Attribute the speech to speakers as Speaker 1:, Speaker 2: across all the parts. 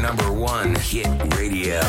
Speaker 1: number one hit radio.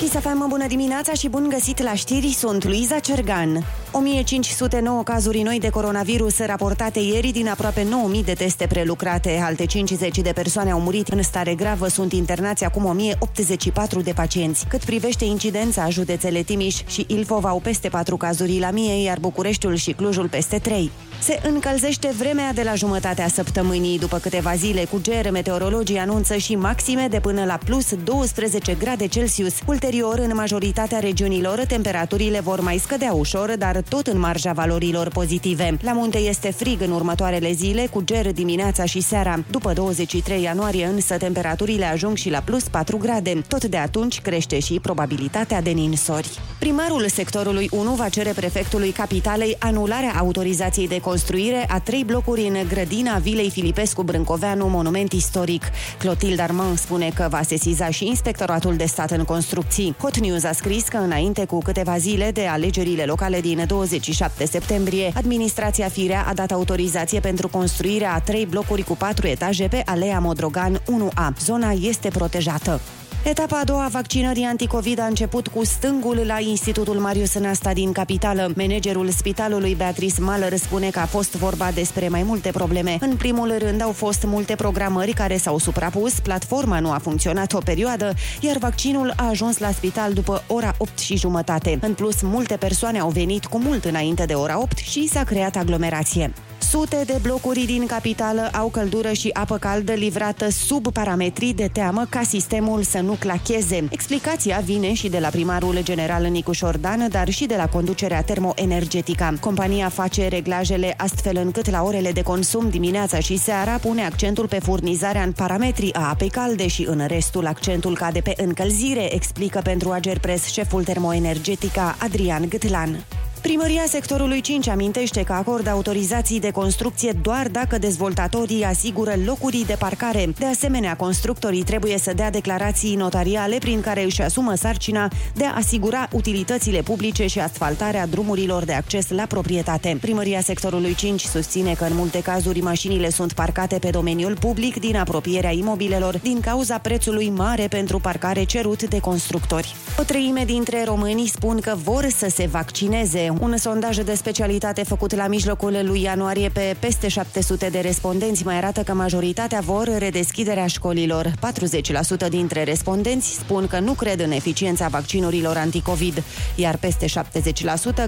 Speaker 2: Chisafeamă, bună dimineața și bun găsit la știri, sunt Luiza Cergan. 1509 cazuri noi de coronavirus raportate ieri din aproape 9000 de teste prelucrate. Alte 50 de persoane au murit în stare gravă, sunt internați acum 1084 de pacienți. Cât privește incidența, județele Timiș și Ilfov au peste 4 cazuri la mie, iar Bucureștiul și Clujul peste 3. Se încălzește vremea de la jumătatea săptămânii. După câteva zile cu ger, meteorologii anunță și maxime de până la plus 12 grade Celsius. Ulterior, în majoritatea regiunilor, temperaturile vor mai scădea ușor, dar tot în marja valorilor pozitive. La munte este frig în următoarele zile, cu ger dimineața și seara. După 23 ianuarie, însă, temperaturile ajung și la plus 4 grade. Tot de atunci crește și probabilitatea de ninsori. Primarul sectorului 1 va cere prefectului capitalei anularea autorizației de construire a trei blocuri în grădina Vilei Filipescu Brâncoveanu, monument istoric. Clotilde Armand spune că va sesiza și Inspectoratul de Stat în Construcții. Hot News a scris că înainte cu câteva zile de alegerile locale din 27 septembrie, administrația Firea a dat autorizație pentru construirea a trei blocuri cu patru etaje pe Alea Modrogan 1A. Zona este protejată. Etapa a doua a vaccinării anticovid a început cu stângul la Institutul Marius Nasta din capitală. Managerul spitalului Beatrice Maller spune că a fost vorba despre mai multe probleme. În primul rând au fost multe programări care s-au suprapus, platforma nu a funcționat o perioadă, iar vaccinul a ajuns la spital după ora 8 și jumătate. În plus, multe persoane au venit cu mult înainte de ora 8 și s-a creat aglomerație. Sute de blocuri din capitală au căldură și apă caldă livrată sub parametrii de teamă ca sistemul să nu clacheze. Explicația vine și de la primarul general Nicu Șordan, dar și de la conducerea termoenergetică. Compania face reglajele astfel încât la orele de consum dimineața și seara pune accentul pe furnizarea în parametrii a apei calde și în restul accentul cade pe încălzire, explică pentru Agerpres șeful termoenergetica Adrian Gâtlan. Primăria sectorului 5 amintește că acordă autorizații de construcție doar dacă dezvoltatorii asigură locurii de parcare. De asemenea, constructorii trebuie să dea declarații notariale prin care își asumă sarcina de a asigura utilitățile publice și asfaltarea drumurilor de acces la proprietate. Primăria sectorului 5 susține că în multe cazuri mașinile sunt parcate pe domeniul public din apropierea imobilelor din cauza prețului mare pentru parcare cerut de constructori. O treime dintre românii spun că vor să se vaccineze un sondaj de specialitate făcut la mijlocul lui ianuarie pe peste 700 de respondenți mai arată că majoritatea vor redeschiderea școlilor. 40% dintre respondenți spun că nu cred în eficiența vaccinurilor anticovid, iar peste 70%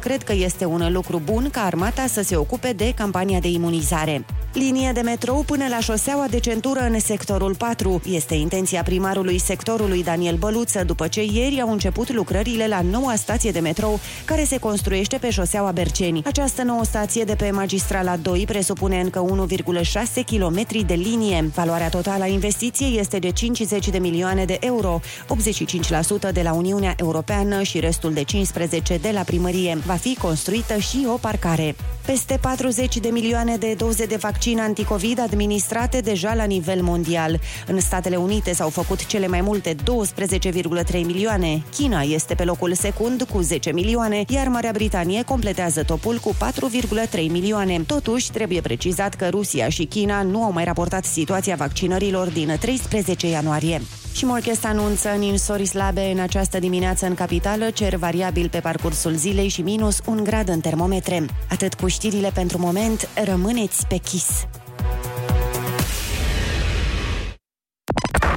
Speaker 2: cred că este un lucru bun ca armata să se ocupe de campania de imunizare. Linie de metrou până la șoseaua de centură în sectorul 4 este intenția primarului sectorului Daniel Băluță după ce ieri au început lucrările la noua stație de metrou care se construiește pornește pe șoseaua Berceni. Această nouă stație de pe magistrala 2 presupune încă 1,6 km de linie. Valoarea totală a investiției este de 50 de milioane de euro, 85% de la Uniunea Europeană și restul de 15 de la primărie. Va fi construită și o parcare. Peste 40 de milioane de doze de vaccin anticovid administrate deja la nivel mondial. În Statele Unite s-au făcut cele mai multe 12,3 milioane. China este pe locul secund cu 10 milioane, iar Marea Britanie Britanie completează topul cu 4,3 milioane. Totuși, trebuie precizat că Rusia și China nu au mai raportat situația vaccinărilor din 13 ianuarie. Și Morchest anunță ninsori slabe în această dimineață în capitală, cer variabil pe parcursul zilei și minus 1 grad în termometre. Atât cu știrile pentru moment, rămâneți pe chis!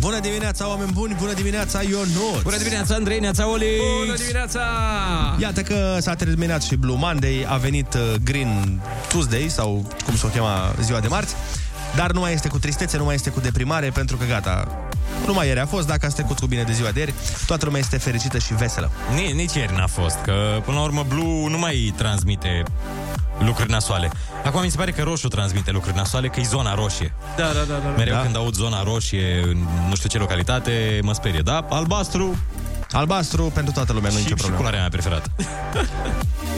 Speaker 3: Bună dimineața, oameni buni! Bună dimineața, Ionut!
Speaker 4: Bună dimineața, Andrei, neața, Oli!
Speaker 5: Bună dimineața!
Speaker 3: Iată că s-a terminat și Blue Monday, a venit uh, Green Tuesday, sau cum s-o chema ziua de marți, dar nu mai este cu tristețe, nu mai este cu deprimare, pentru că gata, Numai ieri a fost, dacă ați trecut cu bine de ziua de ieri, toată lumea este fericită și veselă.
Speaker 4: Nici, nici ieri n-a fost, că până la urmă blu nu mai transmite lucruri nasoale. Acum mi se pare că roșu transmite lucruri nasoale, că e zona roșie.
Speaker 5: Da, da, da, da.
Speaker 4: Mereu
Speaker 3: Da.
Speaker 4: da? când aud zona roșie în nu știu ce localitate, mă sperie. Da, albastru
Speaker 3: Albastru pentru toată lumea, nu e
Speaker 4: și,
Speaker 3: nicio
Speaker 4: și
Speaker 3: problemă.
Speaker 4: culoarea mea preferată.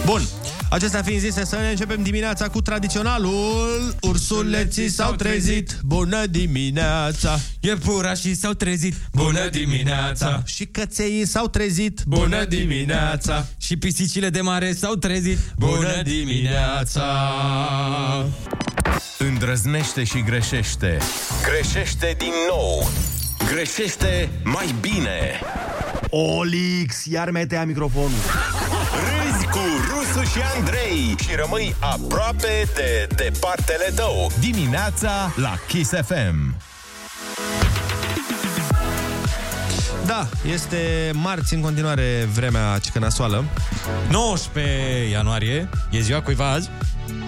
Speaker 3: Bun, acestea fiind zise, să ne începem dimineața cu tradiționalul Ursuleții s-au trezit, bună dimineața
Speaker 4: E pura și s-au trezit. Bună dimineața!
Speaker 3: Și căței s-au trezit, bună
Speaker 4: Bună
Speaker 3: dimineața
Speaker 4: dimineața! Și pisicile de mare s-au trezit.
Speaker 3: Bună
Speaker 4: Bună dimineața!
Speaker 6: Îndrăznește și greșește.
Speaker 1: Greșește din nou. Greșește mai bine.
Speaker 7: Olix, iar mi-ai tăiat microfonul.
Speaker 1: Râzi cu Rusu și Andrei și rămâi aproape de departele tău.
Speaker 6: Dimineața la Kiss FM.
Speaker 3: Da, este marți în continuare vremea cicănasoală
Speaker 4: 19 ianuarie, e ziua cuiva azi.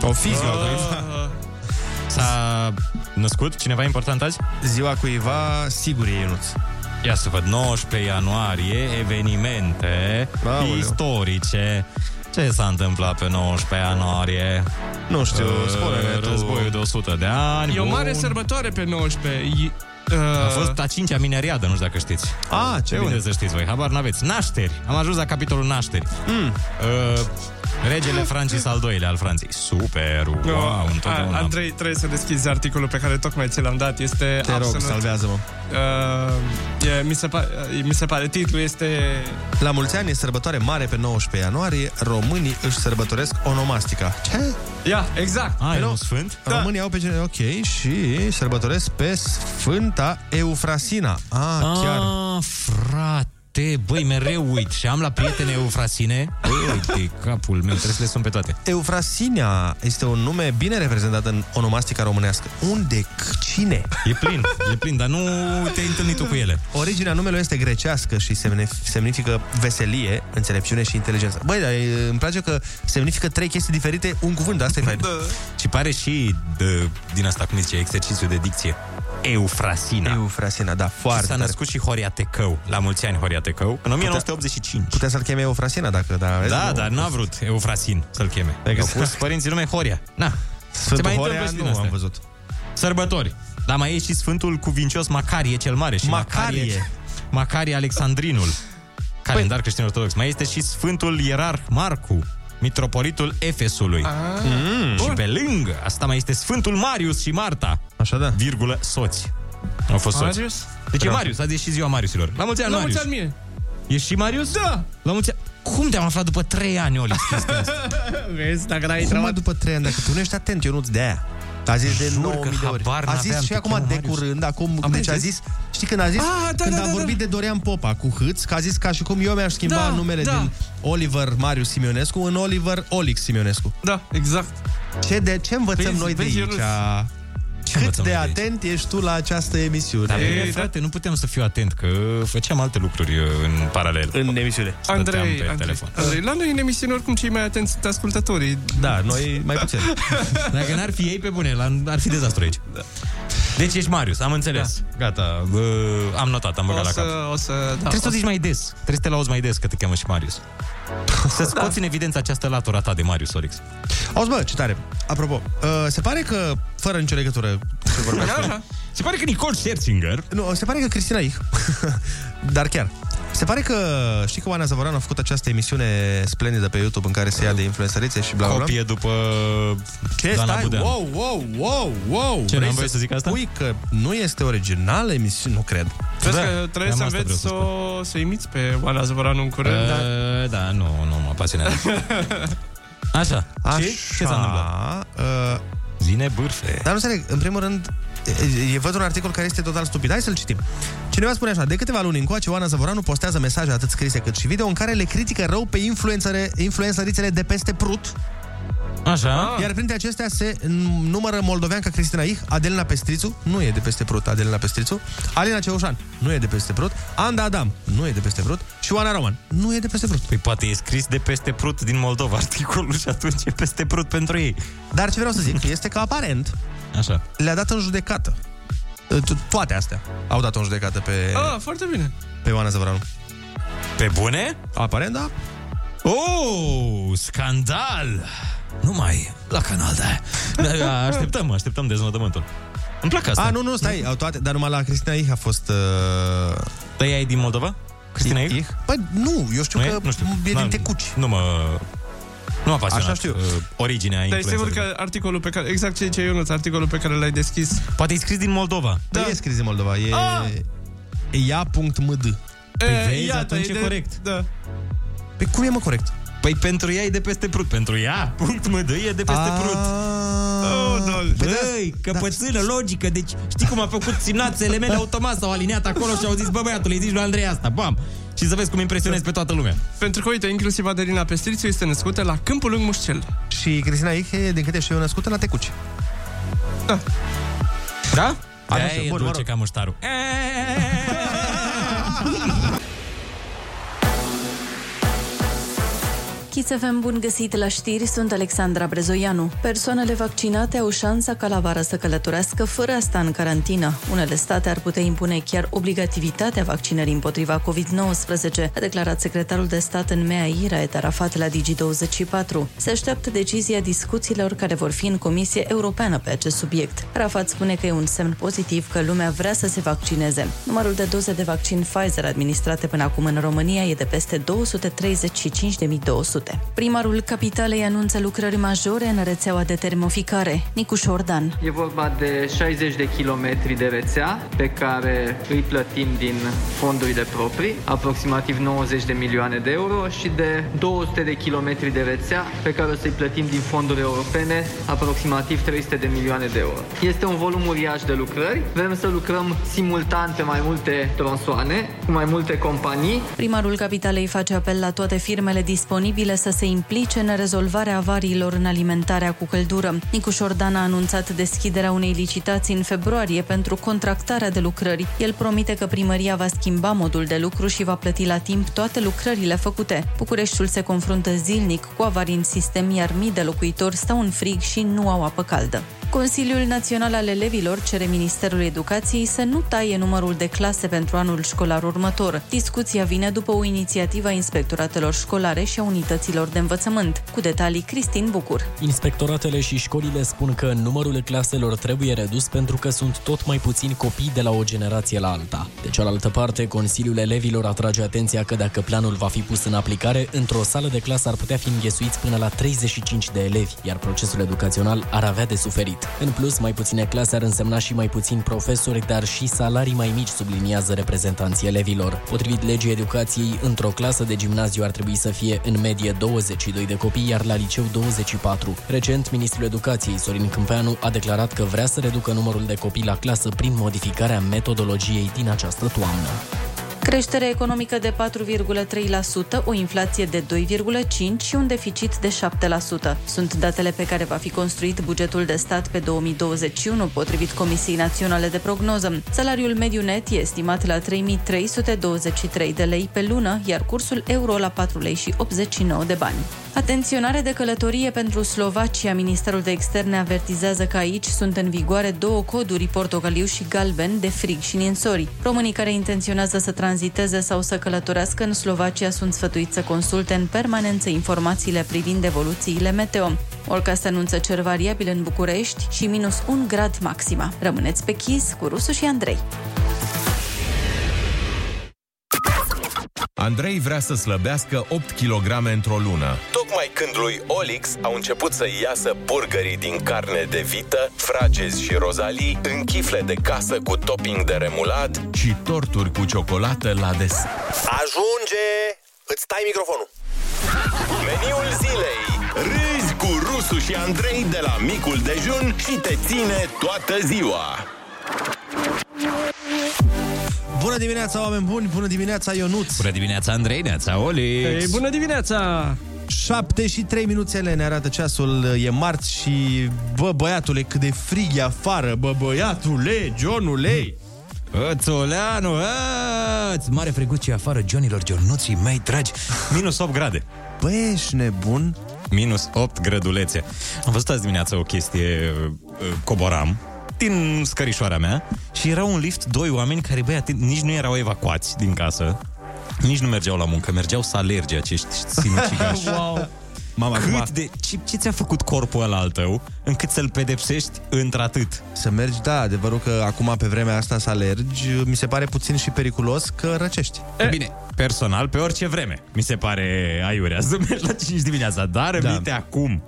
Speaker 3: O fi ziua cuiva
Speaker 4: Cuiva. S-a născut cineva important azi?
Speaker 3: Ziua cuiva, sigur e Ionuț
Speaker 4: Ia să văd, 19 ianuarie, evenimente
Speaker 3: Aoleu.
Speaker 4: istorice. Ce s-a întâmplat pe 19 ianuarie?
Speaker 3: Nu știu,
Speaker 4: Uh,
Speaker 3: spune
Speaker 4: Războiul
Speaker 3: tu
Speaker 4: de 100 de ani.
Speaker 5: E o
Speaker 4: bun.
Speaker 5: mare sărbătoare pe 19. I- uh,
Speaker 4: A fost a cincea mineriadă, nu știu dacă știți.
Speaker 3: A, ce
Speaker 4: Ce bine
Speaker 3: bun
Speaker 4: să știți voi, habar n-aveți. Nașteri. Am ajuns la capitolul nașteri. Mm. Uh, regele Francis al II-lea al Franței. Super, wow, întotdeauna.
Speaker 5: Uh, A- Andrei, trebuie să deschizi articolul pe care tocmai ți l-am dat. Este
Speaker 3: Te rog,
Speaker 5: absolut...
Speaker 3: salvează-mă
Speaker 5: Uh, e, mi, se pa-
Speaker 3: eh,
Speaker 5: uh, mi se pare, titlul este...
Speaker 3: La mulți ani e sărbătoare mare pe 19 ianuarie Românii își sărbătoresc onomastica Ce?
Speaker 5: Ia, exact.
Speaker 4: Ai
Speaker 3: nu?
Speaker 4: Ah, un sfânt?
Speaker 3: Da. Românii au pe gene... Ok, și sărbătoresc pe Sfânta Eufrasina. Ah, ah. chiar.
Speaker 4: Ah, frate, băi, mereu uit. Și am la prietene eufrasine. Băi, uite, capul meu, trebuie să le sun pe toate.
Speaker 3: Eufrasina este un nume bine reprezentat în onomastica românească. Unde? C- Cine?
Speaker 4: E plin, e plin, dar nu te-ai întâlnit tu cu ele.
Speaker 3: Originea numelui este grecească și semne- semnifică veselie, înțelepciune și inteligență. Băi, dar e, îmi place că semnifică trei chestii diferite, un cuvânt, dar asta e fain.
Speaker 4: Și pare și de, din asta, cum zice, exercițiu de dicție. Eufrasina.
Speaker 3: Eufrasina, da,
Speaker 4: Și
Speaker 3: foarte
Speaker 4: s-a
Speaker 3: tare.
Speaker 4: născut și Horia Tecău. La mulți ani, Horia Tecău. În 1985.
Speaker 3: Putea să-l cheme Eufrasina dacă... Da, vezi,
Speaker 4: Da,
Speaker 3: nu.
Speaker 4: dar n-a vrut Eufrasin să-l cheme.
Speaker 3: Exact.
Speaker 4: Exact. Au pus părinții nume Horia. Na.
Speaker 3: Sfântul
Speaker 4: se mai
Speaker 3: Horea
Speaker 4: întâmplă și din
Speaker 3: nu am
Speaker 4: astea.
Speaker 3: văzut.
Speaker 4: Sărbători. Dar mai e și Sfântul Cuvincios Macarie cel Mare. Și
Speaker 3: Macarie. Păi-
Speaker 4: Macarie, Macarie Alexandrinul. Calendar creștin ortodox. Mai este și Sfântul Ierarh Marcu, mitropolitul Efesului.
Speaker 3: Ah.
Speaker 4: Mm. Și pe lângă asta mai este Sfântul Marius și Marta,
Speaker 3: Așa da. Păi
Speaker 4: virgulă, soți. Au fost soți.
Speaker 5: Marius?
Speaker 4: Deci e Marius, azi e și ziua Mariusilor. La mulți ani,
Speaker 5: La
Speaker 4: Marius.
Speaker 5: mulți ani mie.
Speaker 4: E și Marius? Da. La mulți ani. Cum te-am aflat după 3 ani, Oli?
Speaker 5: Vezi, dacă n-ai
Speaker 3: Cum mă,
Speaker 5: intrat...
Speaker 3: după 3 ani, dacă tu nu ești atent, eu nu de aia. A zis de
Speaker 4: Jur
Speaker 3: 9000
Speaker 4: că
Speaker 3: de ori.
Speaker 4: habar
Speaker 3: A
Speaker 4: n-aveam,
Speaker 3: zis și
Speaker 4: te
Speaker 3: acum
Speaker 4: cheamă
Speaker 3: de
Speaker 4: Marius.
Speaker 3: curând, acum, Am deci a
Speaker 5: înțeles.
Speaker 3: zis, știi când a zis?
Speaker 5: Ah, da,
Speaker 3: când
Speaker 5: da,
Speaker 3: a
Speaker 5: da,
Speaker 3: vorbit de Dorian Popa cu Hâț, că a zis că a și cum eu mi-aș schimba
Speaker 5: Da,
Speaker 3: numele
Speaker 5: da.
Speaker 3: din Oliver Marius Simionescu în Oliver Olix Simionescu.
Speaker 5: Da, exact.
Speaker 3: Ce, de, ce învățăm
Speaker 5: Vezi-
Speaker 3: noi
Speaker 5: vezi,
Speaker 3: de aici?
Speaker 5: Ionuț?
Speaker 3: Cât
Speaker 4: învățăm
Speaker 3: de
Speaker 4: noi de aici?
Speaker 3: atent ești tu la această
Speaker 5: Da,
Speaker 4: Dar
Speaker 3: emisiune?
Speaker 4: bine, frate, nu puteam să fiu atent, că făceam alte lucruri uh, în paralel.
Speaker 3: În emisiune.
Speaker 4: Stăteam
Speaker 5: Andrei,
Speaker 4: pe
Speaker 5: Andrei,
Speaker 4: telefon.
Speaker 5: Andrei, la noi în emisiune oricum cei mai atenți sunt ascultătorii.
Speaker 3: Da, noi mai puțin.
Speaker 4: Dacă n-ar fi ei pe bune, la- ar fi dezastru aici.
Speaker 3: Da.
Speaker 4: Deci ești Marius, am înțeles. Gata, uh, am notat, am
Speaker 5: O
Speaker 4: băgat la cap.
Speaker 5: să, o să, da,
Speaker 4: Trebuie să
Speaker 5: o
Speaker 4: o zici mai des. Trebuie să te lauzi mai des că te cheamă și Marius. Să scoți în evidență această latura ta de Marius, Orix.
Speaker 3: Auzi, bă, ce tare. Apropo, uh, se pare că, fără nicio legătură ce vorbeam,
Speaker 5: Așa.
Speaker 4: Se pare că Nicole Scherzinger...
Speaker 3: Nu, se pare că Cristina Ich. Dar chiar. Se pare că știi că Oana Zavoran a făcut această emisiune splendidă pe YouTube în care se ia de influențărițe și bla bla. bla?
Speaker 4: Copie după
Speaker 3: Ce
Speaker 4: Dana
Speaker 3: stai?
Speaker 4: Budeanu.
Speaker 3: Wow, wow, wow, wow.
Speaker 4: Ce,
Speaker 3: Vrei
Speaker 4: n-am voie să zic asta?
Speaker 3: Spui că nu este originală emisiune, nu cred.
Speaker 5: Vezi
Speaker 4: Da,
Speaker 5: că trebuie
Speaker 4: cam
Speaker 5: să
Speaker 4: asta
Speaker 5: înveți să,
Speaker 4: vreau
Speaker 5: o- să imiți pe Oana Zăvoranu în curând, dar
Speaker 4: Uh, da, nu, nu mă pasionează. Așa.
Speaker 3: Așa,
Speaker 4: Ce? Ce s-a întâmplat?
Speaker 3: Uh,
Speaker 4: Zine bârfe.
Speaker 3: dar nu înțeleg, în primul rând, e- e- văd un articol care este total stupid. Hai să-l citim. Cineva spune așa, de câteva luni încoace, Oana Zăvoranu postează mesaje atât scrise cât și video în care le critică rău pe influențăre, influențărițele de peste Prut,
Speaker 4: Așa.
Speaker 3: Iar printre acestea se n- numără moldoveanca Cristina Ih, Adelina Pestrițu, nu e de peste Prut, Adelina Pestrițu, Alina Ceușan, nu e de peste Prut, Anda Adam, nu e de peste Prut și Oana Roman, nu e de peste Prut.
Speaker 4: Păi poate e scris de peste prut din Moldova articolul și atunci e peste prut pentru ei.
Speaker 3: Dar ce vreau să zic este că aparent
Speaker 4: Așa.
Speaker 3: le-a dat în judecată To- Toate astea au dat-o în judecată pe,
Speaker 5: Ah, foarte bine.
Speaker 3: pe Ioana Zăvoranu.
Speaker 4: Pe bune?
Speaker 3: Aparent, da?
Speaker 4: Oh, scandal! Nu mai la canal, da. Așteptăm, așteptăm deznodământul. Îmi plac asta.
Speaker 3: A, nu, nu, stai, au toate, dar numai la Cristina Ih a fost... Uh,
Speaker 4: Dar ea e din Moldova? Cristina Ih?
Speaker 3: Păi nu, eu știu
Speaker 4: Nu
Speaker 3: că
Speaker 4: e? Nu știu.
Speaker 3: e
Speaker 4: N-am-
Speaker 3: din Tecuci.
Speaker 4: Nu mă... Nu m-a pasionat
Speaker 3: Așa știu.
Speaker 4: uh, originea
Speaker 5: Dar este sigur
Speaker 4: influențării.
Speaker 5: că articolul pe care... Exact ce zice Ionuț, articolul pe care l-ai deschis. Ah!
Speaker 4: Poate e scris din Moldova.
Speaker 3: Da. E scris din Moldova, e... e Ea.md.
Speaker 4: Păi
Speaker 5: E,
Speaker 4: vezi,
Speaker 5: iată,
Speaker 4: atunci e
Speaker 5: de-
Speaker 4: corect.
Speaker 5: Da.
Speaker 3: Pe cum e, mă, corect?
Speaker 4: Păi pentru ea e de peste prut. Pentru ea, punct md, e de
Speaker 3: Ah.
Speaker 4: peste prut.
Speaker 3: Oh,
Speaker 4: Păi Băi,
Speaker 3: da.
Speaker 4: căpățână, logică, deci știi cum a făcut simnațele mele automat, s-au aliniat acolo și au zis, bă băiatul, îi zici lui Andrei asta, Da, bam! Și să vezi cum impresionezi pe toată lumea.
Speaker 5: Pentru că, uite, inclusiv Adelina Pestrițiu este născută la Câmpul Lung Mușcel.
Speaker 3: Și Cristina Ih e, din câte știu eu, născută la Tecuci.
Speaker 4: Da?
Speaker 3: Așa,
Speaker 4: Aia e
Speaker 3: bun, mă
Speaker 4: dulce
Speaker 3: rog.
Speaker 4: ca muștarul.
Speaker 8: Chițevem bun găsit la știri, sunt Alexandra Brezoianu. Persoanele vaccinate au șansa ca la vară să călătorească fără a sta în carantină. Unele state ar putea impune chiar obligativitatea vaccinării împotriva COVID-19, a declarat secretarul de stat în MEAI, Raed Arafat, la Digi24. Se așteaptă decizia discuțiilor care vor fi în Comisie Europeană pe acest subiect. Arafat spune că e un semn pozitiv că lumea vrea să se vaccineze. Numărul de doze de vaccin Pfizer administrate până acum în România e de peste 235.200. Primarul Capitalei anunță lucrări majore în rețeaua de termoficare. Nicu Șordan.
Speaker 9: E vorba de 60 de kilometri de rețea pe care îi plătim din fondurile proprii, aproximativ 90 de milioane de euro și de 200 de kilometri de rețea pe care o să-i plătim din fonduri europene, aproximativ 300 de milioane de euro. Este un volum uriaș de lucrări, vrem să lucrăm simultan pe mai multe tronsoane, cu mai multe companii,
Speaker 8: Primarul Capitalei face apel la toate firmele disponibile să se implice în rezolvarea avariilor în alimentarea cu căldură. Nicu Șordan a anunțat deschiderea unei licitații în februarie pentru contractarea de lucrări. El promite că primăria va schimba modul de lucru și va plăti la timp toate lucrările făcute. Bucureștiul se confruntă zilnic cu avarii în sistem, iar mii de locuitori stau în frig și nu au apă caldă. Consiliul Național al Elevilor cere Ministerul Educației să nu taie numărul de clase pentru anul școlar următor. Discuția vine după o inițiativă a inspectoratelor școlare și a unităților de învățământ. Cu detalii, Cristin Bucur.
Speaker 10: Inspectoratele și școlile spun că numărul claselor trebuie redus pentru că sunt tot mai puțini copii de la o generație la alta. De cealaltă parte, Consiliul Elevilor atrage atenția că dacă planul va fi pus în aplicare, într-o sală de clasă ar putea fi înghesuiți până la 35 de elevi, iar procesul educațional ar avea de suferit. În plus, mai puține clase ar însemna și mai puțini profesori, dar și salarii mai mici, subliniază reprezentanții elevilor. Potrivit legii educației, într-o clasă de gimnaziu ar trebui să fie în medie 22 de copii, iar la liceu 24. Recent, ministrul educației Sorin Câmpeanu a declarat că vrea să reducă numărul de copii la clasă prin modificarea metodologiei din această toamnă.
Speaker 8: Creștere economică de 4,3%, o inflație de 2,5% și un deficit de 7%. Sunt datele pe care va fi construit bugetul de stat pe 2021, potrivit Comisiei Naționale de Prognoză. Salariul mediu net e estimat la 3.323 de lei pe lună, iar cursul euro la 4 lei și 89 de bani. Atenționare de călătorie pentru Slovacia. Ministerul de Externe avertizează că aici sunt în vigoare două coduri, portocaliu și galben, de frig și ninsori. Românii care intenționează să tranziteze sau să călătorească în Slovacia sunt sfătuiți să consulte în permanență informațiile privind evoluțiile meteo. Orcast anunță cer variabil în București și minus 1 grad maxima. Rămâneți pe chis cu Rusu și Andrei.
Speaker 6: Andrei vrea să slăbească 8 kg într-o lună.
Speaker 1: Tocmai când lui Olix au început să iasă burgerii din carne de vită, fragezi și rozalii, în chifle de casă cu topping de remulat,
Speaker 6: Și torturi cu ciocolată la des.
Speaker 1: Ajunge! Îți tai microfonul! Meniul zilei Râzi cu Rusu și Andrei de la micul dejun și te ține toată ziua!
Speaker 3: Bună dimineața, oameni buni! Bună dimineața, Ionuț!
Speaker 4: Bună dimineața, Andrei, neața, Oli.
Speaker 5: Ei, bună dimineața!
Speaker 3: 7 și 3 minuțele ne arată ceasul, e marți și, bă, băiatule, cât de frig e afară, bă, băiatule, Johnule!
Speaker 4: Ățuleanu, ăți! Mare freguție afară, Johnilor, Giornuții mei dragi. Păi, Minus 8 grade.
Speaker 3: Bă, ești nebun?
Speaker 4: Minus 8 grădulețe. Am văzut azi dimineața o chestie, uh, coboram din scărișoara mea și era un lift, doi oameni care, băi, atent, nici nu erau evacuați din casă, nici nu mergeau la muncă, mergeau să alerge acești sinucigași.
Speaker 5: Wow.
Speaker 4: Mama, Cât
Speaker 5: acum-
Speaker 4: de, ce, ce ți-a făcut corpul ăla al tău încât să-l pedepsești într-atât?
Speaker 3: Să mergi, da, adevărul că acum pe vremea asta să alergi, mi se pare puțin și periculos că răcești.
Speaker 4: E, Bine, personal, pe orice vreme. Mi se pare aiurea să mergi la 5 dimineața, dar da. minte acum.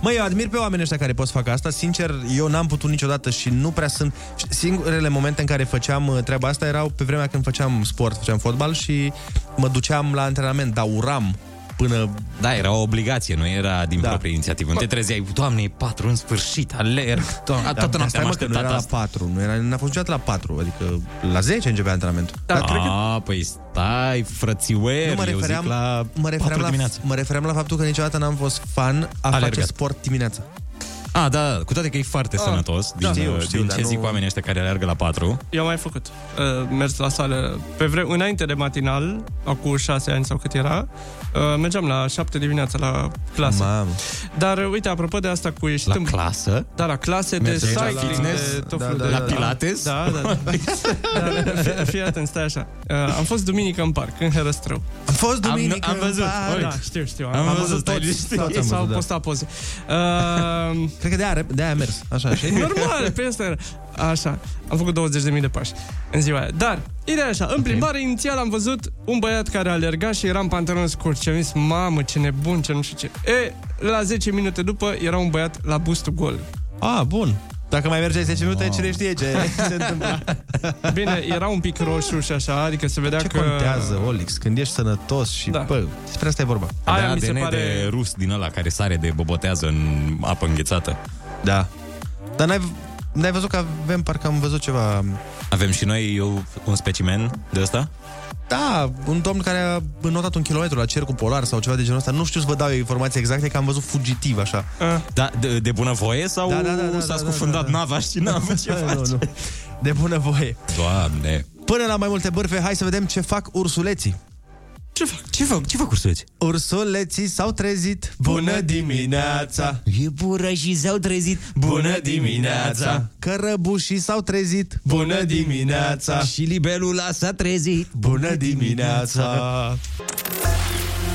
Speaker 3: Mă, eu admir pe oamenii ăștia care pot să facă asta. Sincer, eu n-am putut niciodată și nu prea sunt... Singurele momente în care făceam uh, treaba asta erau pe vremea când făceam sport, făceam fotbal și mă duceam la antrenament, dar uram până...
Speaker 4: Da, era o obligație, nu era din da. proprie inițiativă. Nu te trezeai, doamne, e patru în sfârșit, alerg. To-
Speaker 3: Dar
Speaker 4: toată noaptea
Speaker 3: asta e,
Speaker 4: am
Speaker 3: Da, mă, că nu
Speaker 4: așteptat
Speaker 3: era
Speaker 4: asta.
Speaker 3: la 4, nu era, n-a fost niciodată la 4, adică la 10 începea antrenamentul.
Speaker 4: Da, A, păi stai, frățiuer,
Speaker 3: Nu, mă
Speaker 4: eu
Speaker 3: refeream,
Speaker 4: zic la
Speaker 3: mă, refeream
Speaker 4: patru
Speaker 3: la,
Speaker 4: dimineața.
Speaker 3: mă refeream la faptul că niciodată n-am fost fan a
Speaker 4: Alergat.
Speaker 3: face sport dimineața.
Speaker 4: A, da, da, cu toate că e foarte
Speaker 3: Ah,
Speaker 4: sănătos,
Speaker 3: da.
Speaker 4: din,
Speaker 3: Știu, știu,
Speaker 4: din
Speaker 3: dar
Speaker 4: ce zic
Speaker 3: nu-
Speaker 4: oamenii ăștia care alergă la 4.
Speaker 5: Eu am mai făcut. Uh, mers la sală pe vre- înainte de matinal, acum șase ani sau cât era, uh, mergeam la șapte dimineața la clasă.
Speaker 3: Mamă.
Speaker 5: Dar uh, uite, apropo de asta cu ieșit în...
Speaker 4: clasă?
Speaker 5: Da, la clase de
Speaker 4: Mergeai la
Speaker 5: cycling,
Speaker 4: fitness?
Speaker 5: de tot
Speaker 4: Da,
Speaker 5: felul
Speaker 4: da,
Speaker 5: de...
Speaker 4: da, La da. pilates?
Speaker 5: Da, da, da. Dar, uh, fii, fii atent, stai așa. Uh, am fost duminică în parc, în Herăstrău.
Speaker 3: Am fost
Speaker 5: Am-
Speaker 4: duminică
Speaker 5: am,
Speaker 4: în
Speaker 5: văzut.
Speaker 4: parc.
Speaker 5: Da, știu, știu.
Speaker 4: Am văzut, stai
Speaker 5: toți,
Speaker 4: liniștit.
Speaker 5: toți
Speaker 4: Am
Speaker 5: s-au
Speaker 4: văzut, da.
Speaker 5: postat poze. Uh,
Speaker 3: Cred că de-aia, de-aia a mers, așa, știi?
Speaker 5: Normal, pe asta era. Așa, am făcut 20.000 de pași în ziua aia. Dar, ideea e așa, în plimbare inițial am văzut un băiat care alerga și era în pantaloni scurți și am zis, mamă, ce nebun, ce nu știu ce. E, la 10 minute după era un băiat la bustul gol.
Speaker 3: A, bun. Dacă mai mergeai 10 minute, cine știe ce se întâmplă.
Speaker 5: Bine, era un pic roșu și așa, adică se vedea
Speaker 3: Ce
Speaker 5: că...
Speaker 3: contează, Olix, când ești sănătos și,
Speaker 5: Da.
Speaker 3: da. bă, despre asta e vorba.
Speaker 5: Aia
Speaker 4: Avea
Speaker 5: mi se
Speaker 4: ADN
Speaker 5: pare-
Speaker 4: Da, de rus din ăla care sare de bobotează în apă înghețată.
Speaker 3: Da. Dar n-ai, n-ai văzut că avem, parcă am văzut ceva...
Speaker 4: Avem și noi eu, un specimen de ăsta?
Speaker 3: Da, un domn care a înotat un kilometru la cercul polar sau ceva de genul ăsta. Nu știu să vă dau eu informații exacte, că am văzut fugitiv, așa.
Speaker 4: Da, de, de bunăvoie sau
Speaker 3: Da, da, da, da,
Speaker 4: s-a
Speaker 3: da,
Speaker 4: scufundat
Speaker 3: da, da.
Speaker 4: nava și n-a avut ce face?
Speaker 3: nu, nu. De bună voie.
Speaker 4: Doamne!
Speaker 3: Până la mai multe bârfe, hai să vedem ce fac ursuleții.
Speaker 5: Ce fac?
Speaker 4: Ce fac? Ce fac ursuleți?
Speaker 3: Ursuleții s-au trezit. Bună dimineața!
Speaker 4: E bură și s-au trezit. Bună dimineața!
Speaker 3: Cărăbușii s-au trezit.
Speaker 5: Bună dimineața!
Speaker 4: Și libelul s-a trezit.
Speaker 3: Bună dimineața!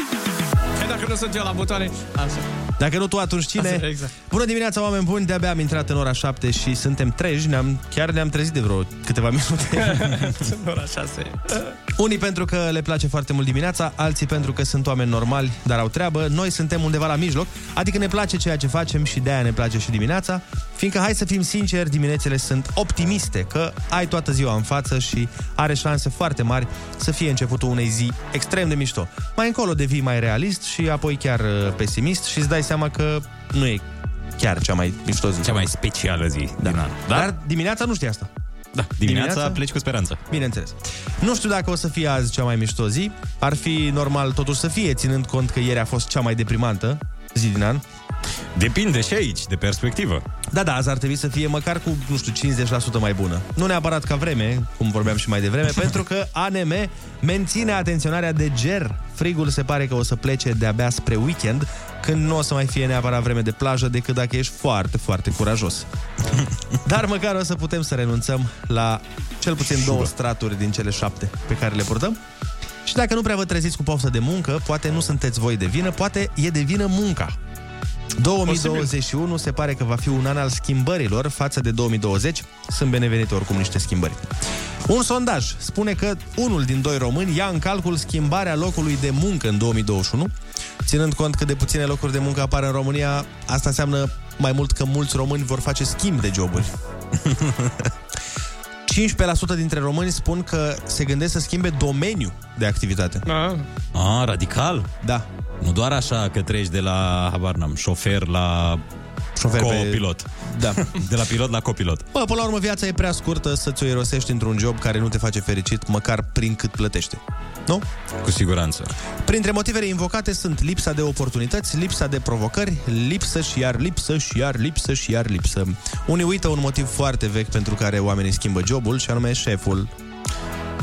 Speaker 5: E, Păi dacă nu sunt eu la butoane, așa.
Speaker 3: Dacă nu tu, atunci cine?
Speaker 5: Asta, exact.
Speaker 3: Bună dimineața, oameni buni! De-abia am intrat în ora 7 și suntem treji. Ne-am, chiar ne-am trezit de vreo câteva minute.
Speaker 5: Sunt ora 6.
Speaker 3: Unii pentru că le place foarte mult dimineața, alții pentru că sunt oameni normali, dar au treabă. Noi suntem undeva la mijloc, adică ne place ceea ce facem și de-aia ne place și dimineața. Fiindcă, hai să fim sinceri, diminețele sunt optimiste, că ai toată ziua în față și are șanse foarte mari să fie începutul unei zi extrem de mișto. Mai încolo devii mai realist și apoi chiar uh, pesimist și îți dai seama că nu e chiar cea mai mișto zi.
Speaker 4: Cea mai specială zi da. din an. Da?
Speaker 3: Dar dimineața nu știi asta.
Speaker 4: da. Dimineața,
Speaker 3: dimineața?
Speaker 4: pleci cu speranță.
Speaker 3: Bineînțeles. Nu știu dacă o să fie azi cea mai mișto zi. Ar fi normal totuși să fie, ținând cont că ieri a fost cea mai deprimantă zi din an.
Speaker 4: Depinde și aici, de perspectivă.
Speaker 3: Da, da, azi ar trebui să fie măcar cu, nu știu, 50% mai bună. Nu neapărat ca vreme, cum vorbeam și mai devreme, pentru că ANM menține atenționarea de ger. Frigul se pare că o să plece de-abia spre weekend, când nu o să mai fie neapărat vreme de plajă, decât dacă ești foarte, foarte curajos. Dar măcar o să putem să renunțăm la cel puțin două straturi din cele șapte pe care le purtăm. Și dacă nu prea vă treziți cu poftă de muncă, poate nu sunteți voi de vină, poate e de vină munca. 2021 se pare că va fi un an al schimbărilor față de 2020. Sunt benevenite oricum niște schimbări. Un sondaj spune că unul din doi români ia în calcul schimbarea locului de muncă în 2021. Ținând cont că de puține locuri de muncă apar în România, asta înseamnă mai mult că mulți români vor face schimb de joburi. 15% dintre români spun că se gândesc să schimbe domeniu de activitate.
Speaker 5: Ah,
Speaker 4: A, radical?
Speaker 3: Da,
Speaker 4: Nu doar așa că treci de la, habar n-am, șofer la
Speaker 3: șofer
Speaker 4: Copilot.
Speaker 3: Da.
Speaker 4: De la pilot la copilot.
Speaker 3: Bă, până la urmă, viața e prea scurtă să-ți o irosești într-un job care nu te face fericit, măcar prin cât plătește. Nu?
Speaker 4: Cu siguranță.
Speaker 3: Printre motivele invocate sunt lipsa de oportunități, lipsa de provocări, lipsă și iar lipsă și iar lipsă și iar lipsă. Unii uită un motiv foarte vechi pentru care oamenii schimbă jobul și anume șeful.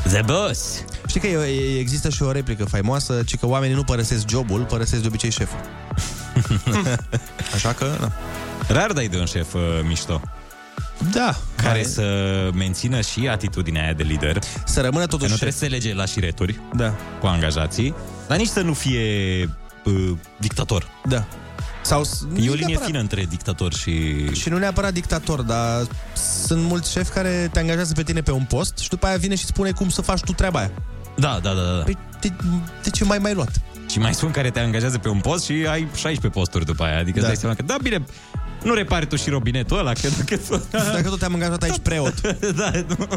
Speaker 4: The boss!
Speaker 3: Știi că e- e- există și o replică faimoasă, ci că oamenii nu părăsesc jobul, părăsesc de obicei șeful. Așa că, na.
Speaker 4: da. Rar dai de un șef uh, mișto.
Speaker 3: Da.
Speaker 4: Care să mențină și atitudinea aia de lider.
Speaker 3: Să rămână totuși
Speaker 4: Nu trebuie să se lege la șireturi
Speaker 3: da.
Speaker 4: cu angajații, dar nici să nu fie uh, dictator.
Speaker 3: Da. Sau,
Speaker 4: E
Speaker 3: nici
Speaker 4: o linie
Speaker 3: neapărat.
Speaker 4: fină între dictator și...
Speaker 3: Și nu neapărat dictator, dar sunt mulți șefi care te angajează pe tine pe un post și după aia vine și îți spune cum să faci tu treaba aia.
Speaker 4: Da, da, da, da.
Speaker 3: Păi de, de ce mai mai luat?
Speaker 4: Și mai sunt care te angajează pe un post și ai 16 posturi după aia. Adică da. îți dai seama că, da, bine, nu repari tu și robinetul ăla, că dacă tot...
Speaker 3: Dacă tot te-am angajat aici preot.
Speaker 4: da, nu.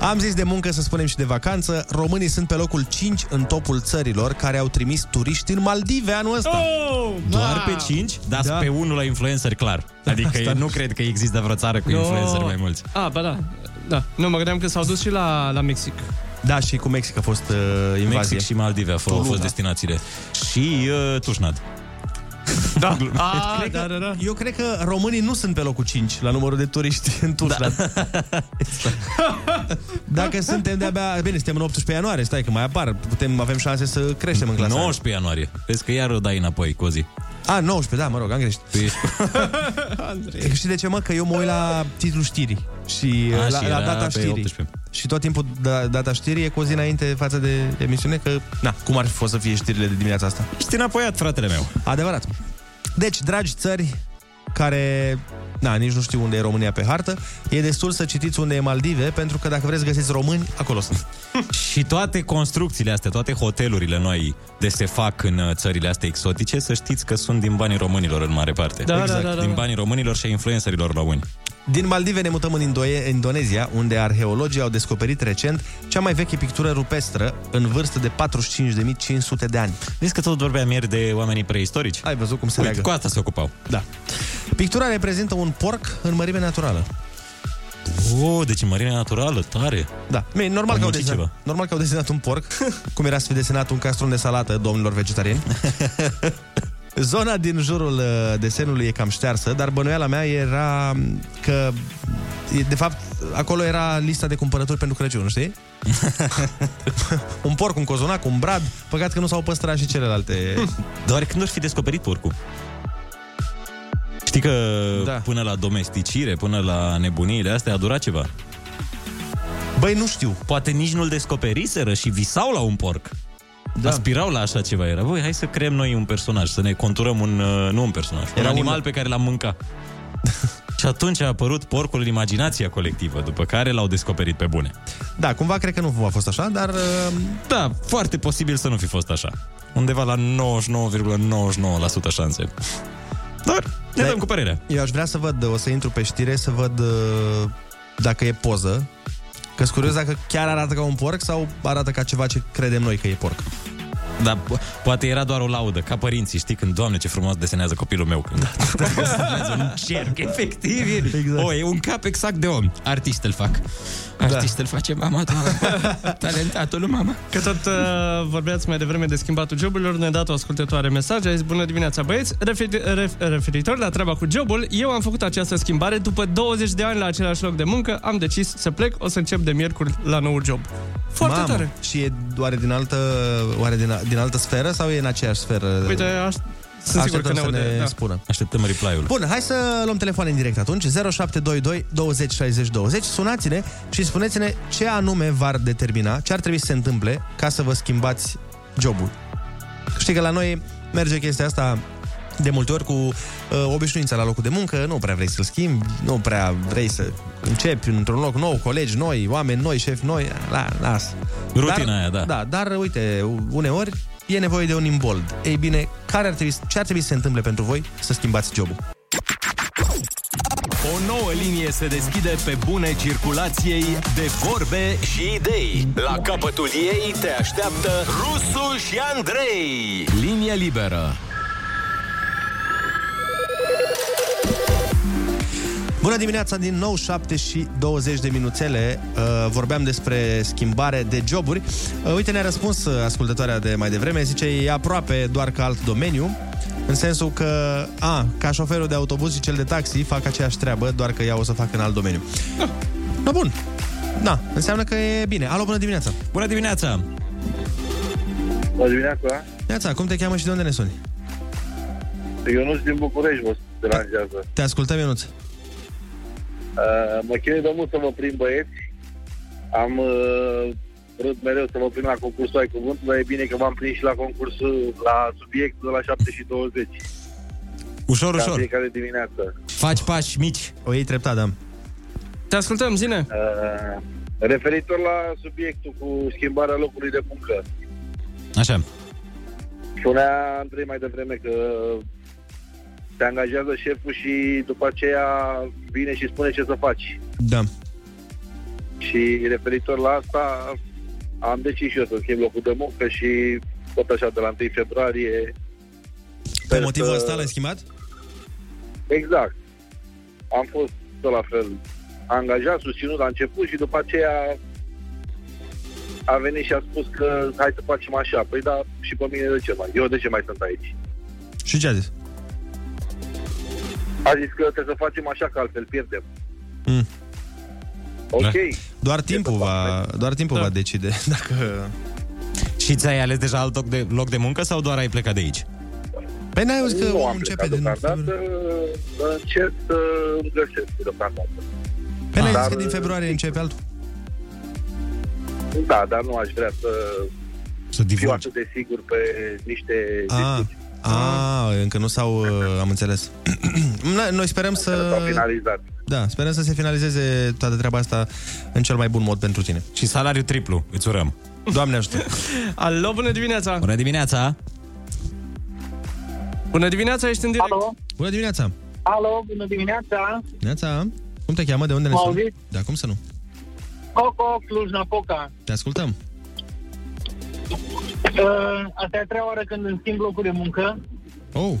Speaker 3: Am zis de muncă să spunem și de vacanță. Românii sunt pe locul 5 în topul țărilor care au trimis turiști în Maldive anul ăsta.
Speaker 4: Oh, Doar pe 5, dar da. pe unul la influencer clar. Adică
Speaker 5: Asta-
Speaker 4: nu cred că există vreo țară cu
Speaker 5: No.
Speaker 4: influencer mai mulți.
Speaker 5: A, ba da. Da. Nu, mă gândeam că s-au dus și la, la Mexic.
Speaker 3: Da, și cu Mexic a fost uh, invazie.
Speaker 4: Mexic și Maldive au fost, au
Speaker 3: Tulum,
Speaker 4: fost
Speaker 3: da.
Speaker 4: destinațiile. Și uh, Tușnad.
Speaker 5: Da.
Speaker 4: A,
Speaker 3: cred
Speaker 5: da, da, da.
Speaker 3: Eu cred că românii nu sunt pe locul 5 la numărul de turiști în Turcia. Da. Dacă suntem de-abia... Bine, suntem în 18 ianuarie, stai că mai apar. Putem, avem șanse să creștem în clasă.
Speaker 4: 19 ianuarie. Vezi că iar o dai înapoi cu o zi.
Speaker 3: A, 19, da, mă rog, am greșit.
Speaker 4: Tu ești...
Speaker 3: Știi de ce, mă? Că eu mă uit la titlul știrii și
Speaker 4: A,
Speaker 3: A, la,
Speaker 4: și
Speaker 3: la
Speaker 4: era
Speaker 3: data
Speaker 4: pe
Speaker 3: știrii.
Speaker 4: 18.
Speaker 3: Și tot timpul da, data știrii e cu o zi înainte față de emisiune, că, na, cum ar fi fost să fie știrile de dimineața asta?
Speaker 4: Ești înapoiat, fratele meu.
Speaker 3: Adevărat. Deci, dragi țări care... Na, nici nu știu unde e România pe hartă. E destul să citiți unde e Maldive, pentru că dacă vreți să găsiți români, acolo sunt.
Speaker 4: Și toate construcțiile astea, toate hotelurile noi de se fac în uh, țările astea exotice, să știți că sunt din banii românilor în mare parte.
Speaker 5: Da, Exact. da, da, da.
Speaker 4: Din banii românilor și a influencerilor români.
Speaker 3: Din Maldive ne mutăm în Indoie, Indonezia, unde arheologii au descoperit recent cea mai veche pictură rupestră în vârstă de 45.500 de ani.
Speaker 4: Vezi că tot vorbeam ieri de oamenii preistorici?
Speaker 3: Ai văzut cum se
Speaker 4: Uite,
Speaker 3: leagă.
Speaker 4: cu asta se ocupau.
Speaker 3: Da. Pictura reprezintă un porc în mărime naturală.
Speaker 4: O, oh, deci mărimea naturală, tare.
Speaker 3: Da. Bine, normal, că au
Speaker 4: muncit
Speaker 3: desenat,
Speaker 4: ceva.
Speaker 3: normal că au desenat un porc, cum era să fi desenat un castron de salată domnilor vegetariani. Zona din jurul uh, desenului e cam ștearsă, dar bănuiala mea era m, că, e, de fapt, acolo era lista de cumpărături pentru Crăciun, știi? un porc, un cozonac, un brad, păcat că nu s-au păstrat și celelalte.
Speaker 4: Hm, Doar când ar fi descoperit porcul? Știi că
Speaker 3: Da.
Speaker 4: da. până la domesticire, până la nebuniile astea a durat ceva.
Speaker 3: Băi, nu știu.
Speaker 4: Poate nici nu-l descoperiseră și visau la un porc. Da. Aspirau la așa ceva. Era, voi, hai să creăm noi un personaj, să ne conturăm un, uh, nu un personaj,
Speaker 3: Era
Speaker 4: un
Speaker 3: un-
Speaker 4: animal pe care l-am mâncat. și atunci a apărut porcul în imaginația colectivă, după care l-au descoperit pe bune.
Speaker 3: Da, cumva cred că nu a fost așa, dar... uh,
Speaker 4: Da, foarte posibil să nu fi fost așa. Undeva la 99,99% șanse. Dar ne
Speaker 3: Da.
Speaker 4: dăm cu părerea.
Speaker 3: Eu aș vrea să văd, o să intru pe știre să văd uh, dacă e poză. că sunt curios dacă chiar arată ca un porc sau arată ca ceva ce credem noi că e porc.
Speaker 4: Dar po- poate era doar o laudă, ca părinții, știi, când, Doamne, ce frumos desenează copilul meu. Când desenează un cerc, efectiv. Exact. O, e un cap exact de om. Artist îl fac. Artist da. îl face mama, doamne. Talentatul mama.
Speaker 5: Că tot uh, vorbeați mai devreme de schimbatul joburilor, ne-a dat o ascultătoare mesaj, a zis, bună dimineața băieți, referi, ref, referitor la treaba cu jobul, eu am făcut această schimbare după 20 de ani la același loc de muncă, am decis să plec, o să încep de miercuri la noul job. Foarte
Speaker 3: Mamă,
Speaker 5: tare!
Speaker 3: Și e oare din altă, oare din, a- din altă sferă sau e în aceeași sferă?
Speaker 5: Uite, aș, sunt sigur că
Speaker 3: Așteptăm
Speaker 5: ne
Speaker 3: să
Speaker 5: aude.
Speaker 3: ne
Speaker 5: da.
Speaker 3: spună.
Speaker 4: Așteptăm reply-ul.
Speaker 3: Bun, hai să luăm telefoane în direct atunci. 0722 20 60 20. Sunați-ne și spuneți-ne ce anume v-ar determina, ce ar trebui să se întâmple ca să vă schimbați jobul. Știi că la noi merge chestia asta de multe ori cu uh, obișnuința la locul de muncă, nu prea vrei să-l schimbi, nu prea vrei să începi într-un loc nou, colegi noi, oameni noi, șefi noi, la, las.
Speaker 4: Rutina
Speaker 3: Dar-
Speaker 4: aia, da.
Speaker 3: Da, dar uite, uneori e nevoie de un imbold. Ei bine, care ar trebui, ce ar trebui să se întâmple pentru voi să schimbați jobul?
Speaker 1: O nouă linie se deschide pe bune circulației de vorbe și idei. La capătul ei te așteaptă Rusu și Andrei. Linie liberă.
Speaker 3: Bună dimineața din nou, 7 și 20 de minuțele. Uh, vorbeam despre schimbare de joburi. Uh, uite, ne-a răspuns uh, ascultătoarea de mai devreme. Zice, e aproape doar ca alt domeniu. În sensul că, a, ca șoferul de autobuz și cel de taxi fac aceeași treabă, doar că ea o să fac în alt domeniu. Da, da bun. Da, înseamnă că e bine. Alo, bună dimineața!
Speaker 4: Bună dimineața!
Speaker 11: Bună dimineața! da?
Speaker 3: Neața, cum te cheamă și de unde ne suni?
Speaker 11: Eu nu sunt din București, mă deranjează.
Speaker 3: Te ascultăm, Ionuț.
Speaker 11: Uh, mă chinui de mult să mă prind băieți. Am uh, vrut mereu să mă prind la concursul Ai Cuvânt, dar e bine că m-am prins și la concursul, la subiectul de la 7 și 20.
Speaker 4: Ușor,
Speaker 12: Da,
Speaker 11: Ca
Speaker 4: ușor.
Speaker 11: fiecare dimineață.
Speaker 4: Faci pași mici.
Speaker 3: O iei treptat, da.
Speaker 5: Te ascultăm, zine.
Speaker 11: Uh, referitor la subiectul cu schimbarea locului de muncă.
Speaker 4: Așa.
Speaker 11: Spunea Andrei mai devreme că te angajează șeful și după aceea vine și spune ce să faci.
Speaker 3: Da.
Speaker 11: Și referitor la asta, am decis și eu să schimb locul de muncă și tot așa de la 1 februarie.
Speaker 3: Pe motivul ăsta l-ai schimbat?
Speaker 11: Exact. Am fost tot la fel angajat, susținut la început și după aceea a venit și a spus că hai să facem așa. Păi da, și pe mine de ce mai? Eu de ce mai sunt aici?
Speaker 3: Și ce a zis?
Speaker 11: A zis că trebuie să facem așa, că altfel pierdem.
Speaker 3: Mm. Da.
Speaker 11: Ok.
Speaker 3: Doar timpul va, doar timpul da. va decide dacă...
Speaker 4: Și ți-ai ales deja alt loc de, loc de muncă sau doar ai plecat de aici?
Speaker 3: Păi n-ai auzit că
Speaker 11: nu
Speaker 3: omul
Speaker 11: am
Speaker 3: începe
Speaker 11: plecat
Speaker 3: din...
Speaker 11: deocamdată, încerc să îmi găsesc deocamdată.
Speaker 3: Păi n-ai zis
Speaker 11: Dar,
Speaker 3: că din februarie începe altul?
Speaker 11: Da, dar nu aș vrea să,
Speaker 4: să
Speaker 11: fiu atât de sigur pe niște...
Speaker 3: A, a, Ah, încă nu s-au... uh, Am înțeles. Noi- Noi sperăm să...
Speaker 11: finalizat.
Speaker 3: Da, sperăm să se finalizeze toată treaba asta în cel mai bun mod pentru tine.
Speaker 4: Și salariu triplu, îți urăm.
Speaker 3: Doamne ajută!
Speaker 5: Alo, bună dimineața!
Speaker 4: Bună dimineața!
Speaker 5: Bună dimineața, ești în direct.
Speaker 12: Alo,
Speaker 3: Bună dimineața!
Speaker 12: alo bună dimineața!
Speaker 3: Neața, cum te cheamă? De unde ne
Speaker 12: Mă
Speaker 3: suni?
Speaker 12: auziți?
Speaker 3: Da, cum să nu?
Speaker 12: Coco, no, Cluj-Napoca.
Speaker 3: Te ascultăm.
Speaker 12: Uh, asta e a treia oară când îmi schimb locul de muncă.
Speaker 3: Oh!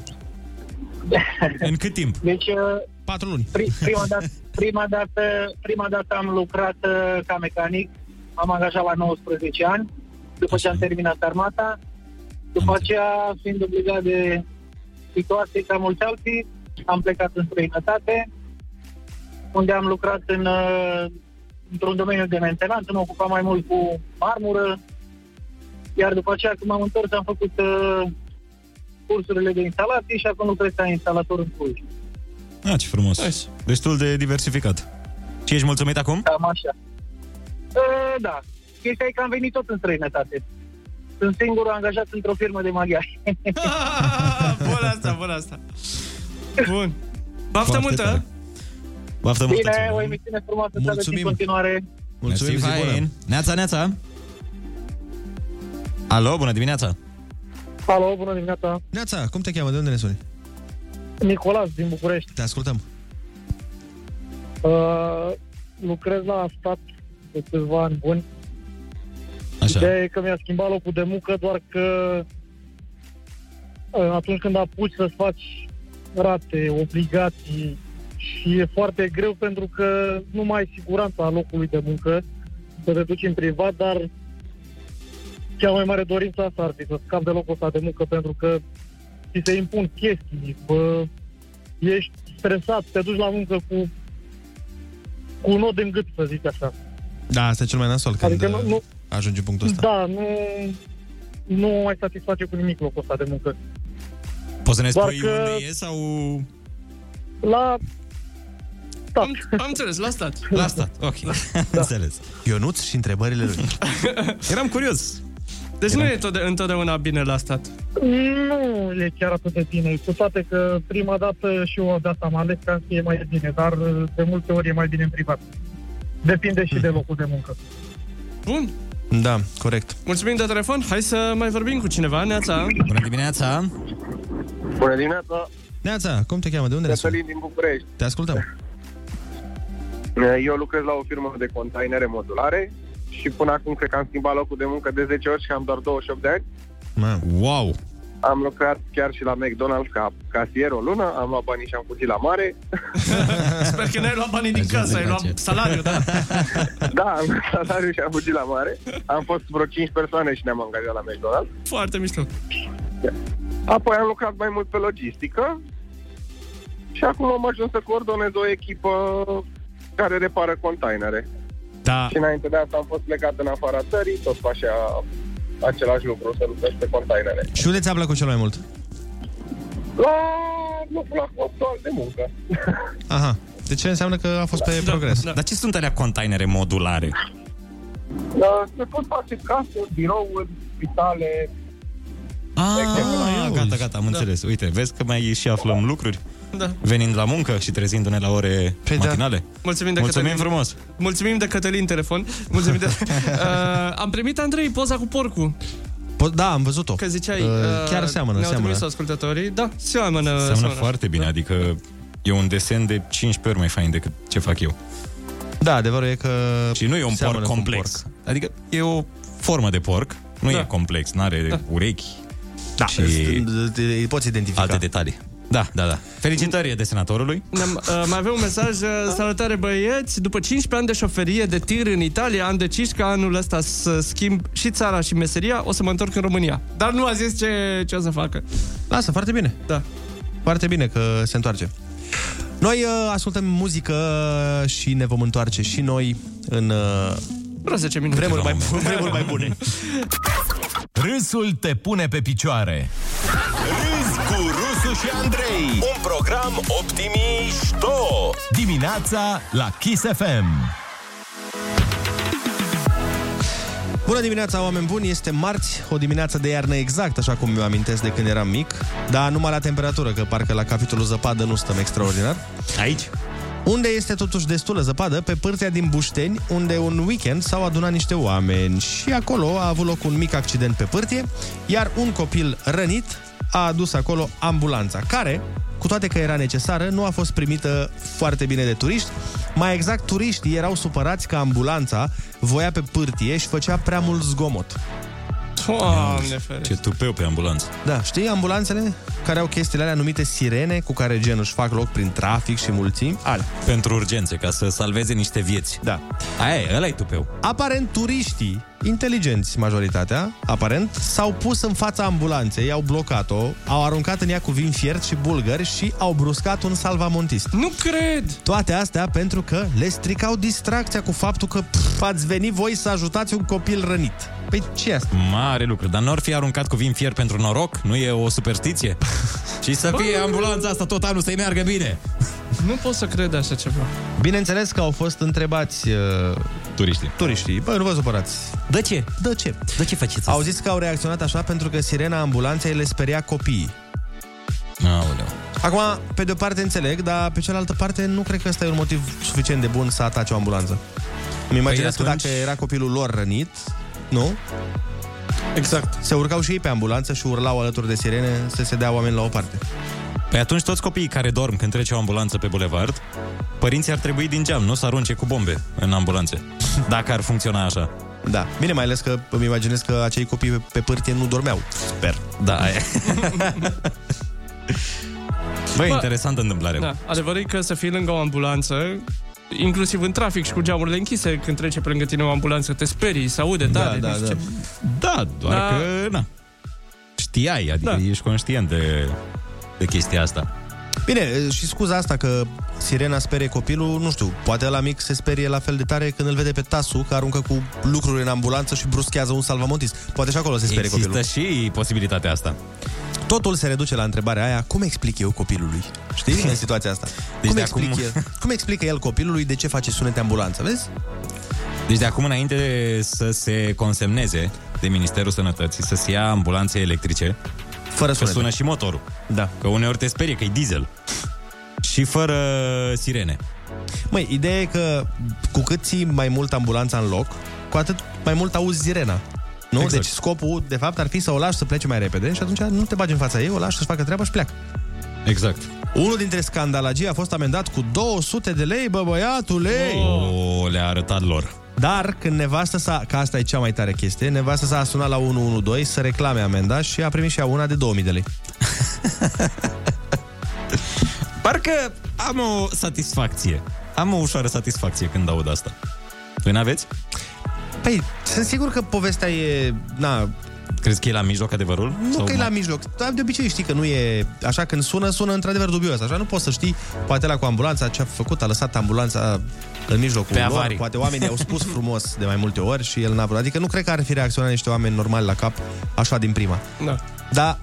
Speaker 4: În cât timp?
Speaker 12: Deci, uh,
Speaker 3: Patru luni.
Speaker 12: pri, prima, dată, prima, dată, prima dată am lucrat uh, ca mecanic. Am angajat la 19 ani, după ce am terminat armata. După aceea, fiind obligat de situații ca mulți alții, am plecat în străinătate, unde am lucrat în, uh, într-un domeniu de mentenanță, mă ocupam mai mult cu marmură, iar după aceea, când m-am întors, am făcut uh, cursurile de instalații și acum lucrez ca instalator în Cluj.
Speaker 4: Ah, ce frumos. Destul de diversificat. Și ești mulțumit acum?
Speaker 12: Cam așa. Uh, da. Chestia e că am venit tot în străinătate. Sunt singurul angajat într-o firmă de maghiari.
Speaker 5: Bun asta, bun asta. Bun. Baftă
Speaker 4: Foarte
Speaker 5: multă! eh?
Speaker 4: tare. Baftă multă!
Speaker 12: Bine, o emisiune frumoasă să aveți în
Speaker 4: Mulțumim.
Speaker 12: continuare.
Speaker 4: Mulțumim,
Speaker 3: zi bună.
Speaker 4: Neața, neața! Alo, bună dimineața!
Speaker 12: Alo, bună dimineața.
Speaker 3: Neața, cum te cheamă? De unde ne suni?
Speaker 12: Nicolas din București.
Speaker 3: Te ascultăm.
Speaker 12: Uh, lucrez la stat de câțiva ani buni.
Speaker 4: Așa.
Speaker 12: Ideea e că mi-a schimbat locul de muncă, doar că uh, atunci când apuci să-ți faci rate, obligații și e foarte greu pentru că nu mai ai siguranța locului de muncă să te duci în privat, dar cea mai mare dorință asta ar fi să scap de locul ăsta de muncă pentru că ți se impun chestii, bă, ești stresat, te duci la muncă cu cu un nod în gât, să zic așa.
Speaker 3: Da, asta e cel mai nasol când
Speaker 12: Adică nu-
Speaker 3: uh,
Speaker 12: nu-
Speaker 3: ajungi în punctul ăsta.
Speaker 12: Da, nu, nu mă mai satisface cu nimic locul ăsta de muncă.
Speaker 4: Poți să ne
Speaker 12: Doar
Speaker 4: spui
Speaker 12: că-
Speaker 4: unde e sau...
Speaker 12: La stat.
Speaker 5: Am înțeles, la stat.
Speaker 4: La stat, ok.
Speaker 12: Da.
Speaker 4: Înțeles.
Speaker 3: Ionuț și întrebările lui.
Speaker 4: Eram curios.
Speaker 5: Deci nu e tode- întotdeauna bine la stat.
Speaker 12: Nu e chiar atât de bine, cu toate că prima dată și eu de asta am ales ca să fie mai bine, dar de multe ori e mai bine în privat. Depinde și de
Speaker 4: Hmm.
Speaker 12: locul de muncă.
Speaker 5: Bun.
Speaker 3: Da, corect.
Speaker 5: Mulțumim de telefon. Hai să mai vorbim cu cineva. Neața.
Speaker 4: Bună dimineața!
Speaker 11: Bună dimineața,
Speaker 3: Neața, cum te cheamă? De unde ne suni?
Speaker 11: Cătălin din București.
Speaker 3: Te ascultăm.
Speaker 11: Eu lucrez la o firmă de containere modulare și până acum cred că am schimbat locul de muncă de 10 ori și am doar 28 de ani.
Speaker 3: Mamă.
Speaker 4: Wow!
Speaker 13: Am lucrat chiar și la McDonald's ca casier o lună, am luat banii și am fugit la mare.
Speaker 5: Sper că n-ai luat banii din casă, ai luat salariul, da?
Speaker 13: Da, am luat salariul și am fugit la mare. Am fost vreo 5 persoane și ne-am angajat la McDonald's.
Speaker 5: Foarte mișto.
Speaker 13: Apoi am lucrat mai mult pe logistică și acum am ajuns să coordonez o echipă care repară containere.
Speaker 4: Da.
Speaker 13: Și înainte de asta am fost plecat în afara țării, tot cu așa același lucru, să lucrez pe containere.
Speaker 3: Și unde ți-a plăcut cel mai mult?
Speaker 13: La locul actual de muncă.
Speaker 3: Aha. De ce înseamnă că a fost pe progres?
Speaker 4: Da. Dar ce sunt alea containere modulare?
Speaker 13: Da, se pot face case, birouri, spitale, Exact.
Speaker 4: Ah, gata, gata,
Speaker 3: Da.
Speaker 4: am înțeles. Uite, vezi că mai și aflăm lucruri?
Speaker 5: Da.
Speaker 4: Venind la muncă și trezindu-ne la ore păi matinale. Da.
Speaker 5: Mulțumim de
Speaker 4: Mulțumim
Speaker 5: Cătălin.
Speaker 4: frumos.
Speaker 5: Mulțumim de Cătălin telefon. Mulțumim de... uh, am primit, Andrei, poza cu porcul.
Speaker 3: Po- da, am văzut-o.
Speaker 5: Că ziceai...
Speaker 3: Uh, chiar seamănă,
Speaker 5: ne-au
Speaker 3: seamănă.
Speaker 5: trimis ascultătorii. Da, seamănă.
Speaker 4: Seamănă foarte
Speaker 5: Da.
Speaker 4: bine, adică e un desen de 15 ori mai fain decât ce fac eu.
Speaker 3: Da, adevărul e că...
Speaker 4: Și nu e un
Speaker 3: seamănă
Speaker 4: porc
Speaker 3: cu un
Speaker 4: complex. Porc. Adică e o formă de porc, nu da. e complex, nu are da. urechi. Da, și
Speaker 3: îi poți identifica.
Speaker 4: Alte detalii. Da, da, da. Felicitări desenatorului.
Speaker 5: Ne-am, uh, mai avem un mesaj. Uh, salutare băieți! După 15 ani de șoferie de tir în Italia, am decis ca anul ăsta să schimb și țara și meseria, o să mă întorc în România. Dar nu a zis ce, ce o să facă.
Speaker 3: Lasă, foarte bine.
Speaker 5: Da.
Speaker 3: Foarte bine că se întoarce. Noi uh, ascultăm muzică și ne vom întoarce și noi în uh,
Speaker 5: Vreo 10 minute.
Speaker 3: vremuri, mai, vremuri mai bune.
Speaker 6: Râsul te pune pe picioare.
Speaker 1: Râzi cu Rusu și Andrei Un program optimișto
Speaker 6: Dimineața la Kiss FM.
Speaker 3: Bună dimineața, oameni buni! Este marți, o dimineață de iarnă exact, așa cum mi-o amintesc de când eram mic, dar numai la temperatură, că parcă la capitolul zăpadă nu stăm extraordinar.
Speaker 4: Aici?
Speaker 3: Unde este totuși destulă zăpadă, pe pârtea din Bușteni, unde un weekend s-au adunat niște oameni și acolo a avut loc un mic accident pe pârtie, iar un copil rănit a adus acolo ambulanța, care, cu toate că era necesară, nu a fost primită foarte bine de turiști. Mai exact, turiștii erau supărați că ambulanța voia pe pârtie și făcea prea mult zgomot.
Speaker 5: Doamne ferește.
Speaker 4: Ce tupeu pe ambulanță.
Speaker 3: Da, știi ambulanțele care au chestiile alea numite sirene, cu care gen își fac loc prin trafic și mulțimi? Alea.
Speaker 4: Pentru urgențe, ca să salveze niște vieți.
Speaker 3: Da.
Speaker 4: Aia e, ăla e tupeu.
Speaker 3: Aparent turiștii, inteligenți majoritatea, aparent, s-au pus în fața ambulanței, au blocat-o, au aruncat în ea cu vin fiert și bulgări și au bruscat un salvamontist.
Speaker 5: Nu cred!
Speaker 3: Toate astea pentru că le stricau distracția cu faptul că pf, ați venit voi să ajutați un copil rănit. Păi ce e asta?
Speaker 4: Mare lucru, dar n-or fi aruncat cu vin fier pentru noroc? Nu e o superstiție? și să fie ambulanța asta tot anul să-i meargă bine.
Speaker 5: Nu pot să cred așa ceva.
Speaker 3: Bineînțeles că au fost întrebați uh,
Speaker 4: Turiștii.
Speaker 3: turiștii. Băi, nu vă supărați.
Speaker 4: De ce?
Speaker 3: De ce?
Speaker 4: De ce faceți
Speaker 3: Au zis că au reacționat așa pentru că sirena ambulanței le speria copiii.
Speaker 4: Aoleu.
Speaker 3: Acum, pe de-o parte înțeleg, dar pe cealaltă parte nu cred că ăsta e un motiv suficient de bun să atace o ambulanță. Îmi imaginez
Speaker 4: Păi
Speaker 3: că
Speaker 4: atunci-
Speaker 3: dacă era copilul lor rănit, nu?
Speaker 5: Exact.
Speaker 3: Se urcau și ei pe ambulanță și urlau alături de sirene să se dea oameni la o parte.
Speaker 4: Păi atunci toți copiii care dorm când trece o ambulanță pe bulevard, părinții ar trebui din geam, nu să arunce cu bombe în ambulanțe. Dacă ar funcționa așa.
Speaker 3: Da. Bine, mai ales că îmi imaginez că acei copii pe, pe pârtie nu dormeau. Sper.
Speaker 4: Da, aia. Băi,
Speaker 5: Bă-
Speaker 4: interesantă întâmplare.
Speaker 5: Da. Adevărul e că să fii lângă o ambulanță, inclusiv în trafic și cu geamurile închise, când trece pe lângă tine o ambulanță, te sperii, se aude tare,
Speaker 3: da,
Speaker 5: nu știu
Speaker 3: da.
Speaker 5: ce.
Speaker 4: Da, doar
Speaker 5: Da.
Speaker 4: că, na, știai, adică
Speaker 5: Da.
Speaker 4: ești conștient de, de chestia asta.
Speaker 3: Bine, e, și scuza asta că sirena sperie copilul, nu știu, poate la mic se sperie la fel de tare când îl vede pe tasul că aruncă cu lucruri în ambulanță și bruschează un salvamontist. Poate și acolo se sperie
Speaker 4: Există
Speaker 3: copilul.
Speaker 4: și posibilitatea asta.
Speaker 3: Totul se reduce la întrebarea aia, cum explic eu copilului? Știi, în situația asta.
Speaker 4: Deci
Speaker 3: cum,
Speaker 4: de
Speaker 3: explic
Speaker 4: acum-
Speaker 3: el, cum explică el copilului de ce face sunete ambulanță, vezi?
Speaker 4: Deci de acum înainte de să se consemneze de Ministerul Sănătății să se ia ambulanțe electrice,
Speaker 3: Fără
Speaker 4: că
Speaker 3: sunete.
Speaker 4: sună și motorul.
Speaker 3: Da.
Speaker 4: Că uneori te sperie că e diesel. Și fără sirene.
Speaker 3: Măi, ideea e că cu cât ții mai mult ambulanța în loc, cu atât mai mult auzi sirena. Nu?
Speaker 4: Exact.
Speaker 3: Exact. Deci scopul, de fapt, ar fi să o lași să plece mai repede și atunci nu te bagi în fața ei, o lași să-și facă treaba și pleacă.
Speaker 4: Exact.
Speaker 3: Unul dintre scandalagii a fost amendat cu 200 de lei, bă băiatule!
Speaker 4: O, Oh, le-a arătat lor.
Speaker 3: Dar când nevastă sa, că asta e cea mai tare chestie, nevastă sa a sunat la 112 să reclame amenda și a primit și ea una de 2000 de lei.
Speaker 4: Parcă am o satisfacție. Am o ușoară satisfacție când aud asta. Voi n-aveți?
Speaker 3: Păi, sunt sigur că povestea e... Na,
Speaker 4: Crezi că e la mijloc adevărul?
Speaker 3: nu
Speaker 4: Sau
Speaker 3: că e
Speaker 4: mai-
Speaker 3: la mijloc, dar de obicei știi că nu e... Așa când sună, sună într-adevăr dubios. Așa nu poți să știi, poate la cu ambulanța, ce a făcut, a lăsat ambulanța în mijlocul
Speaker 4: Pe
Speaker 3: lor.
Speaker 4: avarii.
Speaker 3: Poate oamenii au spus frumos de mai multe ori și el n-a vrut. Adică nu cred că ar fi reacționat niște oameni normali la cap așa din prima.
Speaker 5: Da.
Speaker 3: Dar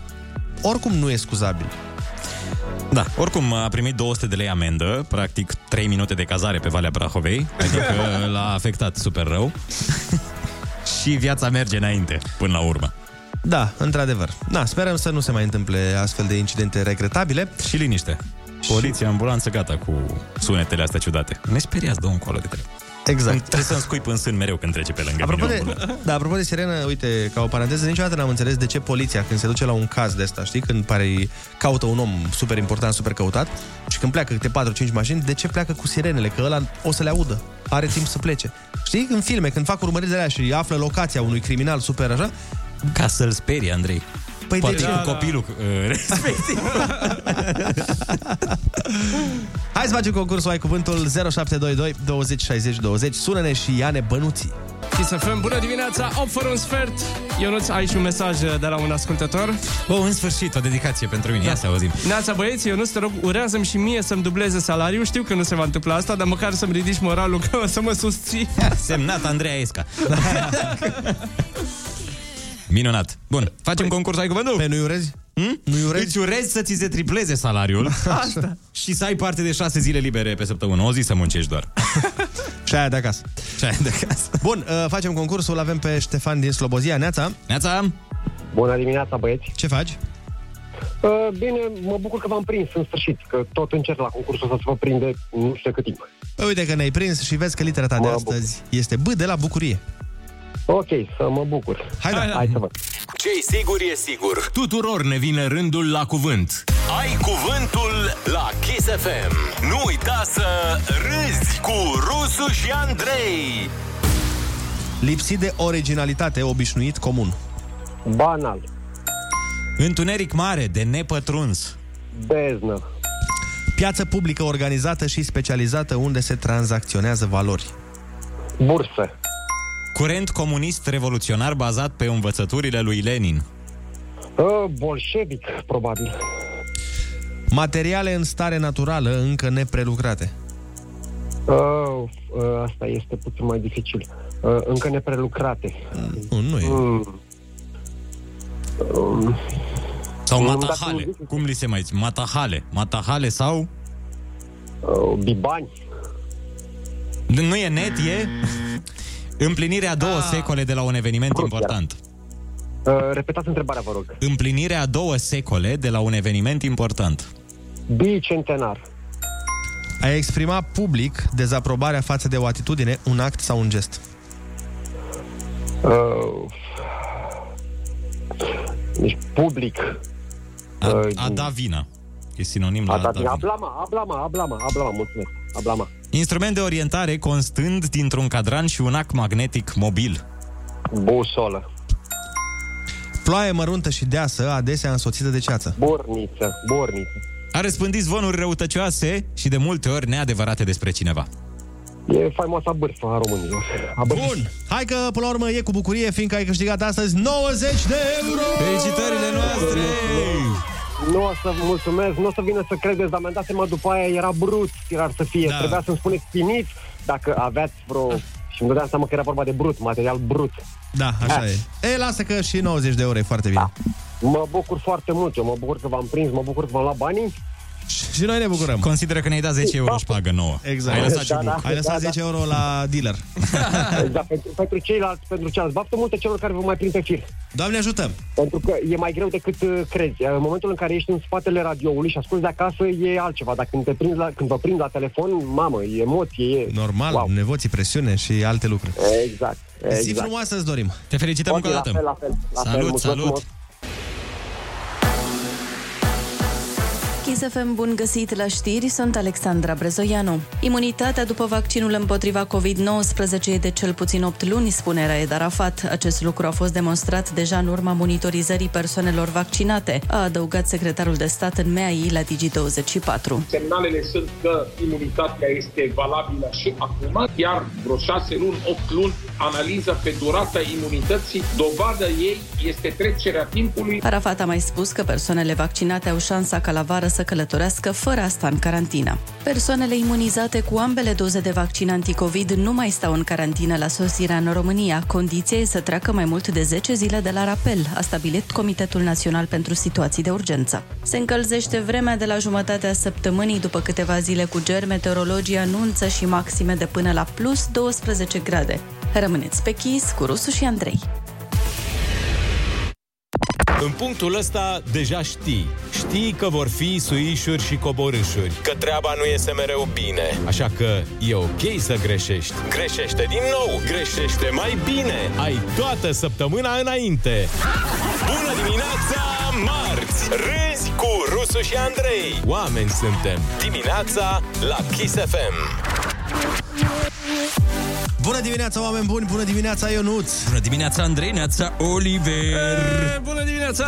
Speaker 3: oricum nu e scuzabil.
Speaker 4: Da, oricum a primit 200 de lei amendă, practic 3 minute de cazare pe Valea Brahovei, adică l-a afectat super rău. și viața merge înainte, până la urmă.
Speaker 3: Da, într-adevăr. Na, sperăm să nu se mai întâmple astfel de incidente regretabile.
Speaker 4: Și liniște. Poliția, ambulanță, gata cu sunetele astea ciudate. Ne speriați, dă un colo de treabă.
Speaker 3: Exact.
Speaker 4: Îmi, trebuie să-mi scuip în sân mereu când trece pe lângă
Speaker 3: Apropo
Speaker 4: mine.
Speaker 3: de,
Speaker 4: omul ăla.
Speaker 3: da, apropo de sirenă, uite, ca o paranteză, niciodată n-am înțeles de ce poliția, când se duce la un caz de asta, știi, când pare caută un om super important, super căutat, și când pleacă câte 4-5 mașini, de ce pleacă cu sirenele? Că ăla o să le audă, are timp să plece. Știi, în filme, când fac urmăriri de alea și află locația unui criminal super așa...
Speaker 4: Ca să-l sperie, Andrei.
Speaker 3: Păi
Speaker 4: Poate
Speaker 3: de ce?
Speaker 4: cu copilul uh, respectiv.
Speaker 3: Hai să facem concursul, ai cuvântul 0722 20 60 20. Sună-ne și ia ne bănuții.
Speaker 5: Și să fim bună dimineața, 8 fără un sfert. Ionuț, ai și un mesaj uh, de la un ascultător. Da.
Speaker 4: O, în sfârșit, o dedicație pentru mine. Ia să auzim.
Speaker 5: Neața băieți, Ionuț, te rog, urează-mi și mie să-mi dubleze salariul. Știu că nu se va întâmpla asta, dar măcar să-mi ridici moralul că o să mă susții.
Speaker 4: Semnat Andreea Esca. Minunat. Bun, facem concurs, ai cuvântul? Pe
Speaker 3: Păi- nu-i urezi?
Speaker 4: Hmm?
Speaker 3: Nu-i urezi?
Speaker 4: Îți urezi să ți se tripleze salariul Asta. și să ai parte de șase zile libere pe săptămână. O zi să muncești doar.
Speaker 3: Și aia de acasă.
Speaker 4: Și aia de acasă.
Speaker 3: Bun, uh, facem concursul, avem pe Ștefan din Slobozia. Neața!
Speaker 4: Neața!
Speaker 14: Bună dimineața, băieți!
Speaker 3: Ce faci?
Speaker 14: Uh, Bine, mă bucur că v-am prins în sfârșit, că tot încerc la concursul ăsta să vă prinde nu știu cât timp.
Speaker 3: Păi Uite că ne-ai prins și vezi că litera ta de astăzi este B de la bucurie.
Speaker 14: Ok, să mă bucur.
Speaker 3: Hai,
Speaker 1: Hai,
Speaker 3: da.
Speaker 1: da.
Speaker 3: Hai
Speaker 14: să văd.
Speaker 1: Ce-i sigur e sigur.
Speaker 6: Tuturor ne vine rândul la cuvânt.
Speaker 1: Ai cuvântul la Kiss FM. Nu uita să râzi cu Rusu și Andrei.
Speaker 3: Lipsit de originalitate, obișnuit, comun.
Speaker 14: Banal.
Speaker 4: Întuneric mare, de nepătruns.
Speaker 14: Beznă.
Speaker 3: Piață publică organizată și specializată unde se tranzacționează valori.
Speaker 14: Bursă.
Speaker 4: Curent comunist revoluționar bazat pe învățăturile lui Lenin.
Speaker 14: Uh, Bolșevic, probabil.
Speaker 3: Materiale în stare naturală, încă neprelucrate.
Speaker 14: Uh, uh, Asta este puțin mai dificil. Uh, Încă neprelucrate.
Speaker 3: Nu, nu e.
Speaker 14: Mm. Um,
Speaker 4: Sau
Speaker 14: Dacă
Speaker 4: matahale.
Speaker 14: nu zici-
Speaker 4: Cum li se mai zice? Matahale. Matahale sau...
Speaker 14: uh, Bibani.
Speaker 4: Nu e net, e... Împlinirea a două
Speaker 14: Ah.
Speaker 4: secole de la un eveniment important.
Speaker 14: Uh, Repetați întrebarea, vă rog.
Speaker 4: Împlinirea a două secole de la un eveniment important.
Speaker 14: Bicentenar.
Speaker 3: A exprima public dezaprobarea față de o atitudine, un act sau un gest.
Speaker 14: Uh, Deci public.
Speaker 4: A, a da vina. E sinonim la
Speaker 14: Uh, A
Speaker 4: a da
Speaker 14: dat din
Speaker 4: vina.
Speaker 14: ablama, ablama, ablama, ablama, mulțumesc. Ablama.
Speaker 4: Instrument de orientare constând dintr-un cadran și un ac magnetic mobil.
Speaker 14: Busolă.
Speaker 3: Ploaie măruntă și deasă, adesea însoțită de ceață.
Speaker 14: Borniță, borniță.
Speaker 4: A răspândit zvonuri răutăcioase și de multe ori neadevărate despre cineva.
Speaker 14: E faimoasa bârfă a Româniilor. A bârfă.
Speaker 3: Bun! Hai că, până la urmă, e cu bucurie, fiindcă ai câștigat astăzi 90 de euro!
Speaker 4: Felicitările noastre!
Speaker 14: Nu o să vă mulțumesc, nu o să vină să credeți, dar mi-am dat seama după aia era brut tirar să fie. Da. Trebuia să-mi spuneți finit dacă aveați vreo...
Speaker 3: Ah.
Speaker 14: Și îmi dădeam seama că era vorba de brut, material brut.
Speaker 3: Da, așa e. E, lasă că și 90 de euro e foarte
Speaker 14: Da.
Speaker 3: bine.
Speaker 14: Mă bucur foarte mult, eu mă bucur că v-am prins, mă bucur că v-am luat banii.
Speaker 3: Și noi ne bucurăm.
Speaker 4: Consideră că ne-ai dat 10 euro și pagă nouă.
Speaker 3: Exact.
Speaker 4: Ai lăsat
Speaker 14: Da,
Speaker 4: ciubuc.
Speaker 14: da.
Speaker 3: Ai lăsat 10 euro la dealer.
Speaker 14: Dar pentru, pentru ceilalți, pentru ceilalți, baftă multe celor care vă mai prind pe fir.
Speaker 3: Doamne ajută!
Speaker 14: Pentru că e mai greu decât uh, crezi. În momentul în care ești în spatele radioului și asculti de acasă, e altceva. Dar când, te prind la, când vă prind la telefon, mamă, e emoție, e...
Speaker 3: Normal, wow. nevoții, presiune și alte lucruri.
Speaker 14: Exact.
Speaker 3: Exact. Zi
Speaker 14: exact.
Speaker 3: frumoasă îți dorim!
Speaker 4: Te felicităm
Speaker 14: Ok,
Speaker 4: încă o
Speaker 14: la fel,
Speaker 4: dată.
Speaker 14: la fel. La fel.
Speaker 4: Salut,
Speaker 14: Mulțumesc
Speaker 4: salut!
Speaker 14: frumos.
Speaker 8: KSFM, bun găsit la știri, sunt Alexandra Brezoianu. Imunitatea după vaccinul împotriva COVID-19 e de cel puțin 8 luni, spune Raed Arafat. Acest lucru a fost demonstrat deja în urma monitorizării persoanelor vaccinate, a adăugat secretarul de stat în MEAI la Digi24.
Speaker 15: Semnalele sunt că imunitatea este valabilă și acum, iar vreo 6 luni, 8 luni, analiza pe durata imunității, dovada ei este trecerea timpului.
Speaker 8: Arafat a mai spus că persoanele vaccinate au șansa ca la vară să călătorească fără a sta în carantină. Persoanele imunizate cu ambele doze de vaccin anticovid nu mai stau în carantină la sosirea în România. Condiția e să treacă mai mult de 10 zile de la rapel, a stabilit Comitetul Național pentru Situații de Urgență. Se încălzește vremea de la jumătatea săptămânii, după câteva zile cu ger, meteorologii anunță și maxime de până la plus 12 grade. Rămâneți pe chis cu Rusu și Andrei.
Speaker 6: În punctul ăsta deja știi. Știi că vor fi suișuri și coborâșuri.
Speaker 1: Că treaba nu iese mereu bine.
Speaker 6: Așa că e ok să greșești.
Speaker 1: Greșește din nou, greșește mai bine.
Speaker 6: Ai toată săptămâna înainte.
Speaker 1: Bună dimineața, marți! Râzi cu Rusu și Andrei.
Speaker 6: Oameni suntem.
Speaker 1: Dimineața la Kiss FM.
Speaker 3: Bună dimineața, oameni buni! Bună dimineața, Ionuț!
Speaker 4: Bună dimineața, Andrei, neața, Oliver!
Speaker 3: E, bună dimineața!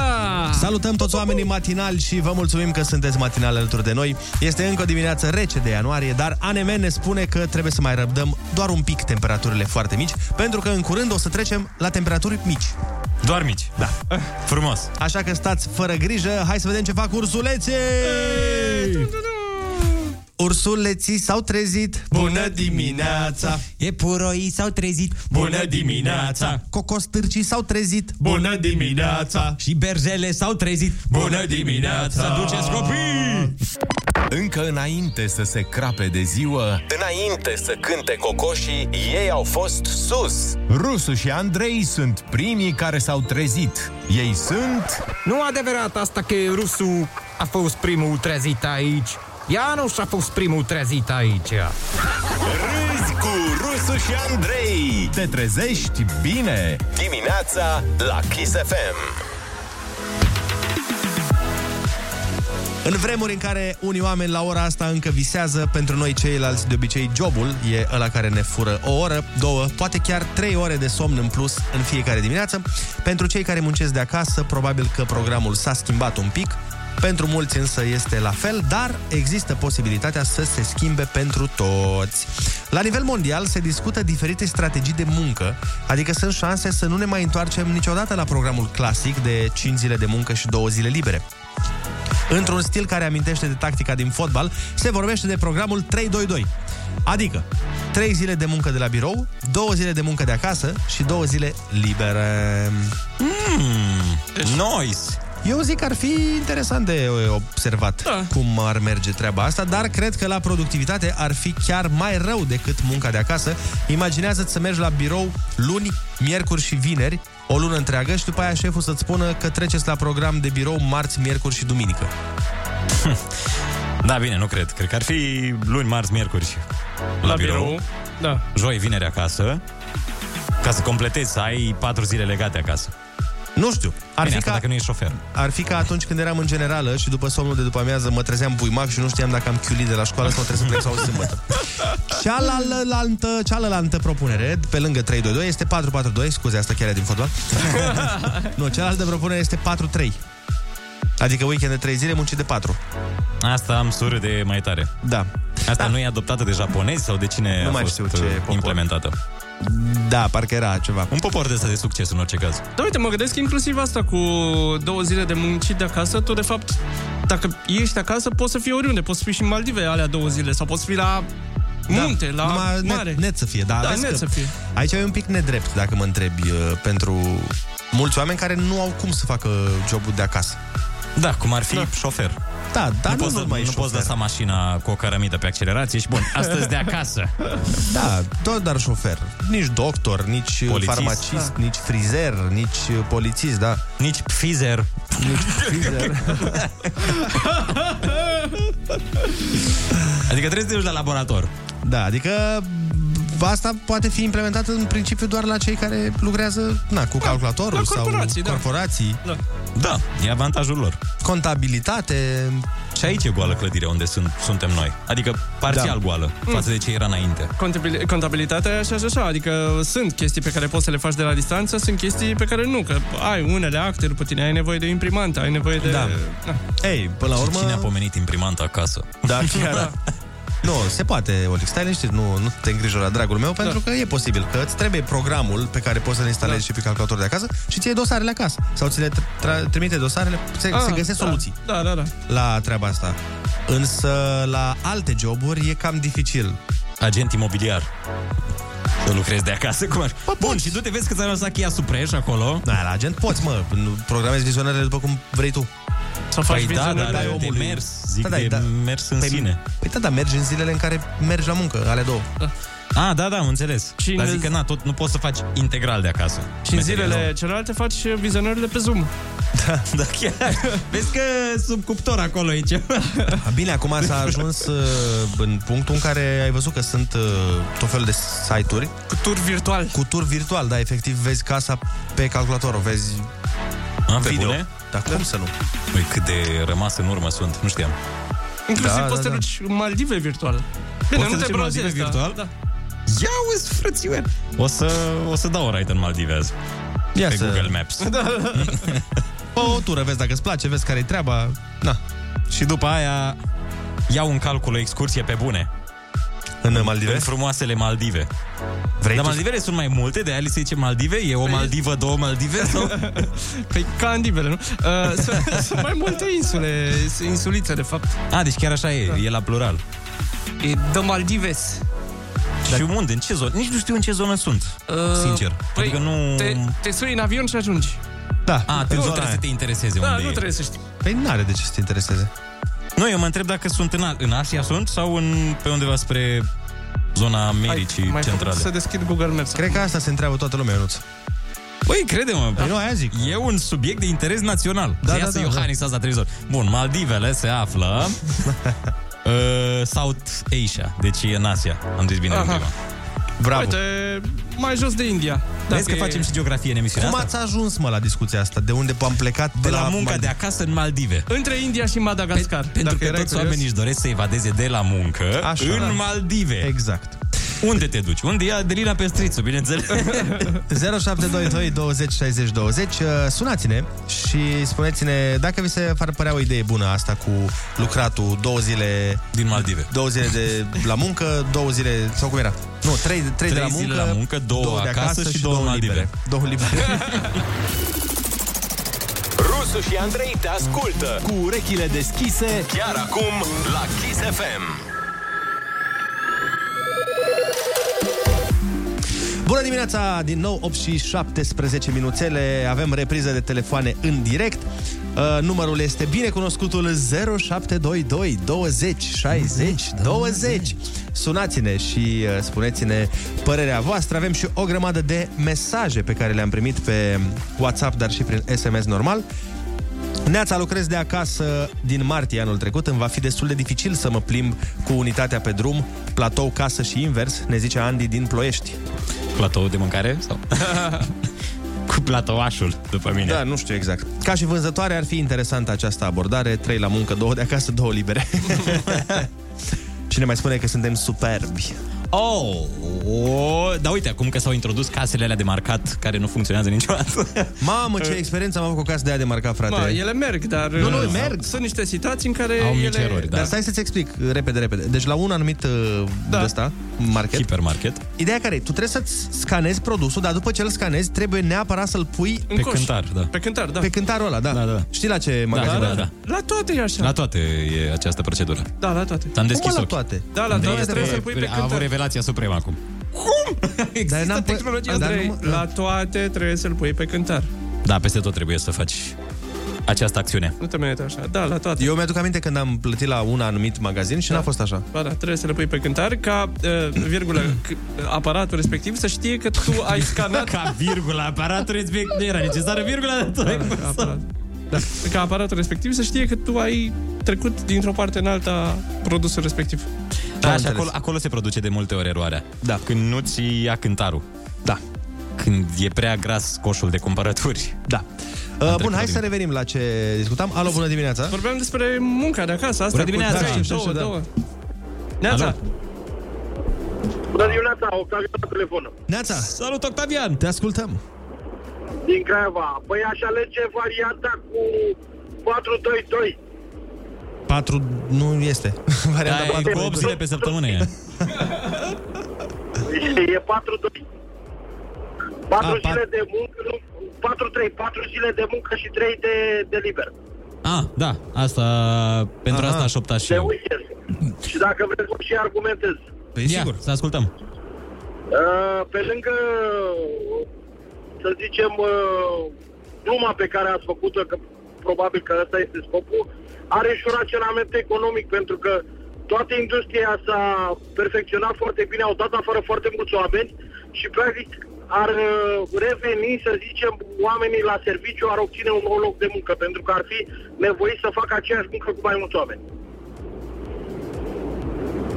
Speaker 3: Salutăm toți oamenii matinali și vă mulțumim că sunteți matinali alături de noi. Este încă o dimineață rece de ianuarie, dar ANM ne spune că trebuie să mai răbdăm doar un pic temperaturile foarte mici, pentru că în curând o să trecem la temperaturi mici.
Speaker 4: Doar mici.
Speaker 3: Da.
Speaker 4: Frumos.
Speaker 3: Așa că stați fără grijă, hai să vedem ce fac ursuleții! Ursuleții s-au trezit Bună dimineața Iepuroii s-au trezit
Speaker 4: Bună dimineața!
Speaker 3: Cocostârcii s-au trezit
Speaker 4: Bună dimineața! Și berzele s-au trezit. Bună dimineața! Duceți copii!
Speaker 6: Încă înainte să se crape de ziua,
Speaker 1: Înainte să cânte cocoșii, ei au fost sus.
Speaker 6: Rusu și Andrei sunt primii care s-au trezit. Ei sunt...
Speaker 16: Nu adevărat asta că rusul a fost primul trezit aici. Ea nu și-a fost primul trezit aici.
Speaker 1: Râzi cu Rusu și Andrei.
Speaker 6: Te trezești bine!
Speaker 1: Dimineața la Kiss FM.
Speaker 3: În vremuri în care unii oameni la ora asta încă visează, pentru noi ceilalți de obicei jobul e ăla care ne fură o oră, două, poate chiar trei ore de somn în plus în fiecare dimineață. Pentru cei care muncesc de acasă, probabil că programul s-a schimbat un pic, pentru mulți însă este la fel, dar există posibilitatea să se schimbe pentru toți. La nivel mondial se discută diferite strategii de muncă, adică sunt șanse să nu ne mai întoarcem niciodată la programul clasic de 5 zile de muncă și 2 zile libere. Într-un stil care amintește de tactica din fotbal, se vorbește de programul 3-2-2. Adică 3 zile de muncă de la birou, 2 zile de muncă de acasă și 2 zile libere.
Speaker 4: Mm, nice!
Speaker 3: Eu zic că ar fi interesant de observat da. cum ar merge treaba asta, dar cred că la productivitate ar fi chiar mai rău decât munca de acasă. Imaginează-ți să mergi la birou luni, miercuri și vineri, o lună întreagă și după aia șeful să-ți spună că treceți la program de birou marți, miercuri și duminică.
Speaker 4: Da, bine, nu cred. Cred că ar fi luni, marți, miercuri la, la birou. birou.
Speaker 5: Da.
Speaker 4: Joi, vineri acasă. Ca să completezi, să ai patru zile legate acasă.
Speaker 3: Nu știu.
Speaker 4: Ar bine, fi ca... dacă nu e șofer.
Speaker 3: Ar fi ca atunci când eram în generală și după somnul de după amiază mă trezeam buimac și nu știam dacă am chiulit de la școală sau trebuie să plec sau sâmbătă. Cealaltă, cealaltă propunere, pe lângă 3-2-2, este 4-4-2, scuze, asta chiar e din fotbal. nu, cealaltă propunere este 4-3. Adică weekend de 3 zile, muncit de 4.
Speaker 4: Asta am sură de mai tare.
Speaker 3: Da.
Speaker 4: Asta da. nu e adoptată de japonezi sau de cine
Speaker 3: Nu
Speaker 4: a
Speaker 3: mai
Speaker 4: fost
Speaker 3: știu ce
Speaker 4: uh,
Speaker 3: popor.
Speaker 4: implementată?
Speaker 3: Da, parcă era ceva.
Speaker 4: Un popor de ăsta de succes în orice caz.
Speaker 5: Da, uite, mă gândesc inclusiv asta cu două zile de muncit de acasă. Tu, de fapt, dacă ești acasă, poți să fii oriunde. Poți să fii și în Maldive alea două zile sau poți fi la munte,
Speaker 3: da.
Speaker 5: la
Speaker 3: Numai
Speaker 5: mare.
Speaker 3: Net, net să fie, da,
Speaker 5: Da,
Speaker 3: vezi
Speaker 5: net
Speaker 3: că
Speaker 5: să fie.
Speaker 3: Aici e un pic nedrept, dacă mă întrebi, uh, pentru mulți oameni care nu au cum să facă jobul de acasă.
Speaker 4: Da, cum ar fi da. șofer.
Speaker 3: Da, dar nu,
Speaker 4: poți, să-
Speaker 3: numai
Speaker 4: nu poți
Speaker 3: șofer.
Speaker 4: lăsa mașina cu o cărămidă pe accelerație și bun, astăzi de acasă.
Speaker 3: Da, tot dar șofer. Nici doctor, nici
Speaker 4: Polițist.
Speaker 3: polițist, farmacist, da. nici frizer, nici uh, polițist, da.
Speaker 4: Nici Pfizer.
Speaker 3: Nici frizer.
Speaker 4: Adică trebuie să te duci la laborator.
Speaker 3: da, adică b- asta poate fi implementat în principiu doar la cei care lucrează na, cu calculatorul
Speaker 5: la
Speaker 3: sau
Speaker 5: corporații, da.
Speaker 3: corporații.
Speaker 5: Da.
Speaker 4: Da, e avantajul lor.
Speaker 3: contabilitate,
Speaker 4: Și aici e goală clădirea unde sunt, suntem noi. Adică parțial da. goală față de ce era înainte.
Speaker 5: Contabil- contabilitatea e așa și așa, adică sunt chestii pe care poți să le faci de la distanță, sunt chestii pe care nu, că ai unele acte după tine, ai nevoie de imprimante, ai nevoie de...
Speaker 4: Da.
Speaker 5: da.
Speaker 3: Ei, până
Speaker 4: la urmă... Cine a pomenit imprimanta acasă?
Speaker 3: Da, chiar. Nu, se poate, Olix, stai liniștit, nu, nu te îngrijora, dragul meu, pentru
Speaker 4: Da.
Speaker 3: că e posibil că îți trebuie programul pe care poți să-l instalezi
Speaker 1: Da.
Speaker 3: și pe calculator de acasă și ți iei dosarele acasă. Sau ți le tra- trimite dosarele, se,
Speaker 5: Ah,
Speaker 3: se găsesc
Speaker 5: da.
Speaker 3: soluții
Speaker 5: Da, da, da.
Speaker 3: la treaba asta. Însă la alte joburi e cam dificil.
Speaker 4: Agent imobiliar. Să lucrezi de acasă, cum ar... Bun, și du-te, vezi că ți-a lăsat cheia supreș acolo.
Speaker 3: Da, la agent poți, mă, programezi vizionările după cum vrei tu.
Speaker 4: Sau faci Păi da, vizionările dar de mers, zic, de mers în
Speaker 3: Da, păi,
Speaker 4: sine.
Speaker 3: Păi da, dar mergi în zilele în care mergi la muncă, ale două.
Speaker 4: Ah, da, da, am înțeles.
Speaker 5: Cine-
Speaker 4: Dar zic că na, tot nu poți să faci integral de acasă.
Speaker 5: Și în
Speaker 4: Materialul.
Speaker 5: zilele celelalte faci vizionările pe Zoom.
Speaker 4: Da, da, chiar. Vezi că sub cuptor acolo e ceva.
Speaker 3: Bine, acum s-a ajuns uh, în punctul în care ai văzut că sunt uh, tot felul de site-uri.
Speaker 5: Cu tur virtual.
Speaker 3: Cu tur virtual, da, efectiv vezi casa pe calculator, o vezi
Speaker 4: Am pe
Speaker 3: video.
Speaker 4: bune?
Speaker 3: Dar cum să nu?
Speaker 4: Păi cât de rămas în urmă sunt, nu știam.
Speaker 5: Inclusiv
Speaker 4: Da,
Speaker 5: poți să
Speaker 4: da,
Speaker 5: te
Speaker 4: da.
Speaker 5: duci în Maldive virtual.
Speaker 4: Poți
Speaker 5: Bine,
Speaker 4: să
Speaker 5: nu
Speaker 4: duci
Speaker 5: te
Speaker 4: în Maldive
Speaker 5: bronzezi, da,
Speaker 4: virtual?
Speaker 5: Da.
Speaker 4: Ia uzi, frățioare! O să, o să dau o ride în Maldive azi.
Speaker 3: Ia
Speaker 4: pe
Speaker 3: să-
Speaker 4: Google Maps.
Speaker 5: Da, da, da.
Speaker 3: Fă o tură, vezi dacă îți place, vezi care-i treaba. Na.
Speaker 4: Și după aia iau în calcul o excursie pe bune.
Speaker 3: În Maldive?
Speaker 4: În frumoasele Maldive.
Speaker 3: Vrei
Speaker 4: Dar
Speaker 3: tu-
Speaker 4: Maldivele sunt mai multe, de aia li se zice Maldive? E o Maldivă, două Maldive? Sau?
Speaker 5: Păi ca Andivele, nu? Uh, sunt, sunt mai multe insule, insulițe, de fapt.
Speaker 4: A, deci chiar așa e, da. e la plural.
Speaker 5: E The Maldives.
Speaker 4: Dar... Și unde? În ce zonă? Nici nu știu în ce zonă sunt, uh, sincer.
Speaker 5: păi,
Speaker 4: adică nu...
Speaker 5: Te, te sui în avion și ajungi.
Speaker 3: Da.
Speaker 4: A, te, nu Ah, trebuie să te intereseze
Speaker 5: Da,
Speaker 4: unde
Speaker 5: nu
Speaker 4: e.
Speaker 5: trebuie să știi.
Speaker 3: Păi n-are de ce să te intereseze.
Speaker 4: Nu, eu mă întreb dacă sunt în, Al- în Asia sunt sau în, pe undeva spre zona Americii
Speaker 5: Mai
Speaker 4: centrale.
Speaker 5: făcut să deschid Google Maps.
Speaker 3: Cred că asta se întreabă toată lumea, Ionuț.
Speaker 4: Băi, crede-mă,
Speaker 3: Păi nu, aia zic.
Speaker 4: Da. e un subiect de interes național. Da,
Speaker 3: Da,
Speaker 4: să
Speaker 3: da,
Speaker 4: iasă
Speaker 3: da,
Speaker 4: Iohannis azi la televizor. Bun, Maldivele se află... uh, South Asia, deci e în Asia. Am zis bine
Speaker 5: Aha.
Speaker 4: în prima.
Speaker 5: Uite, mai jos de India.
Speaker 4: Vezi că facem și geografie în emisiunea
Speaker 3: Cum
Speaker 4: asta?
Speaker 3: ați ajuns, mă, la discuția asta? De unde am plecat?
Speaker 4: De la, munca de acasă în Maldive.
Speaker 5: Între India și Madagascar.
Speaker 4: Pentru că
Speaker 5: erai
Speaker 4: toți
Speaker 5: curios.
Speaker 4: oamenii își doresc să evadeze de la muncă
Speaker 3: Așa.
Speaker 4: Așa, în
Speaker 3: Da.
Speaker 4: Maldive.
Speaker 3: Exact.
Speaker 4: Unde te duci? Unde e Adelina Pestrițu, bineînțeles?
Speaker 3: 0722 20 60 20 Uh, Sunați-ne și spuneți-ne dacă vi se ar părea o idee bună asta cu lucratul două zile
Speaker 4: din Maldive.
Speaker 3: Două zile de la muncă, două zile sau cum era? Nu, trei, trei, de la
Speaker 4: Trei zile
Speaker 3: muncă,
Speaker 4: la muncă, două acasă și două în Maldive.
Speaker 3: Două libere.
Speaker 1: Rusu și Andrei te ascultă cu urechile deschise chiar acum la Kiss FM.
Speaker 3: Bună dimineața, din nou 8 și 17 minuțele, avem repriză de telefoane în direct. Uh, Numărul este binecunoscutul 0722 20 60 20. Sunați-ne și uh, spuneți-ne părerea voastră. Avem și o grămadă de mesaje pe care le-am primit pe WhatsApp, dar și prin SMS normal. Neața, lucrez de acasă din martie anul trecut. Îmi va fi destul de dificil să mă plimb cu unitatea pe drum, platou, casă și invers, ne zice Andy din Ploiești.
Speaker 4: Platou de mâncare? Sau? Cu platouașul, după mine.
Speaker 3: Da, nu știu exact. Ca și vânzătoare ar fi interesantă această abordare. Trei la muncă, două de acasă, două libere. Cine mai spune că suntem superbi?
Speaker 4: Oh, oh, dar uite, acum că s-au introdus casele alea de marcat care nu funcționează niciodată.
Speaker 3: Mamă, ce experiență am avut cu casă de aia de marcat, frate.
Speaker 5: Ma, Ă. ele merg, dar
Speaker 3: Nu, nu,
Speaker 5: uh,
Speaker 3: merg.
Speaker 5: sunt niște situații în care ele...
Speaker 4: da.
Speaker 3: Dar stai să-ți explic repede, repede. Deci la un anumit da. de ăsta, market.
Speaker 4: Hipermarket.
Speaker 3: Ideea care e? Tu trebuie să-ți scanezi produsul, dar după ce îl scanezi, trebuie neapărat să-l pui
Speaker 5: În Pe coș. cântar,
Speaker 4: da.
Speaker 5: Pe cântar, da.
Speaker 3: Pe cântarul ăla, da. da, da. Știi la ce magazin?
Speaker 4: da,
Speaker 3: mergi?
Speaker 4: da.
Speaker 5: La toate e așa.
Speaker 4: La toate e această procedură.
Speaker 5: Da, la toate.
Speaker 4: Am
Speaker 5: Cum,
Speaker 4: deschis
Speaker 5: mă, la
Speaker 4: ochii.
Speaker 3: toate?
Speaker 5: Da, la toate trebuie să-l pui pe
Speaker 4: A avut
Speaker 5: cântar.
Speaker 4: revelația supremă acum.
Speaker 3: Dar n-am pă-
Speaker 5: Tehnologia,
Speaker 3: dar
Speaker 5: Andrei,
Speaker 3: nu-
Speaker 5: la toate trebuie să-l pui pe cântar.
Speaker 4: Da, peste tot trebuie să faci această acțiune.
Speaker 5: Nu te mai uita așa. Da, la toate.
Speaker 3: Eu mi-aduc aminte când am plătit la un anumit magazin și n-a fost așa.
Speaker 5: Ba da, trebuie să le pui pe cântar ca, uh, virgulă, c- aparatul respectiv să știe că tu ai scanat...
Speaker 4: ca virgula, aparatul respectiv... Nu era necesară virgula, dar
Speaker 5: da, ca, aparat. da, ca aparatul respectiv să știe că tu ai trecut dintr-o parte în alta produsul respectiv.
Speaker 4: Da, și acolo, acolo se produce de multe ori eroarea.
Speaker 3: Da.
Speaker 4: Când nu ți ia cântarul.
Speaker 3: Da.
Speaker 4: Când e prea gras coșul de cumpărături.
Speaker 3: Da. Uh, bun, hai să revenim la ce discutam. Alo, bună dimineața!
Speaker 5: Vorbeam despre munca de acasă. Asta
Speaker 3: Bună dimineața!
Speaker 5: Cu...
Speaker 3: Da, știu, știu,
Speaker 5: două,
Speaker 3: știu, da.
Speaker 5: două.
Speaker 4: da.
Speaker 5: Neața!
Speaker 13: Bună dimineața, Octavian la telefon.
Speaker 3: Neața!
Speaker 4: Salut, Octavian!
Speaker 3: Te ascultăm!
Speaker 13: Din Craiova. Păi aș alege varianta cu 4-2-2.
Speaker 3: 4 nu este. Varianta
Speaker 4: Da, e cu
Speaker 3: 4.
Speaker 4: 8 zile pe săptămână. e.
Speaker 13: Deci E 4-2. 4
Speaker 4: Ah,
Speaker 13: zile de muncă, nu, 4-3, 4 zile de muncă și 3 de, de liber.
Speaker 4: Ah, da, asta, pentru asta aș opta și eu.
Speaker 13: Și dacă vreți, vă și argumentez.
Speaker 3: Păi,
Speaker 4: sigur. Să ascultăm.
Speaker 13: Uh, pe lângă, să zicem, uh, gluma pe care ați făcut-o, că probabil că ăsta este scopul, are și un raționament economic, pentru că toată industria s-a perfecționat foarte bine, au dat afară foarte mulți oameni și, practic, ar uh, reveni, să zicem, oamenii la serviciu ar obține un nou loc de muncă, pentru că ar fi nevoit să facă aceeași muncă cu mai mulți oameni.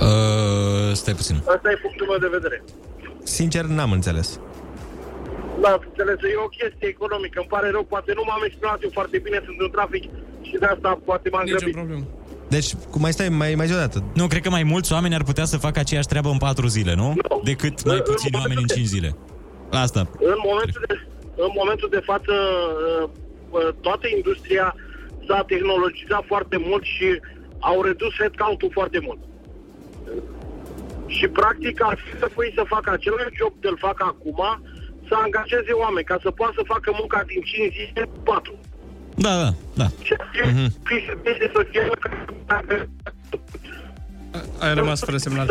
Speaker 4: Uh, stai puțin.
Speaker 13: Asta e punctul meu de vedere.
Speaker 3: Sincer, n-am înțeles.
Speaker 13: Da, înțeles, e o chestie economică. Îmi pare rău, poate nu m-am exprimat eu foarte bine, sunt în trafic și de asta poate m-am grăbit.
Speaker 5: problemă.
Speaker 3: Deci, cum mai stai, mai, mai zi o dată.
Speaker 4: Nu, cred că mai mulți oameni ar putea să facă aceeași treabă în 4 zile, nu? Decât mai puțini oameni în 5 zile. Asta.
Speaker 13: În momentul de, în momentul de față, uh, uh, toată industria s-a tehnologizat foarte mult și au redus headcount-ul foarte mult. Și practic ar fi să pui să facă același job de-l fac acum, să angajeze oameni ca să poată să facă munca din 5 zile 4.
Speaker 4: Da, da, da.
Speaker 13: Mm-hmm. Fi socială care
Speaker 5: Ai rămas fără semnal.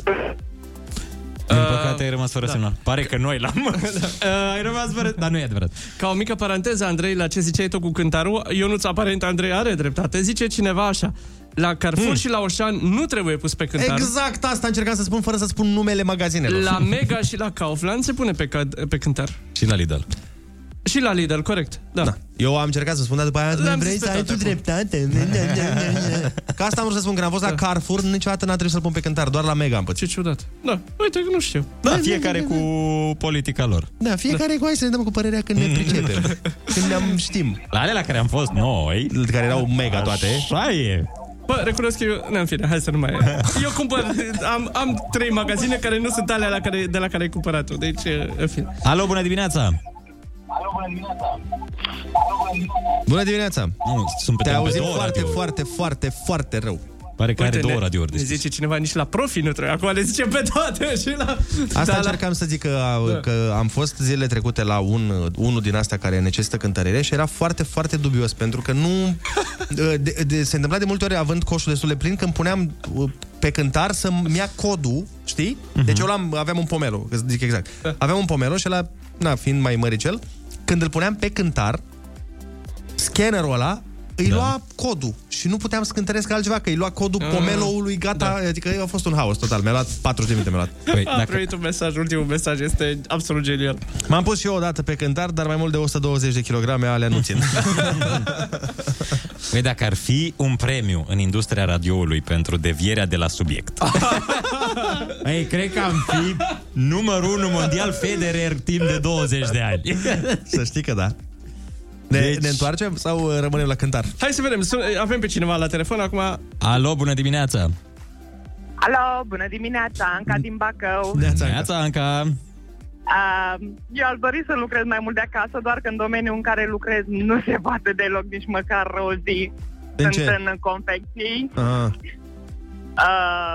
Speaker 4: Din păcate ai rămas fără da. semnal. Pare că noi l-am...
Speaker 3: Uh,
Speaker 4: da. Ai rămas fără... Dar nu e adevărat.
Speaker 5: Ca o mică paranteză, Andrei, la ce ziceai tu cu cântarul, eu nu-ți aparent, Andrei are dreptate. Zice cineva așa, la Carrefour și la Oșan nu trebuie pus pe cântar.
Speaker 3: Hmm. Exact asta încercam să spun fără să spun numele magazinelor.
Speaker 5: La Mega și la Kaufland se pune pe, cad- pe cântar.
Speaker 4: Și la Lidl.
Speaker 5: Și la Lidl, corect. Da. da.
Speaker 3: Eu am încercat să spun, dar după aia
Speaker 5: Le-am
Speaker 3: Am vrei
Speaker 5: zis pe
Speaker 3: să ai
Speaker 5: toate acum.
Speaker 3: tu dreptate. Ca asta am vrut să spun, când am fost la Carrefour, niciodată n-a trebuit să-l pun pe cântar, doar la Mega am pățit.
Speaker 5: Ce ciudat. Da, uite că nu știu.
Speaker 4: Da, fiecare cu politica lor.
Speaker 3: Da, fiecare da. cu hai să ne dăm cu părerea când
Speaker 4: Mm.
Speaker 3: ne pricepem. când ne-am știm.
Speaker 4: La alea la care am fost noi...
Speaker 3: Care erau mega toate.
Speaker 4: Așa e.
Speaker 5: Bă, recunosc că eu... Na, în fine, hai să nu mai... Eu cumpăr... Am, am trei magazine care nu sunt alea la care, de la care ai cumpărat-o. Deci, în fine.
Speaker 4: Alo, bună dimineața!
Speaker 3: Bună dimineața!
Speaker 4: Nu, sunt pe
Speaker 3: Te
Speaker 4: pe
Speaker 3: auzim
Speaker 4: două
Speaker 3: foarte,
Speaker 4: radiouri.
Speaker 3: foarte, foarte, foarte rău.
Speaker 4: Pare că are două radiouri
Speaker 5: Ne zice cineva nici la profi nu trebuie. Acum le zice pe toate și la...
Speaker 3: Asta
Speaker 5: da,
Speaker 3: încercam să zic că, că am fost zilele trecute la un, unul din astea care necesită cântărire și era foarte, foarte dubios, pentru că nu... De, de, se întâmpla de multe ori, având coșul destul de plin, când puneam uh, pe cântar să-mi ia codul, știi?
Speaker 5: Mhm.
Speaker 3: Deci eu l-am, aveam un pomelo, că să zic exact.
Speaker 5: Da.
Speaker 3: Aveam un pomelo și la, na, fiind mai măricel, când îl puneam pe cântar, scannerul ăla îi da. lua codul și nu puteam să cântăresc altceva, că îi lua codul
Speaker 5: Ah,
Speaker 3: pomeloului, gata, da. adică a fost un haos total, mi-a luat 40 de minute, mi-a luat.
Speaker 5: Păi, dacă... Am primit un mesaj, ultimul mesaj este absolut genial.
Speaker 3: M-am pus și eu odată pe cântar, dar mai mult de 120 de kilograme alea nu țin.
Speaker 4: Păi dacă ar fi un premiu în industria radioului pentru devierea de la subiect. Ei, cred că am fi numărul unu mondial Federer timp de 20 de ani.
Speaker 3: Să știi că da. Ne, deci... ne întoarcem sau uh, rămânem la cântar?
Speaker 5: Hai să vedem, sun- avem pe cineva la telefon acum.
Speaker 4: Alo, bună dimineața!
Speaker 17: Alo, bună dimineața, Anca din Bacău.
Speaker 3: Da.
Speaker 4: Neața, Anca!
Speaker 17: Uh, Eu aș dori să lucrez mai mult de acasă, doar că în domeniul în care lucrez nu se poate deloc nici măcar o zi.
Speaker 3: În
Speaker 17: Sunt
Speaker 3: ce?
Speaker 17: în confecții,
Speaker 3: Ah.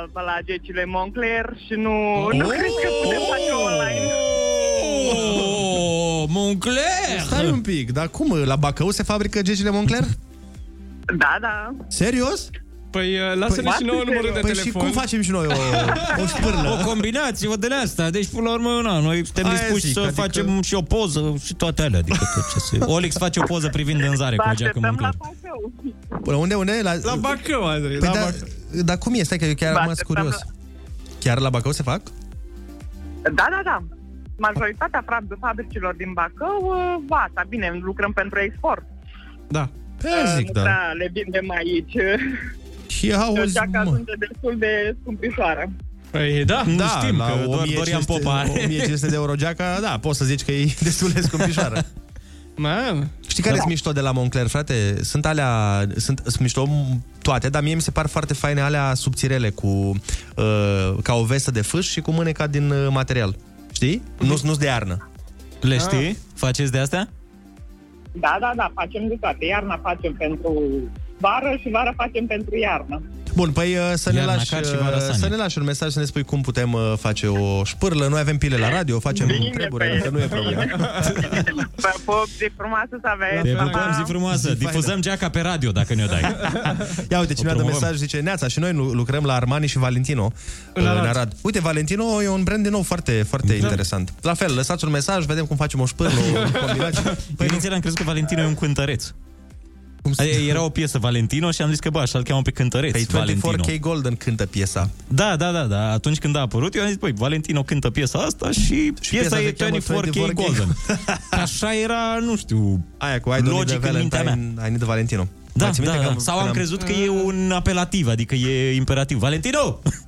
Speaker 17: uh, la gecile Moncler și nu,
Speaker 3: Oh!
Speaker 17: nu cred că putem face online.
Speaker 4: Oh, Moncler!
Speaker 3: Stai un pic, dar cum? La Bacău se fabrică gegile Moncler?
Speaker 17: Da, da.
Speaker 3: Serios?
Speaker 5: Păi lasă-ne și nouă numărul de
Speaker 3: păi
Speaker 5: telefon.
Speaker 3: și cum facem și noi o, o spârlă?
Speaker 4: O combinație o de la asta. Deci, până la urmă, na, noi suntem
Speaker 3: Aia
Speaker 4: dispuși
Speaker 3: zic,
Speaker 4: să
Speaker 3: adică-
Speaker 4: adică... facem și o poză și toate alea. Adică tot ce se... Olix face o poză privind vânzare cu geacă Moncler.
Speaker 3: Până Păi, unde, unde? La,
Speaker 5: La Bacău, Andrei,
Speaker 3: Păi
Speaker 5: la
Speaker 3: da,
Speaker 5: Bacău.
Speaker 3: dar cum e? Stai că eu chiar
Speaker 17: Vă
Speaker 3: am rămas
Speaker 17: așteptăm
Speaker 3: curios. Chiar la Bacău se fac?
Speaker 17: Da, da, da. Majoritatea fra- fabricilor din Bacău, uh, ba, asta bine, lucrăm pentru export.
Speaker 5: Da.
Speaker 3: Pe zic, da.
Speaker 17: da. le vindem aici.
Speaker 3: Și auzi,
Speaker 17: Așa că
Speaker 3: mă.
Speaker 17: sunt destul de scumpișoară.
Speaker 5: Păi da,
Speaker 4: da, știm
Speaker 3: la
Speaker 4: că doar
Speaker 3: 1500
Speaker 4: Dorian Popa are.
Speaker 3: 1500 de euro geaca, da, poți să zici că e destul de scumpișoară.
Speaker 5: Mamă.
Speaker 3: Știi care sunt mișto de la Moncler, frate? Sunt alea, sunt, sunt mișto toate, dar mie mi se par foarte faine alea subțirele cu uh, ca o vestă de fâș și cu mâneca din uh, material. Știi? Nu nu de iarnă.
Speaker 4: Le știi? Faceți de astea?
Speaker 18: Da, da, da, facem de toate. Iarna facem pentru vară și vara facem pentru iarnă.
Speaker 3: Bun, păi uh, să ne,
Speaker 4: Iarna
Speaker 3: lași,
Speaker 4: car și
Speaker 3: uh,
Speaker 4: vara sani.
Speaker 3: să ne lași un mesaj să ne spui cum putem uh, face o șpârlă. Noi avem pile la radio, facem
Speaker 17: Bine,
Speaker 3: treburi,
Speaker 17: păi.
Speaker 3: adică nu e problemă.
Speaker 17: Vă pup, zi frumoasă să aveți. Da.
Speaker 4: Te
Speaker 17: la
Speaker 4: pupăm,
Speaker 17: pa.
Speaker 4: zi frumoasă. Difuzăm geaca pe radio dacă ne-o dai.
Speaker 3: Ia uite, cineva dă
Speaker 4: promovăm.
Speaker 3: mesaj, zice Neața și noi lu- lucrăm la Armani și Valentino în Arad. În Arad. Uite, Valentino e un brand din nou foarte, foarte da. interesant. La fel, lăsați un mesaj, vedem cum facem o șpârlă, o combinație.
Speaker 4: Păi inițial am crezut că Valentino e un cântăreț. Adică era o piesă Valentino și am zis că bă, așa-l cheamă pe cântăreț,
Speaker 3: Păi
Speaker 4: Valentino.
Speaker 3: 24K Golden cântă piesa.
Speaker 4: Da, da, da, da. Atunci când a apărut, eu am zis, băi, Valentino cântă piesa asta și, și piesa,
Speaker 3: piesa
Speaker 4: piesa
Speaker 3: se
Speaker 4: e
Speaker 3: cheamă
Speaker 4: 24K
Speaker 3: 24K
Speaker 4: Golden. Așa era, nu știu,
Speaker 3: Aia cu I don't
Speaker 4: logic
Speaker 3: need a
Speaker 4: în mintea mea.
Speaker 3: Valentine, I need a Valentino.
Speaker 4: Da,
Speaker 3: Mai ții
Speaker 4: da,
Speaker 3: minte că
Speaker 4: da. Sau am
Speaker 3: când
Speaker 4: crezut că e un apelativ, adică e imperativ. Valentino!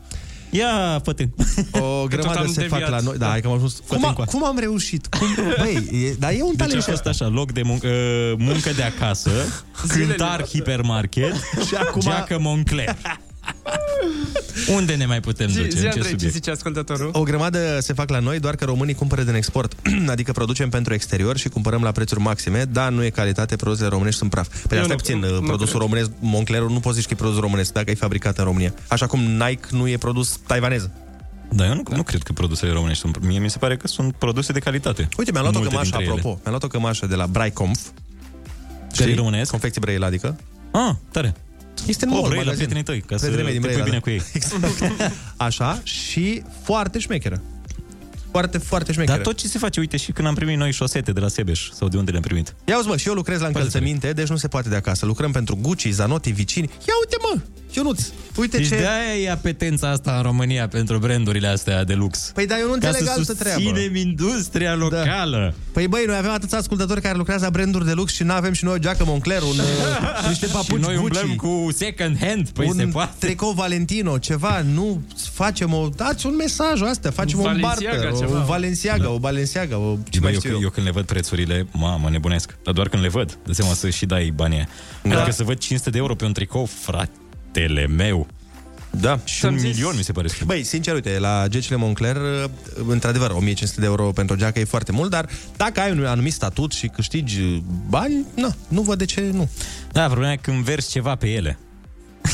Speaker 4: Ia, fătân.
Speaker 3: O grămadă se fac la noi. Da, hai că am ajuns
Speaker 4: Cum, a,
Speaker 3: cum am reușit? Cum, băi, e, dar e un
Speaker 4: deci a
Speaker 3: talent.
Speaker 4: fost așa, loc de muncă, uh, muncă de acasă, cântar hipermarket și acum geacă Moncler. Unde ne mai putem
Speaker 5: Zi,
Speaker 4: duce?
Speaker 5: zi
Speaker 4: În ce
Speaker 5: Andrei, ce
Speaker 4: subiect?
Speaker 5: zice ascultătorul?
Speaker 3: O grămadă se fac la noi, doar că românii cumpără din export. adică producem pentru exterior și cumpărăm la prețuri maxime, dar nu e calitate, produsele românești sunt praf. Pe
Speaker 5: Eu
Speaker 3: asta
Speaker 5: nu-
Speaker 3: puțin, uh,
Speaker 5: nu- nu
Speaker 3: produsul
Speaker 5: cred.
Speaker 3: românesc, Monclerul nu poți zici că e produs românesc dacă e fabricat în România. Așa cum Nike nu e produs taiwanez.
Speaker 4: Da, eu nu, nu cred că produsele românești sunt... Mie mi se pare că sunt produse de calitate.
Speaker 3: Uite, mi-am luat o
Speaker 4: Multe
Speaker 3: cămașă,
Speaker 4: dintre
Speaker 3: apropo. Mi-am luat o cămașă de la Braiconf.
Speaker 4: Care-i românesc?
Speaker 3: Confecții Brăila, adică.
Speaker 4: Ah, tare.
Speaker 3: Este în
Speaker 4: O,
Speaker 3: mall,
Speaker 4: Brăila,
Speaker 3: magazin.
Speaker 4: prietenii tăi, ca să
Speaker 3: Prietenii mei
Speaker 4: te
Speaker 3: din
Speaker 4: pui
Speaker 3: Brăila,
Speaker 4: bine
Speaker 3: da.
Speaker 4: cu ei.
Speaker 3: Exact. Așa, și foarte șmecheră. Foarte, foarte șmecheră.
Speaker 4: Dar tot ce se face, uite, și când am primit noi șosete de la Sebeș, sau de unde le-am primit.
Speaker 3: Ia uzi, mă, și eu lucrez la încălțăminte, deci nu se poate de acasă. Lucrăm pentru Gucci, Zanotti, Vicini. Ia uite, mă, Ionuț, uite
Speaker 4: deci
Speaker 3: ce...
Speaker 4: de-aia e apetența asta în România pentru brandurile astea de lux.
Speaker 3: Păi da, eu nu
Speaker 4: Ca
Speaker 3: înțeleg
Speaker 4: să
Speaker 3: altă treabă.
Speaker 4: susținem industria locală.
Speaker 3: Păi băi, noi avem atâția ascultători care lucrează la branduri de lux și nu avem și noi o geacă Moncler, un, uh, niște papuci
Speaker 4: și noi
Speaker 3: Gucci,
Speaker 4: umblăm cu second hand, păi
Speaker 3: un
Speaker 4: se poate.
Speaker 3: tricou Valentino, ceva, nu facem o... Dați un mesaj o astea, facem un
Speaker 4: Valenciaga,
Speaker 3: barter,
Speaker 4: ceva.
Speaker 3: o Valenciaga, o Balenciaga, o... Ce
Speaker 4: Bă,
Speaker 3: mai
Speaker 4: Da. eu,
Speaker 3: știu eu?
Speaker 4: eu, când le văd prețurile, mamă, nebunesc. Dar doar când le văd, de seama să și dai banii aia.
Speaker 3: Da.
Speaker 4: Adică să văd 500 de euro pe un tricou, fratele meu.
Speaker 3: Da.
Speaker 4: Și un milion, mi se pare. scump.
Speaker 3: Băi, sincer, uite, la gecile Moncler, într-adevăr, 1500 de euro pentru o geacă e foarte mult, dar dacă ai un anumit statut și câștigi bani, na, nu văd de ce nu.
Speaker 4: Da, problema e când versi ceva pe ele.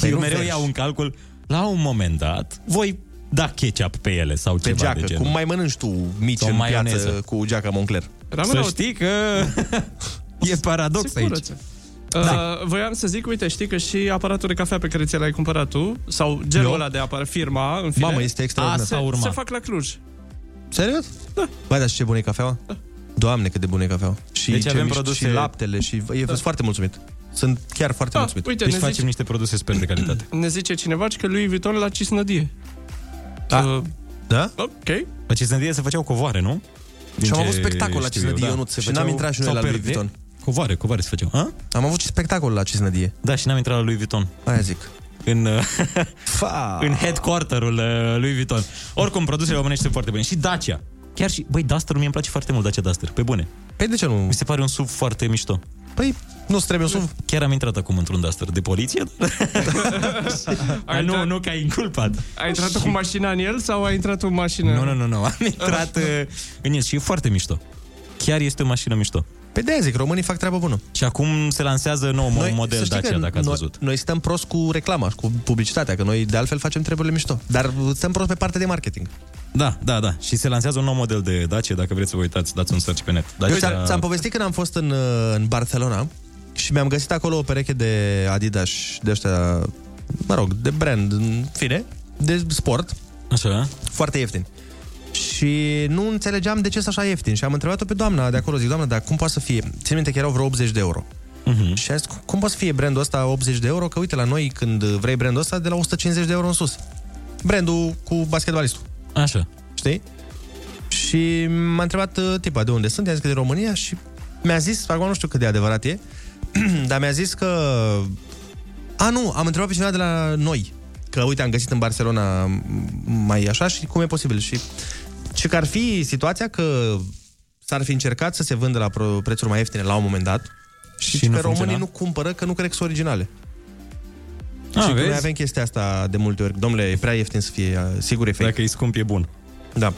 Speaker 3: Păi
Speaker 4: eu
Speaker 3: nu
Speaker 4: mereu
Speaker 3: versi.
Speaker 4: iau în calcul, la un moment dat, voi da ketchup pe ele sau
Speaker 3: Pe
Speaker 4: ceva
Speaker 3: geacă,
Speaker 4: de genul.
Speaker 3: cum mai mănânci tu mici
Speaker 4: Sau
Speaker 3: în piață
Speaker 4: maioneză.
Speaker 3: cu geaca Moncler.
Speaker 4: Să știi că e paradox
Speaker 5: Sigur,
Speaker 4: aici. Da.
Speaker 5: ce. Uh, Voiam să zic, uite, știi că și aparatul de cafea pe care ți l-ai cumpărat tu, sau
Speaker 3: Eu?
Speaker 5: gelul ăla de apar, firma, în fine,
Speaker 3: Mamă, este
Speaker 5: a,
Speaker 3: extraordinar.
Speaker 5: se,
Speaker 3: A urma.
Speaker 5: se fac la Cluj.
Speaker 3: Serios? Da. Băi, dar și ce bună e cafeaua?
Speaker 5: Da.
Speaker 3: Doamne, cât de bună e cafeaua. Și
Speaker 4: Deci
Speaker 3: ce
Speaker 4: avem
Speaker 3: mișto,
Speaker 4: produse-
Speaker 3: și laptele și e, sunt foarte mulțumit. Sunt chiar foarte
Speaker 5: Da. Ah,
Speaker 3: mulțumit.
Speaker 5: uite, Deci ne facem zici-
Speaker 4: niște produse super de calitate.
Speaker 5: Ne zice cineva că lui Vuitton la Cisnădie. Uh,
Speaker 3: Da. Da?
Speaker 5: Ok.
Speaker 4: La Cisnădie se făceau covoare, nu?
Speaker 3: Și
Speaker 4: Din
Speaker 3: am
Speaker 4: ce
Speaker 3: avut spectacol la
Speaker 4: știu
Speaker 3: Cisnădie,
Speaker 4: eu, da.
Speaker 3: Ionuț, se
Speaker 4: Și
Speaker 3: făceau-
Speaker 4: n-am intrat și noi
Speaker 3: sau
Speaker 4: la Louis
Speaker 3: perde?
Speaker 4: Vuitton. Covoare, covoare se făceau. A?
Speaker 3: Am avut și spectacol la Cisnădie.
Speaker 4: Da, și n-am intrat la Louis Vuitton.
Speaker 3: Aia zic.
Speaker 4: În, uh, în headquarter-ul uh, Louis Vuitton. Oricum, produsele românești sunt foarte bune. Și Dacia. Chiar și, băi, Duster, mie îmi place foarte mult Dacia Duster, pe bune.
Speaker 3: Păi de ce nu?
Speaker 4: Mi se pare un SUV foarte mișto.
Speaker 3: Păi, nu trebuie un SUV.
Speaker 4: Chiar am intrat acum într-un Duster de poliție. Ai nu, nu că ai inculpat.
Speaker 5: Ai intrat tu cu mașina în el sau ai intrat tu în mașină?
Speaker 4: Nu, nu, nu, nu. Am intrat uh, în el și e foarte mișto. Chiar este o mașină mișto.
Speaker 3: Pe de Păi zic, românii fac treabă bună.
Speaker 4: Și acum se lansează nou noi, model Dacia, dacă ați
Speaker 3: noi,
Speaker 4: văzut.
Speaker 3: noi stăm prost cu reclama, cu publicitatea, că noi de altfel facem treburile mișto. Dar stăm prost pe partea de marketing.
Speaker 4: Da, da, da. Și se lansează un nou model de Dacia, dacă vreți să vă uitați, dați un search pe net.
Speaker 3: Eu ți-am, ți-am povestit când am fost în, uh, în Barcelona și mi-am găsit acolo o pereche de Adidas de ăștia, mă rog, de brand, în fine, de sport.
Speaker 4: Așa.
Speaker 3: Foarte ieftin. Și nu înțelegeam de ce sunt așa ieftin. Și am întrebat-o pe doamna de acolo, zic, doamna, dar cum poate să fie? Țin minte că erau vreo 80 de euro.
Speaker 4: Mhm.
Speaker 3: Uh-huh. Și a zis, "Cum- cum poate să fie brandul ăsta 80 de euro? Că uite, la noi când vrei brandul ăsta, de la 150 de euro în sus. Brandul cu basketbalistul.
Speaker 4: Așa.
Speaker 3: Știi? Și m-a întrebat uh, tipa de unde sunt, i-a zis că din România și mi-a zis, acum nu știu cât de adevărat e, dar mi-a zis că... A, nu, am întrebat pe cineva de la noi, că uite, am găsit în Barcelona m- mai așa și cum e posibil. Și, și că ar fi situația că s-ar fi încercat să se vândă la pro- prețuri mai ieftine la un moment dat și,
Speaker 4: Și
Speaker 3: și
Speaker 4: nu
Speaker 3: că românii
Speaker 4: funcționa?
Speaker 3: nu cumpără că nu cred că sunt originale.
Speaker 4: Ah,
Speaker 3: Ah, și că noi
Speaker 4: vezi?
Speaker 3: avem chestia asta de multe ori. Domnule, e prea ieftin să fie, uh, sigur e fake.
Speaker 4: Dacă e scump, e bun.
Speaker 3: Da.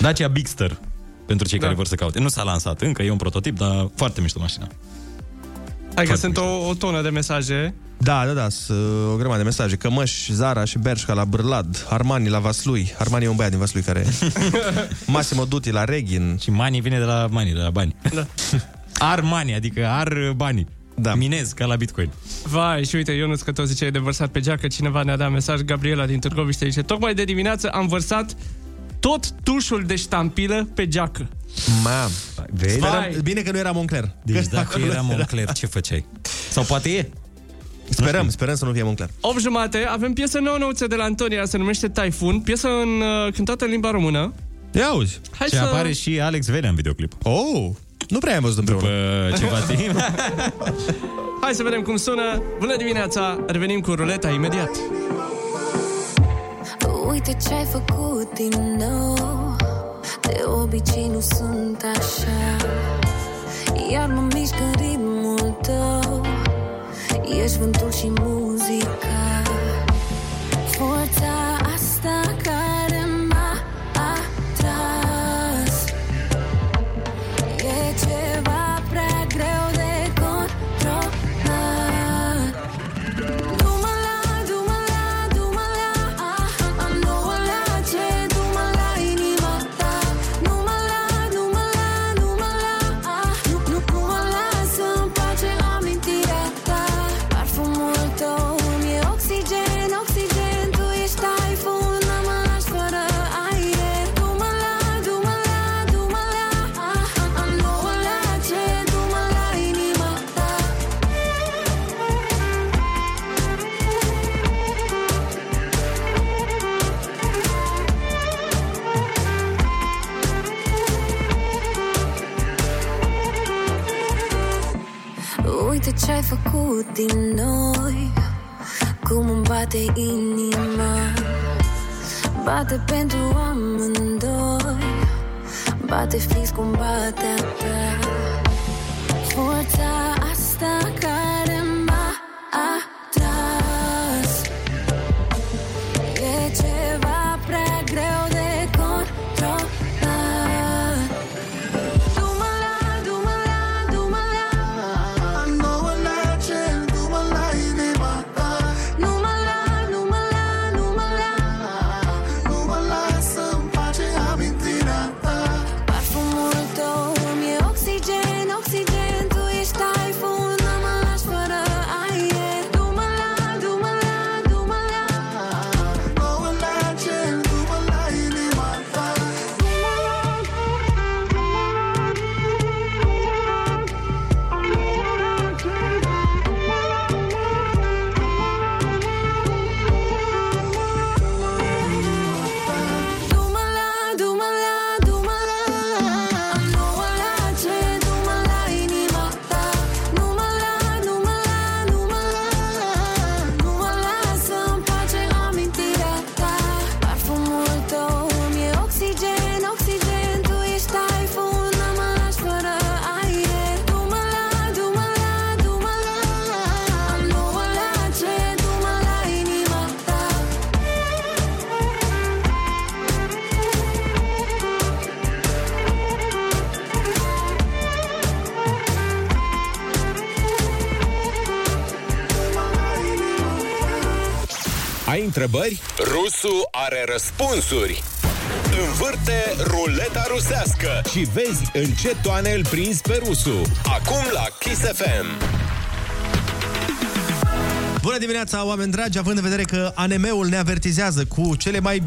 Speaker 4: Dacia Bigster, pentru cei da. care vor să caute. Nu s-a lansat încă, e un prototip, dar foarte mișto mașina.
Speaker 5: Hai că sunt o, o tonă de mesaje.
Speaker 3: Păi, Da, da, da, s- o grămadă de mesaje. Cămăși, Zara și Berșca la Brlad, Armani la Vaslui. Armani e un băiat din Vaslui care... Massimo Dutti la Reghin.
Speaker 4: Și Mani vine de la Mani, de la bani. Da. Ar Mani, adică ar banii. Da. Minez, ca la Bitcoin.
Speaker 5: Vai, și uite, Ionuț, că tot ziceai de vărsat pe geacă, cineva ne-a dat mesaj, Gabriela din Târgoviște, zice, tocmai de dimineață am vărsat tot tușul de ștampilă pe geacă.
Speaker 3: Mam.
Speaker 4: Vezi?
Speaker 3: Sperăm, bine că nu era Moncler.
Speaker 4: Deci
Speaker 3: Că
Speaker 4: dacă
Speaker 3: acolo
Speaker 4: era
Speaker 3: era-
Speaker 4: Moncler, ce făceai? Sau poate e?
Speaker 3: Sperăm, sperăm să nu fie Moncler.
Speaker 5: 8 jumate, avem piesă nouă nouță de la Antonia, se numește Typhoon, piesă în, uh, cântată în limba română.
Speaker 3: Ia uzi.
Speaker 5: Hai
Speaker 4: și
Speaker 5: să-
Speaker 4: apare și Alex Velea în videoclip.
Speaker 3: Oh! Nu prea am văzut împreună.
Speaker 4: După ceva timp.
Speaker 5: Hai să vedem cum sună. Bună dimineața, revenim cu ruleta imediat.
Speaker 19: Uite ce-ai făcut din nou De obicei nu sunt așa Iar mă mișc în ritmul tău Ești vântul și muzica Forța asta care m-a atras E ceva prea greu de controlat Du-mă-la, du-mă-la, du-mă-la Am nouă lace, du-mă la inima ta Du-mă-la, du-mă-la, du-mă-la ah. Nu, nu, nu mă lasă în pace amintirea ta Parfumul tău îmi e oxigen, oxigen Tu ești taifun, am aș fără aer Du-mă-la, du-mă-la, du-mă-la ah. Am nouă lace, du-mă la inima ta Uite ce-ai făcut din noi Cum îmi bate inima Bate pentru amândoi Bate fix cum bate a ta Forța asta care m-a atras E ceva prea greu de controlat Du-mă-la, du-mă-la, du-mă-la Am nouă lace, du-mă-la inima ta Nu-mă-la, nu-mă-la, nu-mă-la Nu mă lasă-mi pace amintirea ta Parfumul tău îmi e oxigen, oxigen Tu ești taifun, am aș fără aer Du-mă-la, du-mă-la, du-mă-la Nouă lace, du-mă-la inima ta Du-mă-la, du-mă-la, du-mă-la Am nouă lace, du-mă la inima ta Du-mă-la, du-mă-la, du-mă-la Nu mă lasă în pace amintirea ta Parfumul tău îmi e oxigen, oxigen Tu ești taifun, am aș fără aer Du-mă-la, du-mă-la, du-mă-la Am nouă lace, du-mă la inima ta
Speaker 1: Ai întrebări? Rusu are răspunsuri. Învârte ruleta rusească și vezi în ce toane îl prinzi pe Rusu. Acum la Kiss FM.
Speaker 3: Bună dimineața, oameni dragi, având în vedere că ANM-ul ne avertizează cu cele mai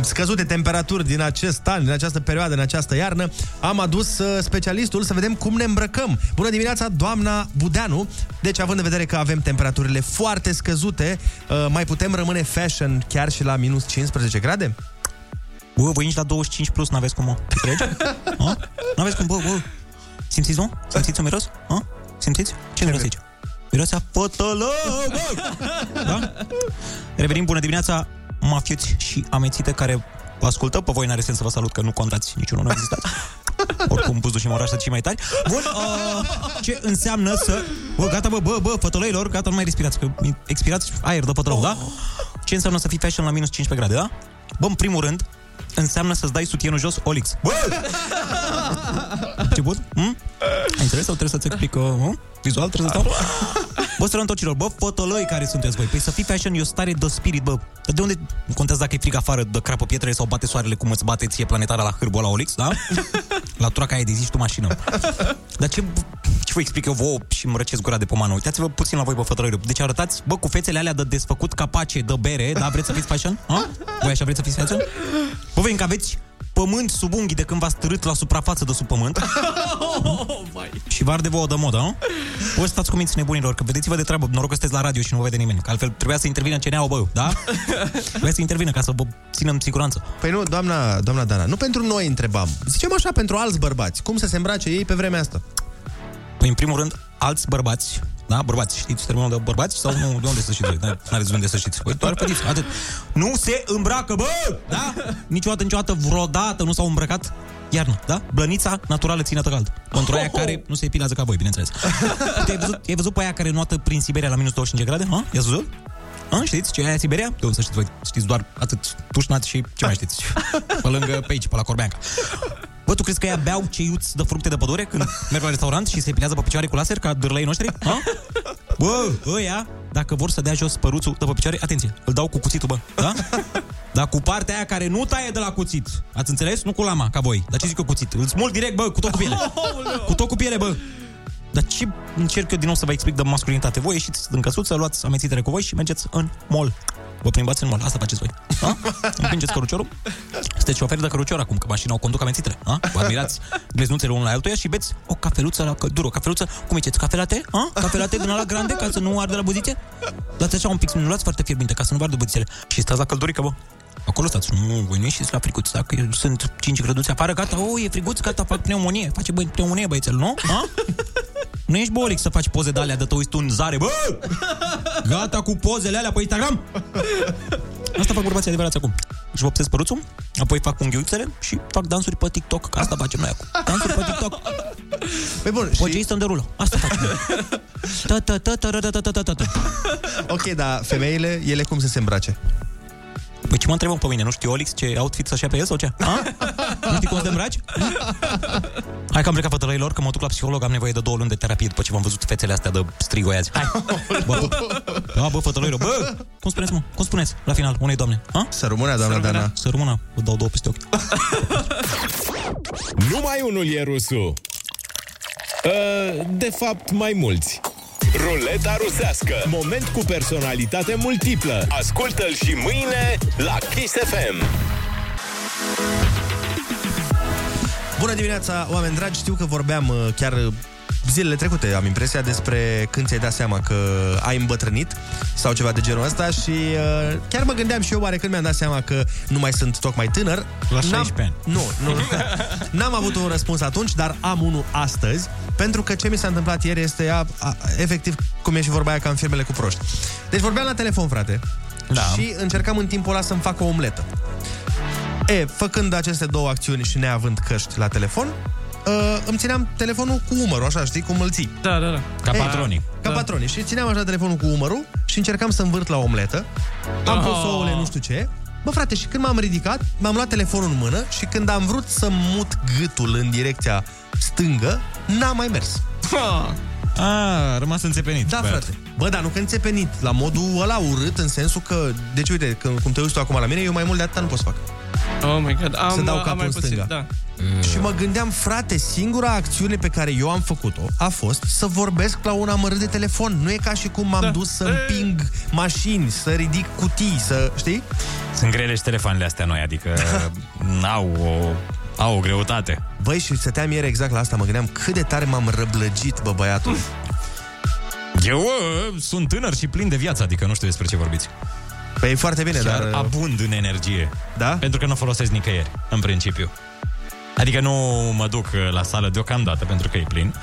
Speaker 3: scăzute temperaturi din acest an, din această perioadă, în această iarnă, am adus uh, specialistul să vedem cum ne îmbrăcăm. Bună dimineața, doamna Budeanu. Deci, având în vedere că avem temperaturile foarte scăzute, uh, mai putem rămâne fashion chiar și la minus 15 grade?
Speaker 4: Bă, voi nici la 25 plus n-aveți cum, mă. Înțelegi? A? N-aveți Ah, cum, bă, bă. Simțiți, nu? Simțiți un miros? A? Simțiți? Ce miros aici? Miroase a fătălău, bă! Da? Revenim, bună dimineața, mafioți și amețite care vă ascultă. Pe voi n-are sens să vă salut, că nu contați, niciunul nu a existat. Oricum, buzdușii în oraș sunt cei mai tari. Bun, uh, ce înseamnă să... Bă, gata, bă, bă, bă, fătălăilor, gata, nu mai respirați, că expirați aer de pătrău, da? Ce înseamnă să fii fashion la minus 15 grade, da? Bă, în primul rând, înseamnă să-ți dai sutienul jos, Olix. Bă! Ce bun? Hm? Ai înțeles sau trebuie să-ți explic uh, hm? vizual? Trebuie să stau? Bă, sărăntocilor, bă, fotoloi care sunteți voi. Păi să fii fashion e o stare de spirit, bă. Dar de unde nu contează dacă e frig afară, de crapă pietrele sau bate soarele cum îți bate ție planetara la hârbul la Olix, da? La troaca aia de zi și tu mașină. Dar ce, ce vă explic eu vouă și îmi răcesc gura de pomană? Uitați-vă puțin la voi, bă, fătăloi. Deci arătați, bă, cu fețele alea de desfăcut capace, de bere, da? Vreți să fiți fashion? Ha? Voi așa vreți să fiți fashion? Bă, voi încă aveți pământ sub unghii de când v-ați târât la suprafață de sub pământ. Și var de vouă de modă, nu? Voi stați cu minți nebunilor, că vedeți-vă de treabă, noroc că sunteți la radio și nu vă vede nimeni, că altfel trebuia să intervină CNA-ul, bă, da? Trebuia să intervină ca să vă ținem în siguranță.
Speaker 3: Păi nu, doamna, doamna Dana, nu pentru noi întrebam. Zicem așa pentru alți bărbați. Cum să se îmbrace ei pe vremea asta?
Speaker 4: Păi, în primul rând, alți bărbați, da, bărbați, știți termenul de bărbați sau nu, de unde să știți, da, n-aveți de unde să știți, păi doar fetiți, atât. Nu se îmbracă, bă, da? Niciodată, niciodată, vreodată nu s-au îmbrăcat iarnă, da? Blănița naturală ținetă cald. Pentru aia care nu se epilează ca voi, bineînțeles. Te-ai văzut, ai văzut pe aia care noată prin Siberia la minus 25 grade? Ha? I-ați văzut? A, știți ce e aia Siberia? De unde să știți voi? Știți doar atât tușnat și ce mai știți? Pe lângă pe aici, pe la Corbeanca. Bă, tu crezi că ea beau ceiuți de fructe de pădure când merg la restaurant și se epilează pe picioare cu laser ca dârlei noștri? Ha? Bă, ăia, dacă vor să dea jos păruțul de pe picioare, atenție, îl dau cu cuțitul, bă, da? Dar cu partea aia care nu taie de la cuțit. Ați înțeles? Nu cu lama, ca voi. Dar ce zic eu cuțit? Îl smulg direct, bă, cu tot cu piele. Cu tot cu piele, bă. Dar ce încerc eu din nou să vă explic de masculinitate? Voi ieșiți din căsuță, luați amețitele cu voi și mergeți în mall. Vă plimbați în mall, asta faceți voi. Da? Împingeți căruciorul, sunteți șoferi de cărucior acum, că mașina o conduc amețitele. Da? Vă admirați gleznuțele unul la altuia și beți o cafeluță la căldură. O cafeluță, cum ziceți, cafelate? A? Cafelate din la grande ca să nu arde la buzițe? Dați așa un pic, nu luați foarte fierbinte ca să nu vă ardă buzițele. Și stați la căldurică, bă. Acolo stați, nu, voi nu ieșiți la fricuț. Dacă e- sunt 5 grăduți afară, gata, o, e friguț, gata, fac pneumonie. Face bă, pneumonie, băiețel, nu? A? Nu ești bolic să faci poze de alea de te uiți tu în zare, bă! Gata cu pozele alea pe Instagram! Asta fac bărbații adevărați acum. Își vopsesc păruțul, apoi fac unghiuțele și fac dansuri pe TikTok, că asta facem noi acum. Dansuri pe TikTok.
Speaker 3: Păi bun,
Speaker 4: și... în derulă. Asta facem. Ta, ta, ta, ta, ta, ta, ta, ta, ta, ta.
Speaker 3: Ok, dar femeile, ele cum să se îmbrace?
Speaker 4: Păi ce mă întrebăm pe mine? Nu știu, Olix, ce outfit să-și ia pe el sau ce? A? Nu știi cum să te îmbraci? Hai că am plecat fătălăilor, că mă duc la psiholog, am nevoie de două luni de terapie după ce v-am văzut fețele astea de strigoi azi. Hai! Bă, bă, da, bă, fătălăilor, bă! Cum spuneți, mă? Cum spuneți la final unei doamne? A?
Speaker 3: Să rămână, doamna Dana.
Speaker 4: Să rămână, vă dau două peste ochi.
Speaker 1: Numai unul e rusul. Uh, De fapt, mai mulți. Ruleta rusească. Moment cu personalitate multiplă. Ascultă-l și mâine la Kiss FM.
Speaker 3: Bună dimineața, oameni dragi! Știu că vorbeam uh, chiar uh, zilele trecute, am impresia, despre când ți-ai dat seama că ai îmbătrânit sau ceva de genul ăsta și uh, chiar mă gândeam și eu oare când mi-am dat seama că nu mai sunt tocmai tânăr.
Speaker 14: La
Speaker 3: N-am-
Speaker 14: 16 ani.
Speaker 3: Nu, nu. N-am avut un răspuns atunci, dar am unul astăzi, pentru că ce mi s-a întâmplat ieri este a, a, efectiv cum e și vorba aia ca în filmele cu proști. Deci vorbeam la telefon, frate, da. și încercam în timpul ăla să-mi fac o omletă. E, făcând aceste două acțiuni și neavând căști la telefon, uh, îmi țineam telefonul cu umărul, așa, știi, cum îl ții.
Speaker 19: Da, da, da.
Speaker 3: Ei, Ca da. patronii. Și țineam așa telefonul cu umărul și încercam să învârt la omletă. Am
Speaker 19: Oh.
Speaker 3: pus ouăle, nu știu ce. Bă, frate, și când m-am ridicat, mi-am luat telefonul în mână și când am vrut să mut gâtul în direcția stângă, n-a mai mers.
Speaker 14: A, rămas înțepenit.
Speaker 3: Da,
Speaker 14: băiatul.
Speaker 3: frate. Bă, dar nu că înțepenit, la modul ăla urât, în sensul că... Deci, uite, când, cum te uiți tu acum la mine, eu mai mult de atâta nu pot să fac.
Speaker 19: Oh my god, é am,
Speaker 3: să dau
Speaker 19: am
Speaker 3: capul
Speaker 19: mai
Speaker 3: în
Speaker 19: puțin,
Speaker 3: stânga.
Speaker 19: da.
Speaker 3: Mm. Și mă gândeam, frate, singura acțiune pe care eu am făcut-o a fost să vorbesc la un amărât de telefon. Nu e ca și cum m-am da. dus să împing mașini, să ridic cutii, să... știi?
Speaker 14: Sunt grele și telefoanele astea noi, adică au o, au o greutate.
Speaker 3: Băi, și stăteam ieri exact la asta, mă gândeam cât de tare m-am răblăgit, bă, băiatul.
Speaker 14: Eu uh, sunt tânăr și plin de viață, adică nu știu despre ce vorbiți.
Speaker 3: Păi e foarte bine,
Speaker 14: Chiar
Speaker 3: dar-
Speaker 14: abund în energie.
Speaker 3: Da?
Speaker 14: Pentru că nu o folosesc nicăieri, în principiu. Adică nu mă duc uh, la sală deocamdată, pentru că e plin.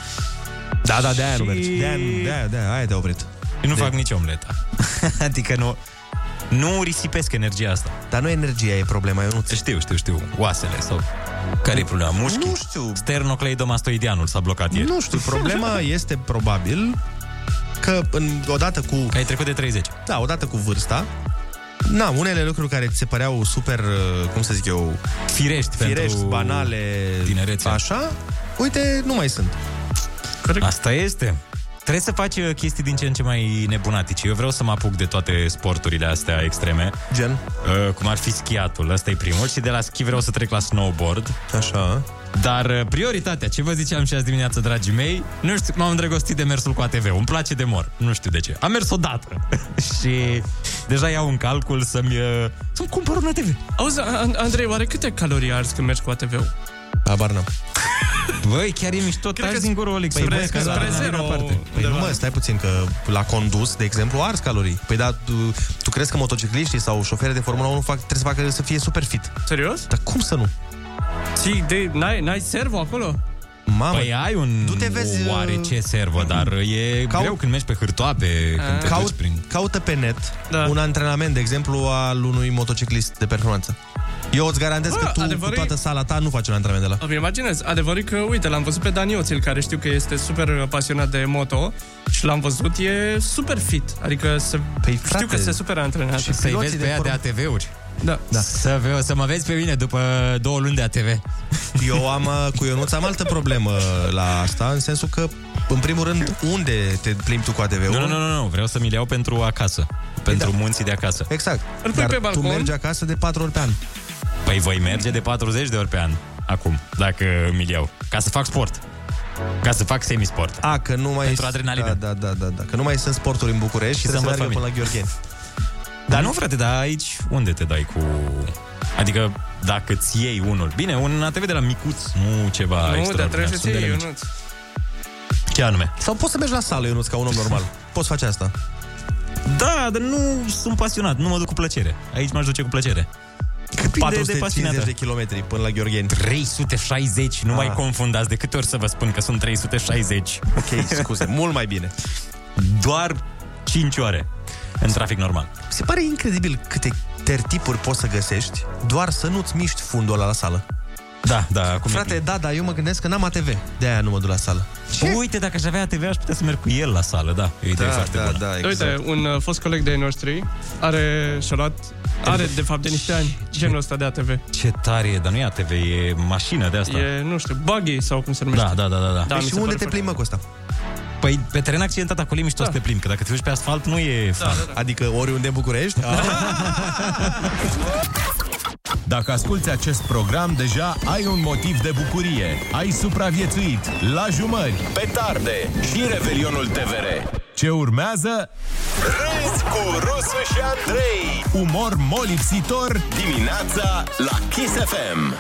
Speaker 14: Da, da, de-aia
Speaker 3: nu mergi. De-aia nu- de-aia- de-aia, aia te-a oprit.
Speaker 14: Nu
Speaker 3: De-
Speaker 14: fac nici omleta. adică nu... Nu risipesc energia asta.
Speaker 3: Dar nu energia e problema, eu nu
Speaker 14: Știu, știu, știu. Oasele sau
Speaker 4: Care e problema? Mușchi? Nu știu. Sternocleidomastoideanul s-a blocat ieri.
Speaker 3: Nu știu, problema este probabil că în, odată cu... Că
Speaker 4: ai trecut de 30.
Speaker 3: Da, odată cu vârsta, Na, unele lucruri care ți se păreau super, uh, cum să zic eu...
Speaker 4: Firești,
Speaker 3: firești
Speaker 4: pentru
Speaker 3: banale,
Speaker 4: tinerețe.
Speaker 3: așa, uite, nu mai sunt.
Speaker 4: Corect. Asta este. Trebuie să faci uh, chestii din ce în ce mai nebunatici. Eu vreau să mă apuc de toate sporturile astea extreme.
Speaker 3: Gen?
Speaker 4: Uh, cum ar fi schiatul, ăsta e primul. Și de la schi vreau să trec la snowboard.
Speaker 3: Așa.
Speaker 4: Dar uh, prioritatea, ce vă ziceam și azi dimineață, dragii mei, nu știu, m-am îndrăgostit de mersul cu ATV. Îmi place de mor. Nu știu de ce. Am mers odată. și deja iau în calcul să-mi... uh, Să-mi cumpăr un ATV.
Speaker 5: Auzi, An- Andrei, oare câte calorii arzi când mergi cu ATV-ul?
Speaker 3: Abar n-am.
Speaker 4: Băi, chiar e mișto, taci din gură, Olix.
Speaker 3: Păi, bă, că spre zero. Păi nu, mă, stai puțin, că la condus, de exemplu, ars calorii. Păi da, tu, tu crezi că motocicliștii sau șoferii de Formula 1 fac, trebuie să, facă, să fie super fit.
Speaker 5: Serios?
Speaker 3: Dar cum să nu?
Speaker 5: Și de, n-ai, n-ai servo acolo?
Speaker 3: Mamă,
Speaker 4: Păi ai un
Speaker 3: te vezi, uh,
Speaker 4: oare ce servă, dar e
Speaker 3: Caut-
Speaker 4: greu când mergi pe hârtoape, Păi când te
Speaker 3: Caut,
Speaker 4: duci prin...
Speaker 3: Caută pe net da. un antrenament, de exemplu, al unui motociclist de performanță. Eu îți garantez
Speaker 5: Bă,
Speaker 3: că tu,
Speaker 5: adevărul
Speaker 3: cu
Speaker 5: e-
Speaker 3: toată sala ta, nu faci un antrenament de la.
Speaker 5: Îmi imaginez. Adevărul e că, uite, l-am văzut pe Dani Oțil, care știu că este super pasionat de moto și l-am văzut, e super fit. Adică se, păi, știu
Speaker 4: frate,
Speaker 5: că se super antrenează.
Speaker 4: și să-i vezi pe ea de ATV-uri.
Speaker 5: Da.
Speaker 4: da. Să, ve- să mă vezi pe mine după două luni de ATV.
Speaker 3: Eu am, uh, cu Ionuț, am altă problemă uh, la asta, în sensul că, în primul rând, unde te plimbi tu cu ATV-ul?
Speaker 4: Nu, nu, nu, nu, nu, vreau să mi le iau pentru acasă. Pentru da. munții de acasă.
Speaker 3: Exact.
Speaker 5: Îl pui
Speaker 3: Dar
Speaker 5: pe
Speaker 3: tu
Speaker 5: balcon.
Speaker 3: mergi acasă de patru ori pe an.
Speaker 4: Păi voi merge de 40 de ori pe an acum, dacă mi le iau. Ca să fac sport. Ca să fac semisport.
Speaker 3: A, că nu mai...
Speaker 4: Pentru adrenalină.
Speaker 3: Da, da, da, da, da. Că nu mai sunt sporturi în București și
Speaker 4: să
Speaker 3: trebuie să
Speaker 4: învăț
Speaker 3: meargă până la
Speaker 4: familie.
Speaker 3: Gheorgheni.
Speaker 4: Dar nu, frate, dar aici unde te dai cu... Adică dacă ți iei unul. Bine, un ATV de la micuț, nu ceva
Speaker 5: Nu, dar
Speaker 4: extraordinar.
Speaker 5: trebuie să
Speaker 4: Sunt de
Speaker 5: ții,
Speaker 4: ele mici.
Speaker 5: Ionuț.
Speaker 4: Ce anume?
Speaker 3: Sau poți să mergi la sală, Ionuț, ca un om normal. Poți face asta.
Speaker 4: Da, dar nu sunt pasionat, nu mă duc cu plăcere. Aici m-aș duce cu plăcere. Cât
Speaker 3: 450 de kilometri până la Gheorgheni.
Speaker 4: 360, nu
Speaker 3: Ah.
Speaker 4: mai confundați de câte ori să vă spun că sunt 360.
Speaker 3: Ok, scuze, mult mai bine.
Speaker 4: Doar 5 ore în trafic normal.
Speaker 3: Se pare incredibil câte tertipuri poți să găsești doar să nu-ți miști fundul ăla la sală.
Speaker 4: Da, da, acum e
Speaker 3: Frate, da, da, eu mă gândesc că n-am ATV. De-aia nu mă duc la sală.
Speaker 4: Ce? Uite, dacă aș avea ATV, aș putea să merg cu el la sală, da. E o idee
Speaker 3: Da,
Speaker 4: foarte
Speaker 3: da,
Speaker 4: bună.
Speaker 3: da,
Speaker 5: Uite, un uh, fost coleg de-ai noștri are și-a luat, are de fapt de niște ani genul ăsta de ATV.
Speaker 4: Ce tare e, dar nu e ATV, e mașină de asta.
Speaker 5: E, nu știu, buggy sau cum se numește.
Speaker 4: Da, da, da, da. da.
Speaker 5: Da, mi se pare foarte-
Speaker 3: plimbă cu asta?
Speaker 4: Păi pe teren accidentat, acolo e mișto da. să te plimbi, că dacă te duci pe asfalt nu e da, da,
Speaker 3: da. Adică oriunde în București.
Speaker 4: Ah.
Speaker 6: Dacă asculti acest program, deja ai un motiv de bucurie. Ai supraviețuit la jumări,
Speaker 1: Petarde și Revelionul TVR.
Speaker 6: Ce urmează?
Speaker 1: Râzi cu Rusu și Andrei.
Speaker 6: Umor molipsitor
Speaker 1: Dimineața la Kiss FM.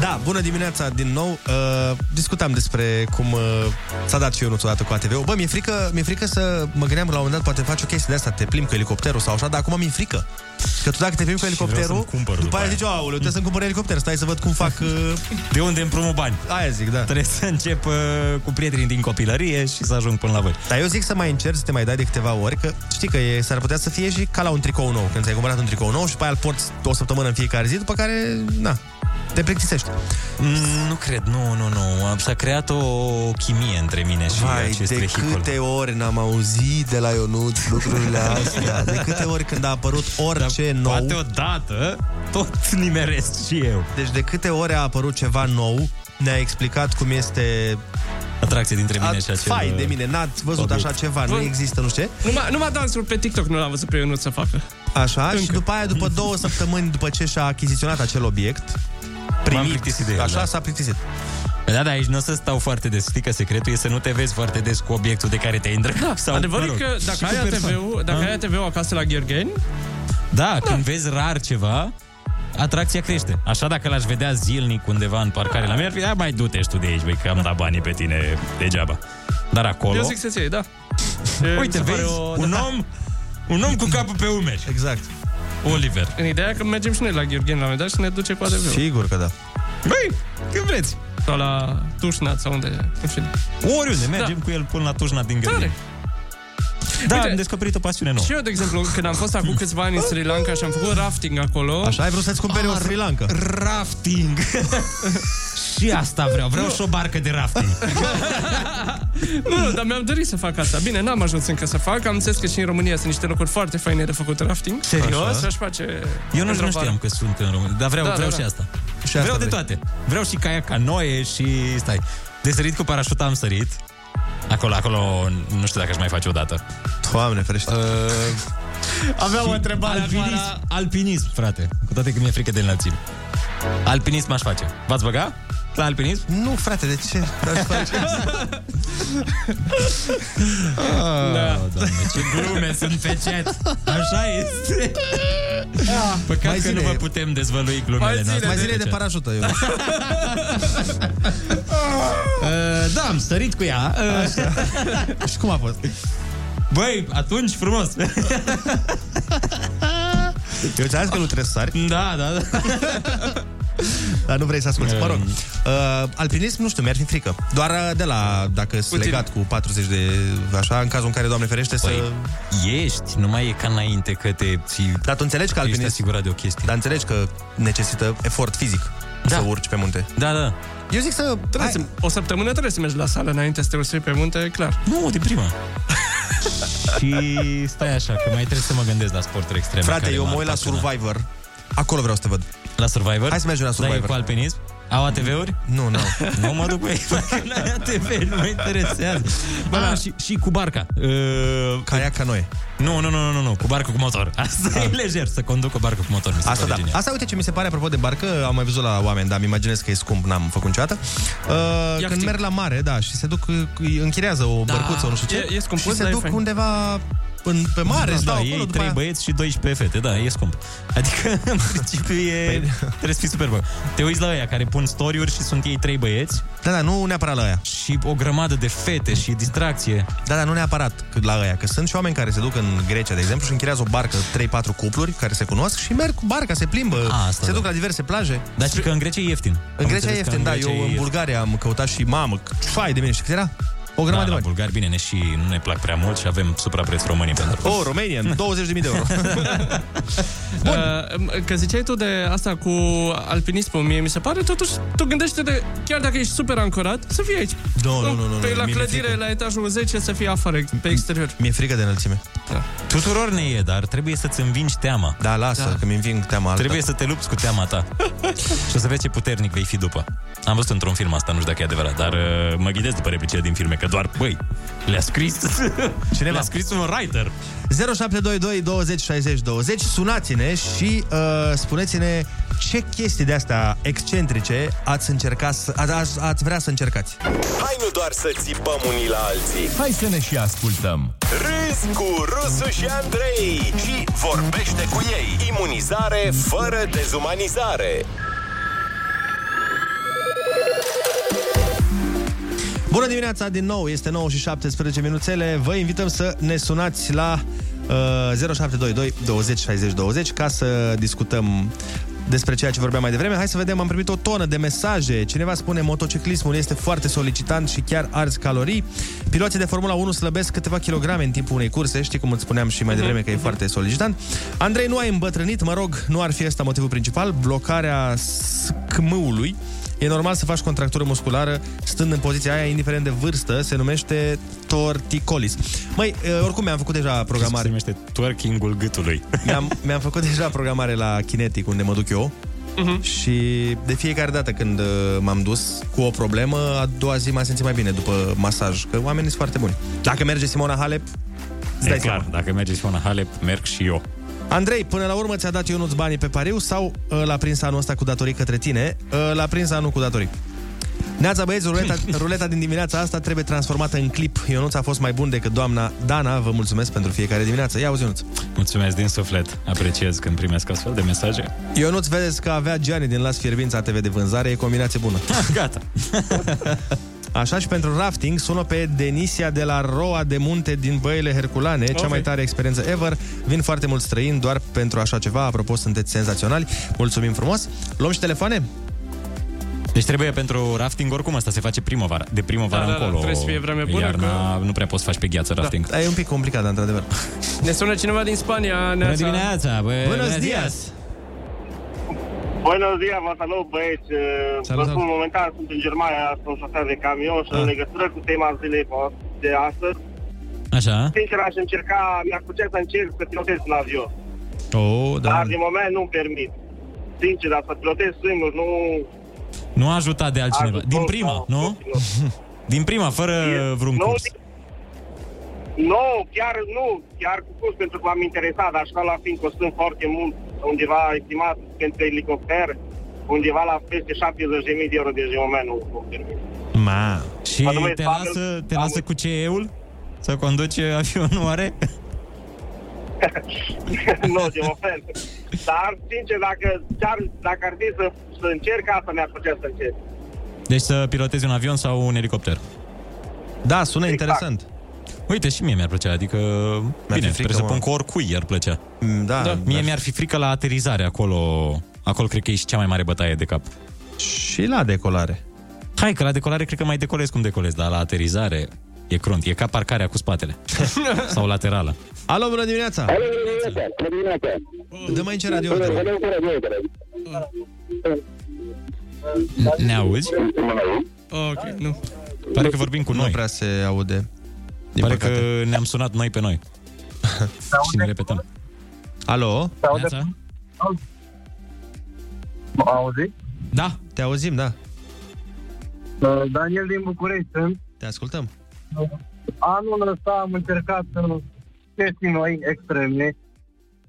Speaker 3: Da, bună dimineața din nou. Uh, discutam despre cum uh, s-a dat și eu odată cu ATV. Bă, mi-e frică, mi-e frică să mă gândeam la un moment dat poate faci o chestie de asta, te plimbi cu elicopterul sau așa, dar acum mi-e frică. Că tu dacă te plimbi cu
Speaker 4: vreau
Speaker 3: elicopterul,
Speaker 4: să-mi cumpăr
Speaker 3: după
Speaker 4: după
Speaker 3: aia
Speaker 4: aia.
Speaker 3: zici, aoleu, trebuie să-mi cumpăr elicopter, stai să văd cum fac... Uh...
Speaker 4: De unde împrumut bani?
Speaker 3: Aia zic, da.
Speaker 4: Trebuie să încep uh, cu prietenii din copilărie și să ajung până la voi.
Speaker 3: Dar eu zic să mai încerci să te mai dai de câteva ori, că știi că e, s-ar putea să fie și ca la un tricou nou. Când ți-ai cumpărat un tricou nou și pe aia îl porți o săptămână în fiecare zi, după care, na, te plictisești.
Speaker 4: Mm, nu cred, nu, nu, nu. Am- S-a creat o chimie între mine și
Speaker 3: Vai,
Speaker 4: acest
Speaker 3: de
Speaker 4: vehicul.
Speaker 3: câte ori n-am auzit de la Ionuț lucrurile astea, de câte ori când a apărut orice nou...
Speaker 4: Poate odată tot nimeresc și eu.
Speaker 3: Deci de câte ori a apărut ceva nou, ne-a explicat cum este...
Speaker 4: Atracție dintre mine
Speaker 3: a,
Speaker 4: și acel...
Speaker 3: Fai de mine, n-ați văzut
Speaker 4: obiect.
Speaker 3: așa ceva, nu
Speaker 5: Bă.
Speaker 3: există, nu știu ce.
Speaker 5: Numai, numai dansul pe TikTok nu l-am văzut pe Ionuț să facă.
Speaker 3: Așa, Încă. și după aia, după două săptămâni după ce și-a achiziționat acel obiect, primit,
Speaker 4: plictisit de el,
Speaker 3: așa
Speaker 4: da.
Speaker 3: s-a plictisit.
Speaker 4: Da, da, aici nu o să stau foarte des. Știi că secretul e să nu te vezi foarte des cu obiectul de care te-ai îndrăgat.
Speaker 5: Da,
Speaker 4: sau,
Speaker 5: adevărul e că
Speaker 4: și
Speaker 5: dacă
Speaker 4: cu
Speaker 5: ai
Speaker 4: persoane.
Speaker 5: ATV-ul, dacă
Speaker 4: Ah.
Speaker 5: ai ATV-ul acasă la Gheorgheni,
Speaker 4: Da, când vezi rar ceva, atracția crește. Așa dacă l-aș vedea zilnic undeva în parcare la mine, ar fi, "Ia, mai du-te și tu de aici, băi, că am dat banii pe tine degeaba. Dar acolo...
Speaker 5: eu zic să-ți iei, da. E, mi
Speaker 4: Uite,
Speaker 5: se pare
Speaker 4: vezi,
Speaker 5: o-
Speaker 4: un
Speaker 5: da.
Speaker 4: om, un om cu capul pe umeri.
Speaker 3: Exact.
Speaker 4: Oliver.
Speaker 5: În ideea că mergem și noi la Gheorgheni la un moment dat și ne duce cu adevărul.
Speaker 3: Sigur că da.
Speaker 4: Băi, când vreți.
Speaker 5: Sau la Tușnat sau unde, în fine.
Speaker 4: Oriunde mergem da. cu el până la tușna din grădină.
Speaker 5: Tare.
Speaker 4: Da, am descoperit o pasiune nouă.
Speaker 5: Și eu, de exemplu, când am fost acum câțiva ani în Sri Lanka și am făcut rafting acolo...
Speaker 3: Așa, ai vrut să-ți cumperi o Sri Lanka.
Speaker 4: Rafting! și asta vreau, vreau și o barcă de rafting.
Speaker 5: Nu, nu, dar mi-am dorit să fac asta. Bine, n-am ajuns încă să fac. Am înțeles că și în România sunt niște locuri foarte faine de făcut rafting.
Speaker 4: Serios?
Speaker 5: Și aș face...
Speaker 4: Eu nu,
Speaker 5: într-o
Speaker 4: nu
Speaker 5: vară.
Speaker 4: știam că sunt în România, dar vreau,
Speaker 5: Da,
Speaker 4: da,
Speaker 5: da,
Speaker 4: vreau
Speaker 5: da.
Speaker 4: da, și asta.
Speaker 5: Și
Speaker 4: Și
Speaker 5: asta
Speaker 4: vreau de
Speaker 5: vrei.
Speaker 4: toate. Vreau și caia canoe și stai. De sărit cu parașuta am sărit. Acolo, acolo, nu știu dacă aș mai face o dată.
Speaker 3: Doamne, ferește. Uh,
Speaker 4: Aveam o întrebare alpinism, alpinism, frate. Cu toate că mi-e frică de înălțime. Alpinism aș face. V-ați băga? La alpinism? Ah,
Speaker 3: Nu, frate, de ce?
Speaker 4: da. Doamne, ce glume sunt pe chat. Așa este. Păcat
Speaker 3: Mai
Speaker 4: că nu
Speaker 3: zine-
Speaker 4: vă putem dezvălui glumele noastre.
Speaker 3: mai
Speaker 4: pe
Speaker 3: zile de
Speaker 4: chat.
Speaker 3: parașută. Eu.
Speaker 4: Uh, da, am sărit cu ea. Uh.
Speaker 3: Și cum a fost?
Speaker 4: Băi, atunci frumos.
Speaker 3: Eu ți-am zis că nu trebuie să sari.
Speaker 4: Da, da, da.
Speaker 3: Dar nu vrei să asculti. Mă rog,
Speaker 4: Mm.
Speaker 3: uh, alpinism, nu știu, mi-ar fi frică. Doar uh, de la, dacă sunt legat cu 40 de, așa, în cazul în care, Doamne ferește, să...
Speaker 4: Păi, ești, nu mai e ca înainte că te...
Speaker 3: Dar tu înțelegi că alpinism... Ești
Speaker 4: asigurat de o chestie.
Speaker 3: Dar înțelegi că necesită efort fizic da. să urci pe munte.
Speaker 4: Da, da.
Speaker 3: Eu zic să...
Speaker 5: Trebuie să o săptămână trebuie să mergi la sală înainte să te urci pe munte, e clar.
Speaker 4: Nu, de prima. Și stai așa, că mai trebuie să mă gândesc la sporturi extreme.
Speaker 3: Frate,
Speaker 4: care
Speaker 3: eu
Speaker 4: m-ar
Speaker 3: mă uit la
Speaker 4: pasiona.
Speaker 3: Survivor. Acolo vreau să te văd.
Speaker 4: La Survivor?
Speaker 3: Hai să mergem la
Speaker 4: Dar e
Speaker 3: Survivor.
Speaker 4: cu alpinism? Au ATV-uri?
Speaker 3: Nu, nu.
Speaker 4: nu mă duc cu ei, dacă n-ai ATV, nu mă interesează. Bă, ah, și, și cu barca. Uh,
Speaker 3: Caiac canoe.
Speaker 4: Nu, nu, nu, nu, nu, cu barcă cu motor. Asta e lejer, să conduc o barcă cu motor. Mi se
Speaker 3: Ah. Asta
Speaker 4: pare
Speaker 3: da.
Speaker 4: genial.
Speaker 3: Asta uite ce mi se pare apropo de barcă, am mai văzut la oameni, dar mi imaginez că e scump, n-am făcut niciodată. Uh, când merg la mare, da, și se duc, uh, îi închiriază o
Speaker 4: Da.
Speaker 3: bărcuță, nu știu ce,
Speaker 4: E- e scumput,
Speaker 3: și se
Speaker 4: dar e
Speaker 3: duc
Speaker 4: fain.
Speaker 3: undeva în, pe mare,
Speaker 4: da,
Speaker 3: stau
Speaker 4: da,
Speaker 3: acolo,
Speaker 4: ei
Speaker 3: după
Speaker 4: trei
Speaker 3: aia-
Speaker 4: băieți și 12 fete, da, e scump. Adică, în principiu, e...
Speaker 3: Păi da.
Speaker 4: trebuie să fii super bă. Te uiți la ăia care pun story-uri și sunt ei trei băieți.
Speaker 3: Da, da, nu neapărat la aia.
Speaker 4: Și o grămadă de fete și distracție.
Speaker 3: Da, dar nu neapărat cât la aia, că sunt și oameni care se duc în Grecia, de exemplu, și închiriază o barcă, 3-4 cupluri care se cunosc și merg cu barca, se plimbă,
Speaker 4: A, asta
Speaker 3: se
Speaker 4: da.
Speaker 3: duc la diverse plaje.
Speaker 4: Dar și că în Grecia e ieftin.
Speaker 3: În
Speaker 4: Am
Speaker 3: Grecia e
Speaker 4: înțeles că
Speaker 3: ieftin, da,
Speaker 4: Grecia
Speaker 3: eu
Speaker 4: e
Speaker 3: în
Speaker 4: ieftin.
Speaker 3: Bulgaria am căutat și mamă, fai de mine, știi cât era? O grămadă de
Speaker 4: da, la
Speaker 3: bani.
Speaker 4: bulgari, bine, ne și nu ne plac prea mult și avem suprapreț românii pentru
Speaker 3: O, România, 20.000 de euro.
Speaker 5: Uh, că ziceai tu de asta cu alpinismul, mie mi se pare totuși, tu gândește de, chiar dacă ești super ancorat, să fii aici.
Speaker 3: Nu, nu, nu, nu,
Speaker 5: Pe
Speaker 3: nu,
Speaker 5: la
Speaker 3: mie mi-e
Speaker 5: clădire,
Speaker 3: frică.
Speaker 5: la etajul 10, să fii afară, pe exterior.
Speaker 3: Mi-e frică de înălțime.
Speaker 4: Tuturor ne e, dar trebuie să-ți învingi teama.
Speaker 3: Da, lasă,
Speaker 4: Da.
Speaker 3: că mi înving teama alta.
Speaker 4: Trebuie să te lupți cu teama ta. și o să vezi ce puternic vei fi după. Am văzut într-un film asta, nu știu dacă e adevărat, dar uh, mă ghidez după replicile din filme, că doar, băi, le-a scris... Cineva. Le-a scris un writer.
Speaker 3: 0722 20 60 20 Sunați-ne și uh, spuneți-ne ce chestii de-astea excentrice ați, încercat, să- a- ați, ați vrea să încercați.
Speaker 1: Hai nu doar să țipăm unii la alții
Speaker 20: Hai să ne și ascultăm.
Speaker 1: Râzi cu Rusu și Andrei Și vorbește cu ei Imunizare fără dezumanizare
Speaker 3: Bună dimineața din nou, este 9 și 17 minuțele. Vă invităm să ne sunați la uh, 0722 20 60 20 ca să discutăm despre ceea ce vorbeam mai devreme. Hai să vedem, am primit o tonă de mesaje. Cineva spune motociclismul este foarte solicitant și chiar arzi calorii. Piloții de Formula 1 slăbesc câteva kilograme în timpul unei curse. Știi cum îți spuneam și mai devreme că e foarte solicitant. Andrei, nu ai îmbătrânit, mă rog, nu ar fi ăsta motivul principal. Blocarea scmâului. E normal să faci contractură musculară stând în poziția aia, indiferent de vârstă, se numește torticolis. Măi, eh, oricum mi-am făcut deja programare.
Speaker 4: Se numește twerking-ul gâtului.
Speaker 3: Mi-am, mi-am făcut deja programare la Kinetic, unde mă duc eu. Uh-huh. Și de fiecare dată când eh, m-am dus cu o problemă, a doua zi m-am simțit mai bine după masaj, că oamenii sunt foarte buni. Dacă merge Simona Halep, îți
Speaker 4: E
Speaker 3: dai
Speaker 4: clar,
Speaker 3: seama.
Speaker 4: dacă mergeți pe un Halep, merg și eu.
Speaker 3: Andrei, până la urmă ți-a dat Ionuț banii pe pariu sau uh, l-a prins anul ăsta cu datorii către tine? Uh, l-a prins anul cu datorii. Neața băieți, ruleta, ruleta din dimineața asta trebuie transformată în clip. Ionuț a fost mai bun decât doamna Dana. Vă mulțumesc pentru fiecare dimineață. Ia uzi, Ionuț.
Speaker 4: Mulțumesc din suflet. Apreciez când primesc astfel de mesaje.
Speaker 3: Ionuț, vedeți că avea Gianni din Las Fierbința TV de vânzare. E combinație bună.
Speaker 4: Ah, Gata.
Speaker 3: Așa și pentru rafting sună pe Denisia de la Roa de Munte din Băile Herculane, okay. cea mai tare experiență ever. Vin foarte mulți străini doar pentru așa ceva. Apropo, sunteți senzaționali. Mulțumim frumos. Luăm și telefoane?
Speaker 4: Deci trebuie pentru rafting oricum asta se face primăvara. De primăvară
Speaker 5: Da, da, da,
Speaker 4: încolo.
Speaker 5: trebuie să fie vreme bună,
Speaker 4: Iarna, nu prea poți să faci pe gheață rafting.
Speaker 3: Da. E un pic complicat, da, într-adevăr.
Speaker 5: Ne sună cineva din Spania.
Speaker 4: Bună dimineața, bă, Buenos bună dias.
Speaker 21: Buenos dias, vă salut băieți! Eh, Vă
Speaker 4: Salut, Ah.
Speaker 21: spun, momentan sunt în Germania, sunt șosea de camion și în legătură cu tema zilei de astăzi,
Speaker 4: Așa.
Speaker 21: sincer aș încerca, mi-ar plăcea să încerc să pilotez un avion,
Speaker 4: Oh,
Speaker 21: da.
Speaker 4: da.
Speaker 21: dar din moment nu-mi permit. Sincer, dar să pilotez singur, nu...
Speaker 4: Nu a ajutat de altcineva. Din prima,
Speaker 5: da,
Speaker 4: nu? Din prima, fără vreun curs.
Speaker 21: Nu, chiar nu, chiar cu curs, pentru că m-am interesat, dar școala fiind costând foarte mult, undeva estimat pentru elicopter, undeva la peste 70.000 de euro, deci din moment nu, nu permit.
Speaker 4: Ma. Și
Speaker 21: Mă numesc
Speaker 4: te
Speaker 21: Pavel.
Speaker 4: lasă, te lasă cu CE-ul? Să conduci avionul oare?
Speaker 21: nu, de ofert. Dar, sincer, dacă, chiar, dacă ar fi să, să încerc, asta mi-ar plăcea să încerc.
Speaker 4: Deci să pilotezi un avion sau un elicopter.
Speaker 3: Da, sună
Speaker 21: Exact. interesant.
Speaker 4: Uite, și mie mi-ar plăcea, adică... Mi-ar bine,
Speaker 22: frică,
Speaker 4: presupun
Speaker 22: mă.
Speaker 4: că oricui i-ar plăcea.
Speaker 3: Da,
Speaker 4: da. Mie mi-ar fi frică la aterizare acolo. Acolo cred că e și cea mai mare bătaie de cap.
Speaker 3: Și la decolare.
Speaker 4: Hai că la decolare cred că mai decolez cum decolez, dar la aterizare e crunt. E ca parcarea cu spatele. sau laterală.
Speaker 3: Alo, bună dimineața!
Speaker 4: Alo,
Speaker 3: bună dimineața! Dă mai ce radio te rog.
Speaker 4: Ne auzi?
Speaker 5: Ok, nu.
Speaker 4: Pare că vorbim cu noi. Nu
Speaker 3: prea se aude.
Speaker 4: Pare că ne-am sunat noi pe noi. și ne repetăm.
Speaker 3: Alo?
Speaker 4: Se aude?
Speaker 3: Auzi?
Speaker 4: Da.
Speaker 3: Te auzim, da.
Speaker 13: uh,
Speaker 12: Daniel din București sunt.
Speaker 3: Te ascultăm.
Speaker 12: Anul ăsta am încercat să chestii noi, extreme.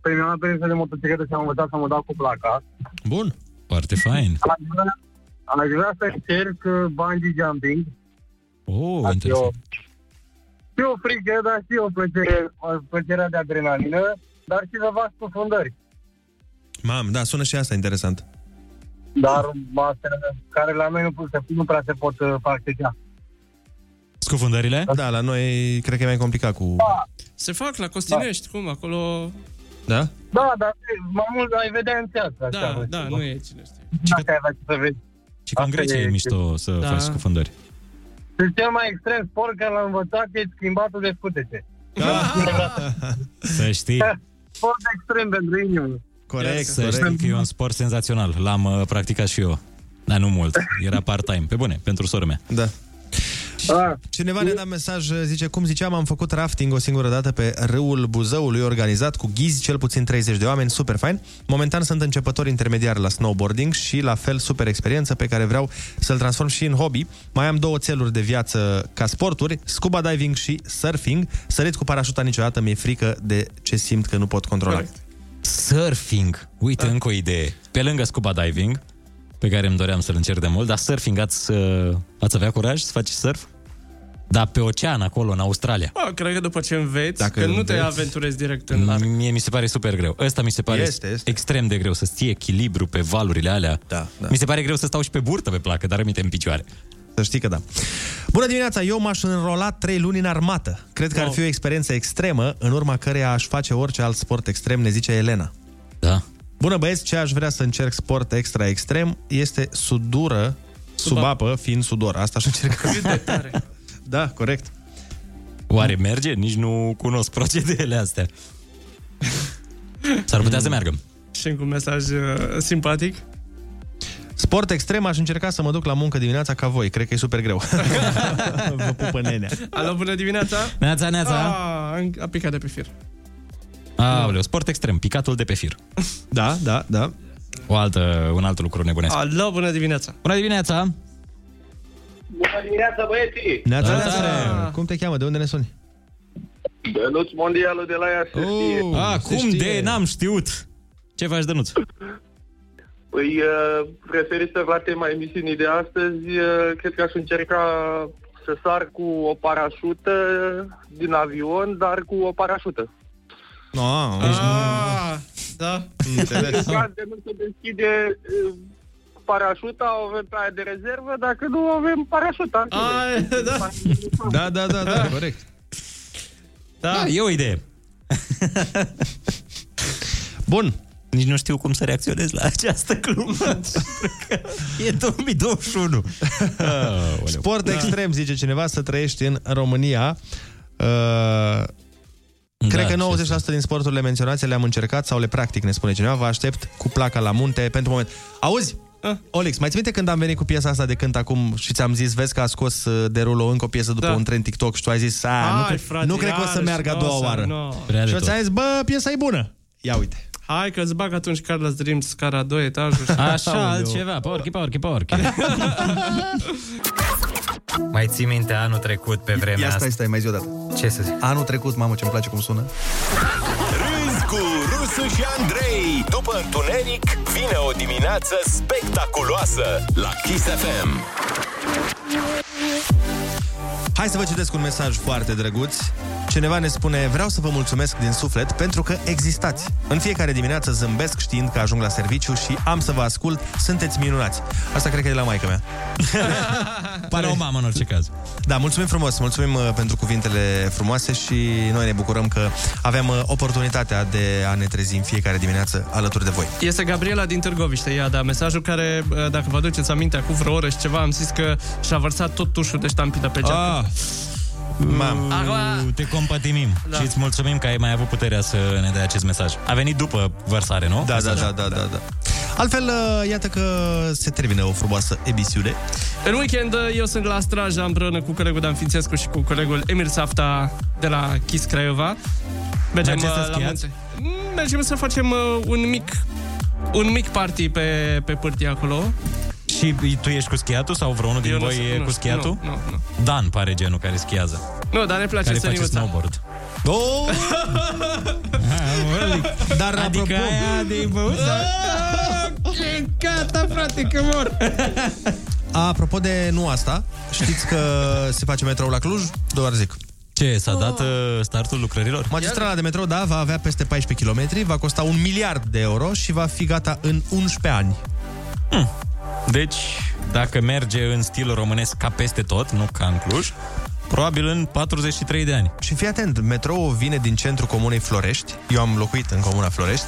Speaker 12: Pe mi-am luat permisă de motocicletă și am învățat să mă dau cu placa.
Speaker 4: Bun. Foarte fain.
Speaker 12: Aș vrea, aș vrea să încerc uh, bungee jumping.
Speaker 4: Oh, interesant.
Speaker 12: Și o frică, dar și o plăcere, o plăcerea de adrenalină, dar și să fac scufundări.
Speaker 3: Mam, da, sună și asta interesant.
Speaker 12: Dar astea care la noi nu, pot să- nu prea se pot uh, practica.
Speaker 4: Scufundările?
Speaker 3: Da, la noi cred că e mai complicat cu...
Speaker 5: Se fac la Costinești, cum? Acolo...
Speaker 3: Da?
Speaker 12: Da, dar mai mult ai vedea în țeață.
Speaker 5: Da, da, nu e cine știe.
Speaker 12: Dacă ai face să vezi.
Speaker 4: Și că în
Speaker 12: Asta
Speaker 4: Grecia
Speaker 12: e-
Speaker 4: e mișto să
Speaker 12: Da.
Speaker 4: faci scufundări.
Speaker 12: Și cel mai extrem sport care l-am învățat e schimbatul de scutece.
Speaker 4: Da. Să știi.
Speaker 12: sport extrem pentru inimă.
Speaker 4: Să știi că e un sport senzațional. L-am uh, practicat și eu. Dar nu mult. Era part-time. Pe bune, pentru sora mea.
Speaker 3: Da. Cineva ne-a dat mesaj, zice, cum ziceam, am făcut rafting o singură dată pe râul Buzăului, organizat cu ghizi, cel puțin 30 de oameni, super fain. Momentan sunt începător intermediar la snowboarding și la fel super experiență pe care vreau să-l transform și în hobby. Mai am două țeluri de viață ca sporturi, scuba diving și surfing. Sărit cu parașuta niciodată, mi-e frică de ce simt că nu pot controla.
Speaker 4: Surfing. Uite,
Speaker 3: Da.
Speaker 4: încă o idee. Pe lângă scuba diving, pe care îmi doream să-l încerc de mult, dar surfing, ați, uh, ați avea curaj să faci surf? Dar pe ocean, acolo, în Australia.
Speaker 5: Bă, cred că după ce înveți,
Speaker 4: Dacă
Speaker 5: Dacă că nu te
Speaker 4: înveți-
Speaker 5: aventurezi direct în...
Speaker 4: Mie mie mi se pare super greu. Ăsta mi se pare
Speaker 5: Este,
Speaker 4: este, este. extrem de greu să ții echilibru pe valurile alea. Da, da. Mi se pare greu să stau și pe burtă pe placă, dar rămite în picioare.
Speaker 3: Să știi că da. Bună dimineața, eu m-aș înrola 3 luni în armată. Cred că ar fi o experiență extremă, în urma căreia aș face orice alt sport extrem, ne zice Elena.
Speaker 4: Da.
Speaker 3: Bună băieți, ce aș vrea să încerc sport extra extrem este sudură sub,
Speaker 4: Sub
Speaker 3: apă, fiind sudor. Asta aș încerca. da, corect.
Speaker 4: Oare merge? Nici nu cunosc procedeele astea. S-ar putea să meargă.
Speaker 5: Și cu un mesaj uh, simpatic.
Speaker 3: Sport extrem aș încerca să mă duc la muncă dimineața ca voi. Cred că e super greu. Vă pupă nenea.
Speaker 5: Alo, bună dimineața! Ah,
Speaker 4: Neața, neața!
Speaker 5: A, a picat de pe fir.
Speaker 4: Aoleu, sport extrem, picatul de pe fir.
Speaker 3: Da, da, da.
Speaker 4: O altă, un alt lucru nebunesc.
Speaker 5: Alo, bună dimineața!
Speaker 4: Bună dimineața!
Speaker 23: Bună dimineața, băieții!
Speaker 3: Neața, neața. Cum te cheamă? De unde ne suni?
Speaker 23: Dănuț mondialul de la ea se știe.
Speaker 4: A, Ah, cum de n-am știut? Ce faci, Dănuț?
Speaker 23: Păi, uh, referitor la tema emisiunii de astăzi, uh, cred că aș încerca să sar cu o parașută din avion, dar cu o parașută.
Speaker 3: No,
Speaker 5: Ah.
Speaker 3: deci
Speaker 5: nu... Da.
Speaker 23: În caz de nu se deschide uh, parașuta, o avem pe aia de rezervă, dacă nu avem parașuta.
Speaker 5: da.
Speaker 3: Da, da, da, da, corect.
Speaker 22: Da.
Speaker 4: Da, e o idee.
Speaker 3: Bun.
Speaker 22: Nici nu știu cum să reacționez la această glumă. pentru că e 2021.
Speaker 3: Sport
Speaker 4: Da.
Speaker 3: extrem, zice cineva, să trăiești în România. Uh,
Speaker 4: Da,
Speaker 3: Cred că 90% din sporturile menționate le-am încercat sau le practic, ne spune cineva. Vă aștept cu placa la munte pentru moment. Auzi,
Speaker 5: Da.
Speaker 3: Olex, mai ți minte când am venit cu piesa asta de cânt acum și ți-am zis, vezi că a scos uh, de rulo încă o piesă după
Speaker 5: Da.
Speaker 3: un trend TikTok și tu ai zis, "A, nu,
Speaker 5: Hai,
Speaker 3: cre-
Speaker 5: frate,
Speaker 3: nu cred că o să
Speaker 5: iarăși,
Speaker 3: meargă a
Speaker 5: n-o
Speaker 3: doua
Speaker 5: să-
Speaker 3: oară.
Speaker 5: n-o. Prea de
Speaker 3: Și eu
Speaker 5: tot.
Speaker 3: ți-am zis, bă, piesa e bună. Ia uite.
Speaker 5: Hai că-ți bag atunci Carlos Dreams, cara a doi etajul. și-
Speaker 4: Așa, altceva. Porchi, porchi, porchi. Mai ții minte anul trecut pe vremea
Speaker 7: Ia
Speaker 4: asta?
Speaker 7: stai, stai, mai zi o dată.
Speaker 4: Ce să zic?
Speaker 7: Anul trecut, mamă, ce-mi place cum sună.
Speaker 1: Râzi cu Rusu și Andrei. După întuneric, vine o dimineață spectaculoasă la Kiss FM.
Speaker 3: Hai să vă citesc un mesaj foarte drăguț. Cineva ne spune, vreau să vă mulțumesc din suflet pentru că existați. În fiecare dimineață zâmbesc știind că ajung la serviciu și am să vă ascult, sunteți minunați. Asta cred că e de la maica mea.
Speaker 22: Pare o mamă în orice caz.
Speaker 3: Da, mulțumim frumos, mulțumim uh, pentru cuvintele frumoase și noi ne bucurăm că avem uh, oportunitatea de a ne trezi în fiecare dimineață alături de voi.
Speaker 5: Este Gabriela din Târgoviște, ea, da, mesajul care, dacă vă aduceți aminte, acum vreo oră și ceva, am zis că și-a vărsat tot tușul de ștampidă pe geacă.
Speaker 22: Ah. Mam. Te compătimim da. și îți mulțumim că ai mai avut puterea să ne dai acest mesaj. A venit după vărsare, nu?
Speaker 3: Da, da, da, da, da, da. Altfel, uh, iată că se termină o frumoasă emisiune.
Speaker 5: În weekend uh, eu sunt la Straja împreună cu colegul Dan Fințescu și cu colegul Emil Safta de la Kiss Craiova. Mergem
Speaker 4: Mergeți să
Speaker 5: uh, la
Speaker 4: schiați?
Speaker 5: munte. Mm, Mergem să facem uh, un mic un mic party pe, pe pârtie acolo.
Speaker 4: Și tu ești cu schiatul sau vreunul din
Speaker 5: Eu nu
Speaker 4: voi
Speaker 5: sunt-
Speaker 4: e
Speaker 5: nu,
Speaker 4: cu schiatul?
Speaker 5: nu, nu,
Speaker 4: Dan pare genul care schiază.
Speaker 5: Nu, dar ne place
Speaker 4: care
Speaker 5: să
Speaker 4: face
Speaker 5: niuța.
Speaker 4: snowboard.
Speaker 3: Oh!
Speaker 4: Dar adică apropo... aia de băut
Speaker 16: Gata, frate, că mor!
Speaker 3: Apropo de nu asta, știți că Uh, se face metrou la Cluj? Doar zic.
Speaker 22: Ce, s-a dat uh, startul lucrărilor?
Speaker 3: Magistrala de metrou, da, va avea peste 14 km, va costa un miliard de euro și va fi gata în 11 ani.
Speaker 4: Deci, dacă merge în stil românesc ca peste tot, nu ca în Cluj, probabil în 43 de ani.
Speaker 3: Și fii atent, metrou vine din centrul comunei Florești. Eu am locuit în comuna Florești.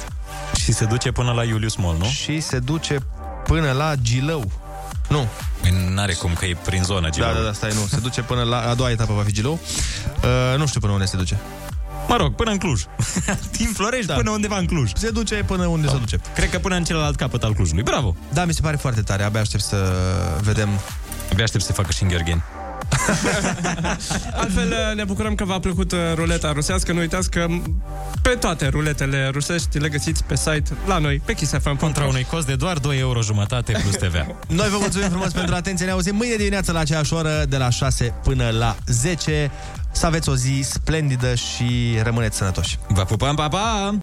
Speaker 4: Și se duce până la Iulius Mol, nu?
Speaker 3: Și se duce până la Gilău. Nu.
Speaker 4: Păi n-are cum, că e prin zonă,
Speaker 3: Da, da, da, stai, nu. Se duce până la a doua etapă va fi Gilău. Uh, nu știu până unde se duce.
Speaker 4: Mă rog, până în Cluj. Din Florești da. până undeva în Cluj.
Speaker 3: Se duce până unde da. se duce.
Speaker 4: Cred că până în celălalt capăt al Clujului. Bravo!
Speaker 3: Da, mi se pare foarte tare. Abia aștept să vedem.
Speaker 4: Abia aștept să facă și în Gheorgheni.
Speaker 5: Altfel, uh, ne bucurăm că v-a plăcut uh, ruleta rusească. Nu uitați că m, pe toate ruletele rusești le găsiți pe site la noi, pe kissfm.ro. Contra
Speaker 4: unui cost de doar 2 euro jumătate plus TVA.
Speaker 3: Noi vă mulțumim frumos pentru atenție. Ne auzim mâine dimineață la aceeași oră, de la 6 până la 10. Să aveți o zi splendidă și rămâneți sănătoși.
Speaker 4: Vă pupăm, pa, pa!